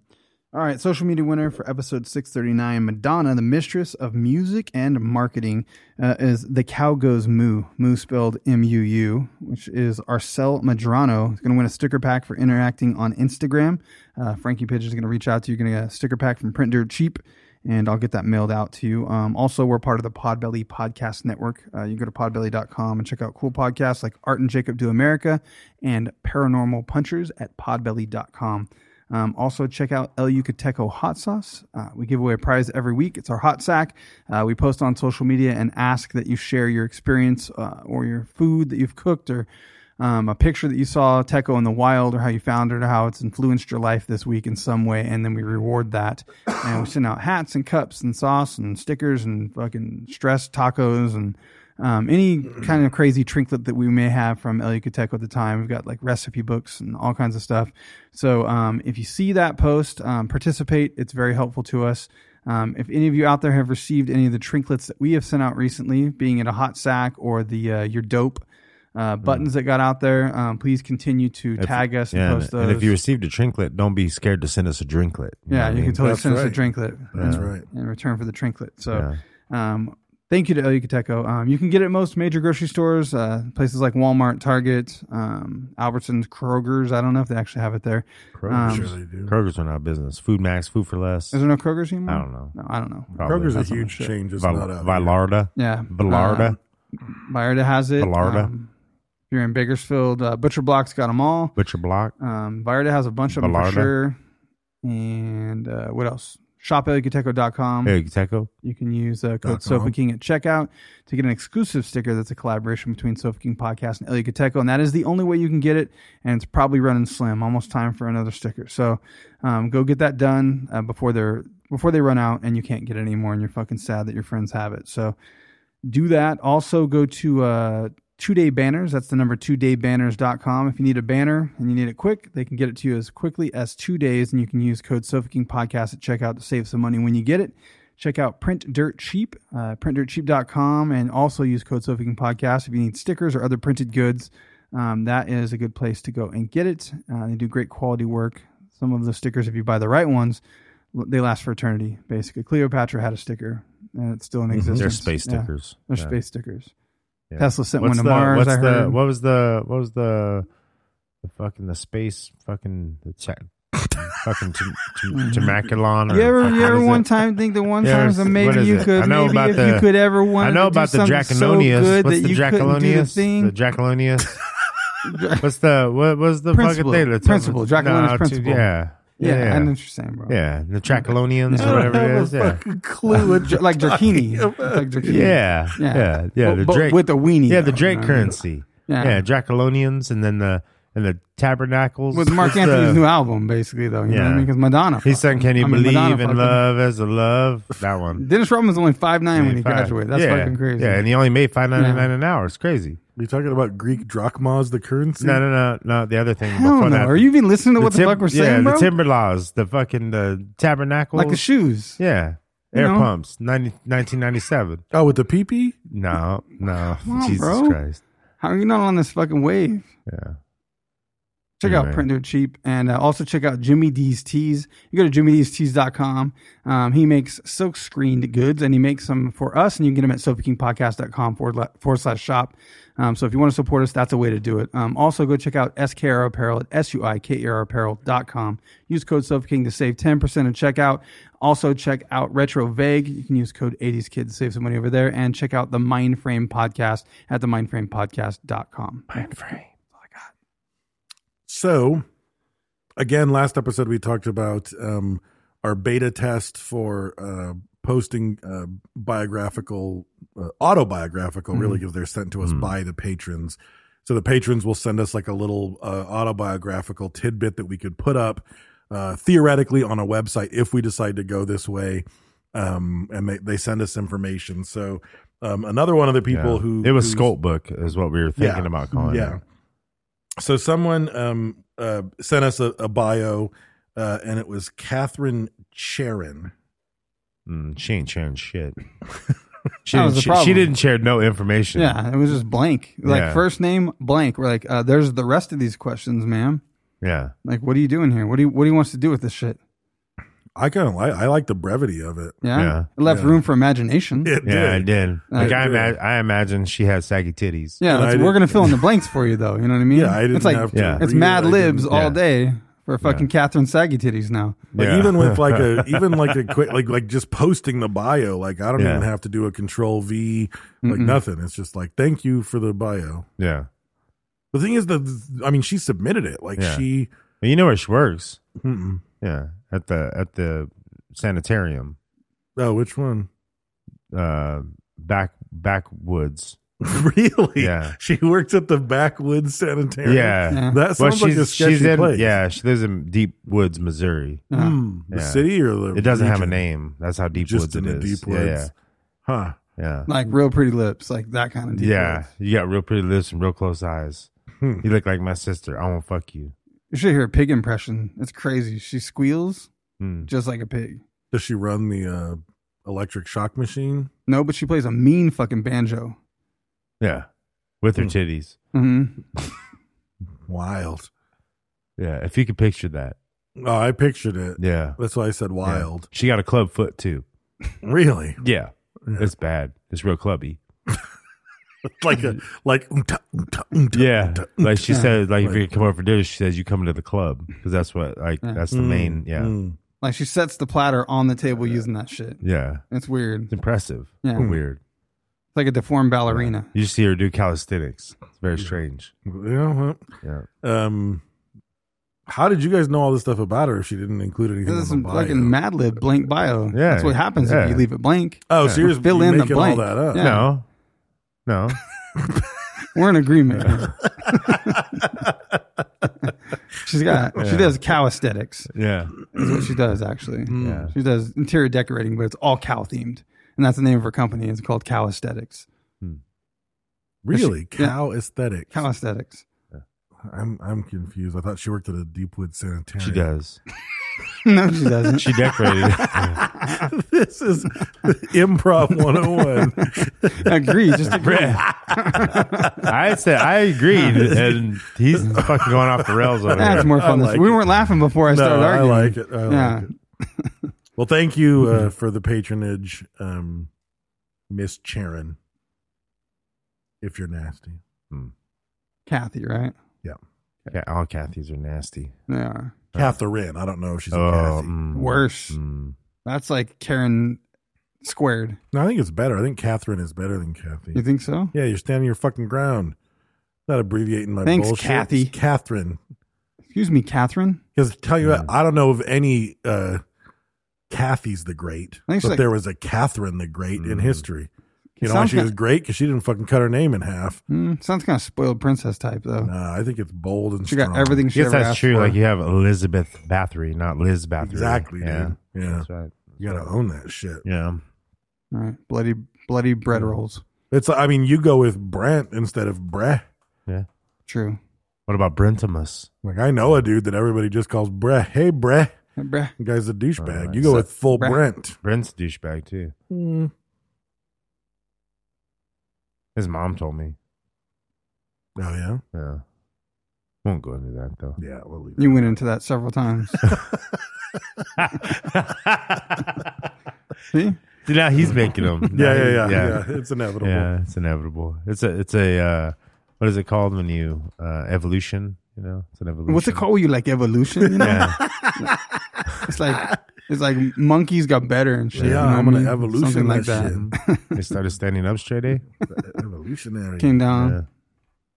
C: All right, social media winner for episode 639, Madonna, the mistress of music and marketing, uh, is The Cow Goes Moo, Moo spelled M U U, which is Arcel Madrano. He's going to win a sticker pack for interacting on Instagram. Uh, Frankie Pitch is going to reach out to you, going to get a sticker pack from Print Dirt Cheap, and I'll get that mailed out to you. Um, also, we're part of the Podbelly Podcast Network. Uh, you can go to podbelly.com and check out cool podcasts like Art and Jacob Do America and Paranormal Punchers at podbelly.com. Um, also, check out El Yucateco Hot Sauce. Uh, we give away a prize every week. It's our hot sack. Uh, we post on social media and ask that you share your experience uh, or your food that you've cooked or um, a picture that you saw Teco in the wild or how you found it or how it's influenced your life this week in some way. And then we reward that. And we send out hats and cups and sauce and stickers and fucking stress tacos and um, any kind of crazy trinket that we may have from El Yucateco at the time. We've got like recipe books and all kinds of stuff. So um, if you see that post, um, participate. It's very helpful to us. Um, if any of you out there have received any of the trinklets that we have sent out recently, being in a hot sack or the uh, your dope uh, buttons that got out there, um, please continue to
D: Mm. If-
C: tag us and
D: yeah,
C: post those.
D: And if you received a trinklet, don't be scared to send us a drinklet. know
C: yeah,
D: what I
C: you
D: mean?
C: can totally
B: That's
C: send us
B: right.
C: a drinklet
B: that's right
C: in return for the trinklet. So, um, thank you to El Yucateco. Um, you can get it at most major grocery stores, uh, places like Walmart, Target, um, Albertsons, Kroger's. I don't know if they actually have it there. Um,
B: sure they do
D: Kroger's went out of business. Food Max, Food for Less.
C: Is there no Kroger's anymore?
D: I don't know.
C: No, I don't know.
D: Probably.
B: Kroger's a
C: That's not
B: huge
C: shit.
B: change it's
D: Val-
B: not out yet.
D: Valarda.
C: Yeah.
D: Valarda.
C: Um, Vallarta has it.
D: Vallarta.
C: Um, if you're in Bakersfield, uh, Butcher Block's got them all.
D: Butcher Block.
C: Um, Vallarta has a bunch of them for
D: Vallarta.
C: sure. And uh, what else? ShopElGuteco.com.
D: Hey, Teco.
C: You can use uh, code
B: com.
C: Sofa King at checkout to get an exclusive sticker that's a collaboration between Sofa King Podcast and Elia Cateco. And that is the only way you can get it. And it's probably running slim. Almost time for another sticker. So um, go get that done uh, before they're before they run out and you can't get it anymore and you're fucking sad that your friends have it. So do that. Also go to uh, two day banners. That's the number two daybanners.com. If you need a banner and you need it quick, they can get it to you as quickly as two days. And you can use code Sofa King Podcast at checkout to save some money when you get it check out Print Dirt Cheap, uh, printdirtcheap.com, and also use code SofaKingPodcast Podcast if you need stickers or other printed goods. Um, that is a good place to go and get it. Uh, they do great quality work. Some of the stickers, if you buy the right ones, l- they last for eternity, basically. Cleopatra had a sticker, and it's still in existence.
D: Mm-hmm. They're space
C: Yeah,
D: stickers.
C: They're
D: Yeah.
C: space stickers.
D: Yeah.
C: Tesla sent
D: What's
C: one to
D: the-
C: Mars,
D: What's
C: I
D: the,
C: heard.
D: what was the what was the the fucking the space fucking the check fucking to, to, to Maculon or
C: Mm. You ever,
D: fucking
C: you ever
D: what is
C: one
D: it?
C: time think that one
D: Yeah,
C: time
D: it's-
C: that
D: what
C: maybe
D: is
C: you
D: it?
C: could
D: I know
C: maybe
D: about
C: if
D: the-
C: you could ever want
D: I know
C: to
D: about
C: do
D: the
C: something so
D: Dracononius.
C: good
D: what's
C: that
D: the
C: you couldn't do the
D: Dracolonius?
C: thing.
D: the Dracolonius. what's the what was the
C: Principle.
D: fucking thing? that's-
C: Principle. Dracolonius
D: to-
C: principle.
D: Yeah.
C: yeah,
D: Yeah.
C: I know
D: Yeah.
C: what you're saying, bro.
D: The Dracolonians or
B: I
D: whatever it
B: have
D: is.
B: a
D: Yeah.
B: fucking clue what
C: Dr- like Drakini. like Drakini.
D: Yeah,
C: Yeah.
D: yeah, yeah.
C: But-
D: the
C: but
D: Drake
C: with the weenie,
D: Yeah,
C: though,
D: the Drake
C: you know?
D: currency.
C: Yeah.
D: Yeah. Dracolonians, and then the and the tabernacles
C: With Mark
D: What's
C: Anthony's
D: the-
C: new album, basically, though. You know what I
D: Yeah.
C: mean? Because Madonna.
D: He
C: fucking-
D: sang, "Can you
C: I mean,
D: believe
C: Madonna
D: in
C: fucking-
D: love as a love?" That one.
C: Dennis Rodman's only five nine when he
D: Five.
C: graduated. That's
D: yeah.
C: fucking crazy.
D: Yeah, and he only made five ninety nine
C: Yeah.
D: an hour. It's crazy.
B: are you talking about greek drachmas the currency
D: No, no, no, no. The other thing
C: Hell
D: before
C: no.
D: that,
C: Are you even listening to what the
D: tim-
C: fuck we're
D: yeah,
C: saying, bro?
D: The timber laws, the fucking the tabernacles,
C: like the shoes.
D: yeah,
C: You
D: air
C: know.
D: pumps, 90, 1997.
B: oh with the pee pee
D: No, no,
C: on,
D: Jesus
C: bro.
D: Christ.
C: How are you not on this fucking wave?
D: Yeah.
C: Check out
D: Anyway.
C: Print Dirt Cheap and uh, also check out Jimmy D's Tees. You go to jimmydstees.com. Um, he makes silk screened goods and he makes them for us, and you can get them at soapykingpodcast.com forward, la- forward slash shop. Um, so if you want to support us, that's a way to do it. Um, also, go check out SKR Apparel at suikrapparel.com. Use code SoapKing to save 10% at checkout. Also, check out Retro Vague. You can use code 80s Kid to save some money over there. And check out the Mindframe Podcast at the mindframepodcast.com.
B: So, again, last episode we talked about um, our beta test for uh, posting uh, biographical, uh, autobiographical,
D: Mm-hmm.
B: really, because they're sent to us by the patrons. So the patrons will send us like a little uh, autobiographical tidbit that we could put up uh, theoretically on a website if we decide to go this way. Um, and they, they send us information. So um, another one of the people
D: Yeah.
B: who
D: it was
B: who's-
D: sculpt book is what we were thinking
B: Yeah.
D: about calling
B: Yeah.
D: it.
B: so someone um, uh, sent us a, a bio, uh, and it was Catherine Charon.
D: Mm, she ain't sharing shit. She,
C: That
D: didn't,
C: was the
D: she, she
C: problem.
D: didn't share no information.
C: Yeah, it was just blank. Like
D: Yeah.
C: first name blank. We're like, uh, there's the rest of these questions, ma'am.
D: Yeah.
C: Like, what are you doing here? What do you what do you want us to do with this shit?
B: I kind of like. I like the brevity of it.
C: Yeah,
D: Yeah.
C: it left room for imagination.
B: It
D: Yeah, I
B: did.
D: did. Like I,
B: I did.
D: ima- I imagine she has saggy titties.
C: Yeah, that's-
B: I
C: we're
B: didn't-
C: gonna fill in the blanks for you, though. You know what I mean?
B: Yeah, I didn't
C: it's like
B: have to.
D: Yeah.
C: it's
B: read it.
C: Mad
B: I
C: Libs
B: didn't-
C: all
D: Yeah.
C: day for fucking
D: Yeah.
C: Catherine Saggy titties now.
B: Like
D: Yeah.
B: even with like a even like a quick like like just posting the bio. Like I don't
D: Yeah.
B: even have to do a control V. Like nothing. It's just like thank you for the bio.
D: Yeah.
B: The thing is that I mean she submitted it. Like
D: Yeah.
B: she.
D: But you know where she works.
B: Mm-mm.
D: Yeah. At the at the sanitarium.
B: Oh, which one?
D: Uh back backwoods.
B: really?
D: Yeah.
B: She works at the backwoods sanitarium.
D: Yeah.
C: Yeah.
B: That
D: Well,
B: sounds like a sketchy
D: in,
B: place.
D: Yeah, she lives in Deep Woods, Missouri.
B: Hmm. The
D: Yeah.
B: city or the
D: It doesn't have a
B: region?
D: name. That's how deep
B: Just
D: woods
B: in
D: it
B: the
D: is.
B: deep
D: Yeah,
B: woods. Huh.
D: Yeah. Yeah.
C: Like real pretty lips, like that kind of deep
D: yeah.
C: voice.
D: You got real pretty lips and real close eyes.
B: Hmm.
D: You look like my sister. I won't fuck you.
C: You should hear a pig impression. It's crazy. She squeals
B: Hmm.
D: Mm.
C: just like a pig.
B: Does she run the uh, electric shock machine?
C: No, but she plays a mean fucking banjo.
D: Yeah. With her titties.
C: hmm
B: Wild.
D: Yeah. If you could picture that.
B: Oh, I pictured it.
D: Yeah.
B: That's why I said
D: Yeah.
B: wild.
D: She got a club foot too.
B: Really?
D: Yeah. It's bad. It's real clubby.
B: Like a like um, oomta, oomta, oomta,
D: Yeah.
B: oomta, oomta.
D: Like she said, like if
B: Like-
D: you come over for dinner, she says you come to the club because that's what like that's the main. Yeah.
B: Mm.
C: Like she sets the platter on the table using that shit.
D: Yeah.
C: It's weird.
D: It's impressive.
C: Yeah.
D: But weird.
C: It's like a deformed ballerina.
D: You see her do calisthenics. It's very strange.
B: Yeah, well,
D: Yeah.
B: Um how did you guys know all this stuff about her if she didn't include anything?
C: This is
B: on the bio?
C: fucking Mad Lib blank bio.
D: Yeah.
C: That's what happens
D: Yeah.
C: if you leave it blank.
B: Oh, so you're just
C: Fill
B: you're
C: in the
B: making
C: blank.
B: all that up.
C: Yeah.
D: No. No.
C: We're in agreement. here. She's got she does cow aesthetics.
D: Yeah.
C: Is what she does actually.
B: Mm.
D: Yeah.
C: She does interior decorating, but it's all cow themed. And that's the name of her company. It's called Cow Aesthetics.
B: Really?
C: Yeah.
B: Cow aesthetic.
C: Cow Aesthetics.
B: I'm I'm confused. I thought she worked at a Deepwood sanitarium.
D: She does.
C: no, she doesn't.
D: She decorated.
B: this is improv 101.
C: agree. Just agree.
D: I said I agreed, and he's fucking going off the rails over
C: That's
D: here.
C: more fun.
B: I
C: than
B: like
C: we
B: it.
C: weren't laughing before I started
B: no, I
C: arguing.
B: like it. I like
C: Yeah.
B: it. Well, thank you uh, for the patronage, um, Miss Charon. If you're nasty,
C: Kathy, right?
B: yeah,
D: Yeah, all Cathys are nasty.
C: Yeah.
B: Uh, Catherine. I don't know if she's a
D: Oh,
B: Kathy.
D: mm,
C: Worse.
D: mm.
C: That's like Karen squared.
B: No, I think it's better. I think Catherine is better than Kathy.
C: You think so?
B: yeah, you're standing your fucking ground. Not abbreviating my
C: Thanks,
B: bullshit.
C: Kathy.
B: It's Catherine.
C: Excuse me, Catherine.
B: Because tell you what, I don't know of any uh, Kathy's the Great,
C: I think
B: but
C: it's like-
B: there was a Catherine the Great in history. You know why
C: Sounds
B: she
C: ki-
B: was great? Because she didn't fucking cut her name in half.
C: Mm, sounds kind of spoiled princess type though.
B: Nah, I think it's bold and
C: She got
B: strong.
D: I
C: everything she
D: guess
C: ever
D: that's
C: asked
D: true.
C: for.
D: Like you have Elizabeth Bathory, not Liz Bathory.
B: Exactly,
D: Yeah.
B: dude. Yeah,
D: That's right.
B: you gotta own that shit.
D: Yeah.
C: All right. Bloody bloody bread rolls.
B: It's. I mean, you go with Brent instead of Breh.
D: Yeah.
C: True.
D: What about Brentimus?
B: Like I know a dude that everybody just calls Breh. Hey, Breh,
C: Hey, bruh.
B: the guy's a douchebag.
D: Alright.
B: You go
D: So-
B: with full
C: Breh.
B: Brent.
D: Brent's a douchebag too.
B: Hmm.
D: His mom told me.
B: Oh yeah,
D: Yeah. Won't go into that though.
B: yeah. We'll leave.
C: You went into that several times. See?
D: See, now he's making them.
B: Yeah, yeah, yeah, yeah, It's inevitable.
D: Yeah, it's inevitable. It's a it's a uh, what is it called when you uh, evolution? You know, it's an evolution.
C: What's it called? Were you like evolution? You know?
D: Yeah,
C: It's like it's like monkeys got better and shit.
B: Yeah,
C: you know what
B: I'm gonna
C: I mean?
B: evolution
C: Something like
B: that
C: that.
D: they started standing up straight. Eh?
B: Evolutionary.
C: Came down
D: Yeah.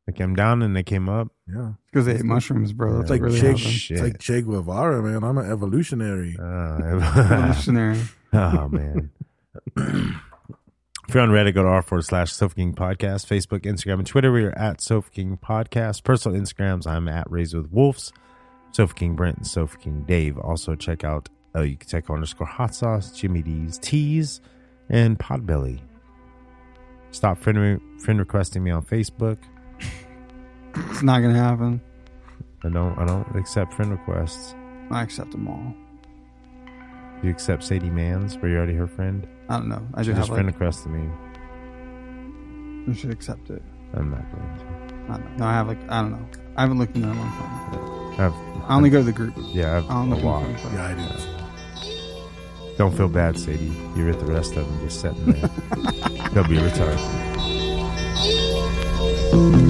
D: They came down and they came up.
B: Yeah.
C: because they ate mushrooms, bro. That's
B: It's like
C: what really
B: che,
C: happened.
B: it's like Che Guevara, man. I'm an evolutionary.
D: Uh,
C: Evolutionary.
D: oh man. If you're on Reddit, go to r forward slash Sofa King Podcast, Facebook, Instagram, and Twitter. We are at Sofa King Podcast. Personal Instagrams, I'm at Raised with Wolves, Sofa King Brent, and Sofa King Dave. Also check out uh, you can check out underscore hot sauce, Jimmy D's Teas, and Podbelly. Stop friend re- friend requesting me on Facebook.
C: It's not gonna happen.
D: I don't I don't accept friend requests.
C: I accept them all.
D: You accept Sadie Mans, but you're already her friend.
C: I don't know. I
D: She
C: just,
D: just
C: have,
D: friend
C: like,
D: requested me.
C: you should accept it.
D: I'm not going to.
C: I don't know. No, I have like I don't know. I haven't looked in that long time.
D: I've,
C: I only go to the group.
D: yeah, I've
C: I don't look
D: a
C: in the
D: lot.
C: group.
B: Yeah, I do.
D: Don't feel bad, Sadie. You're at the rest of them just sitting there. They'll be retired.
F: Thank you.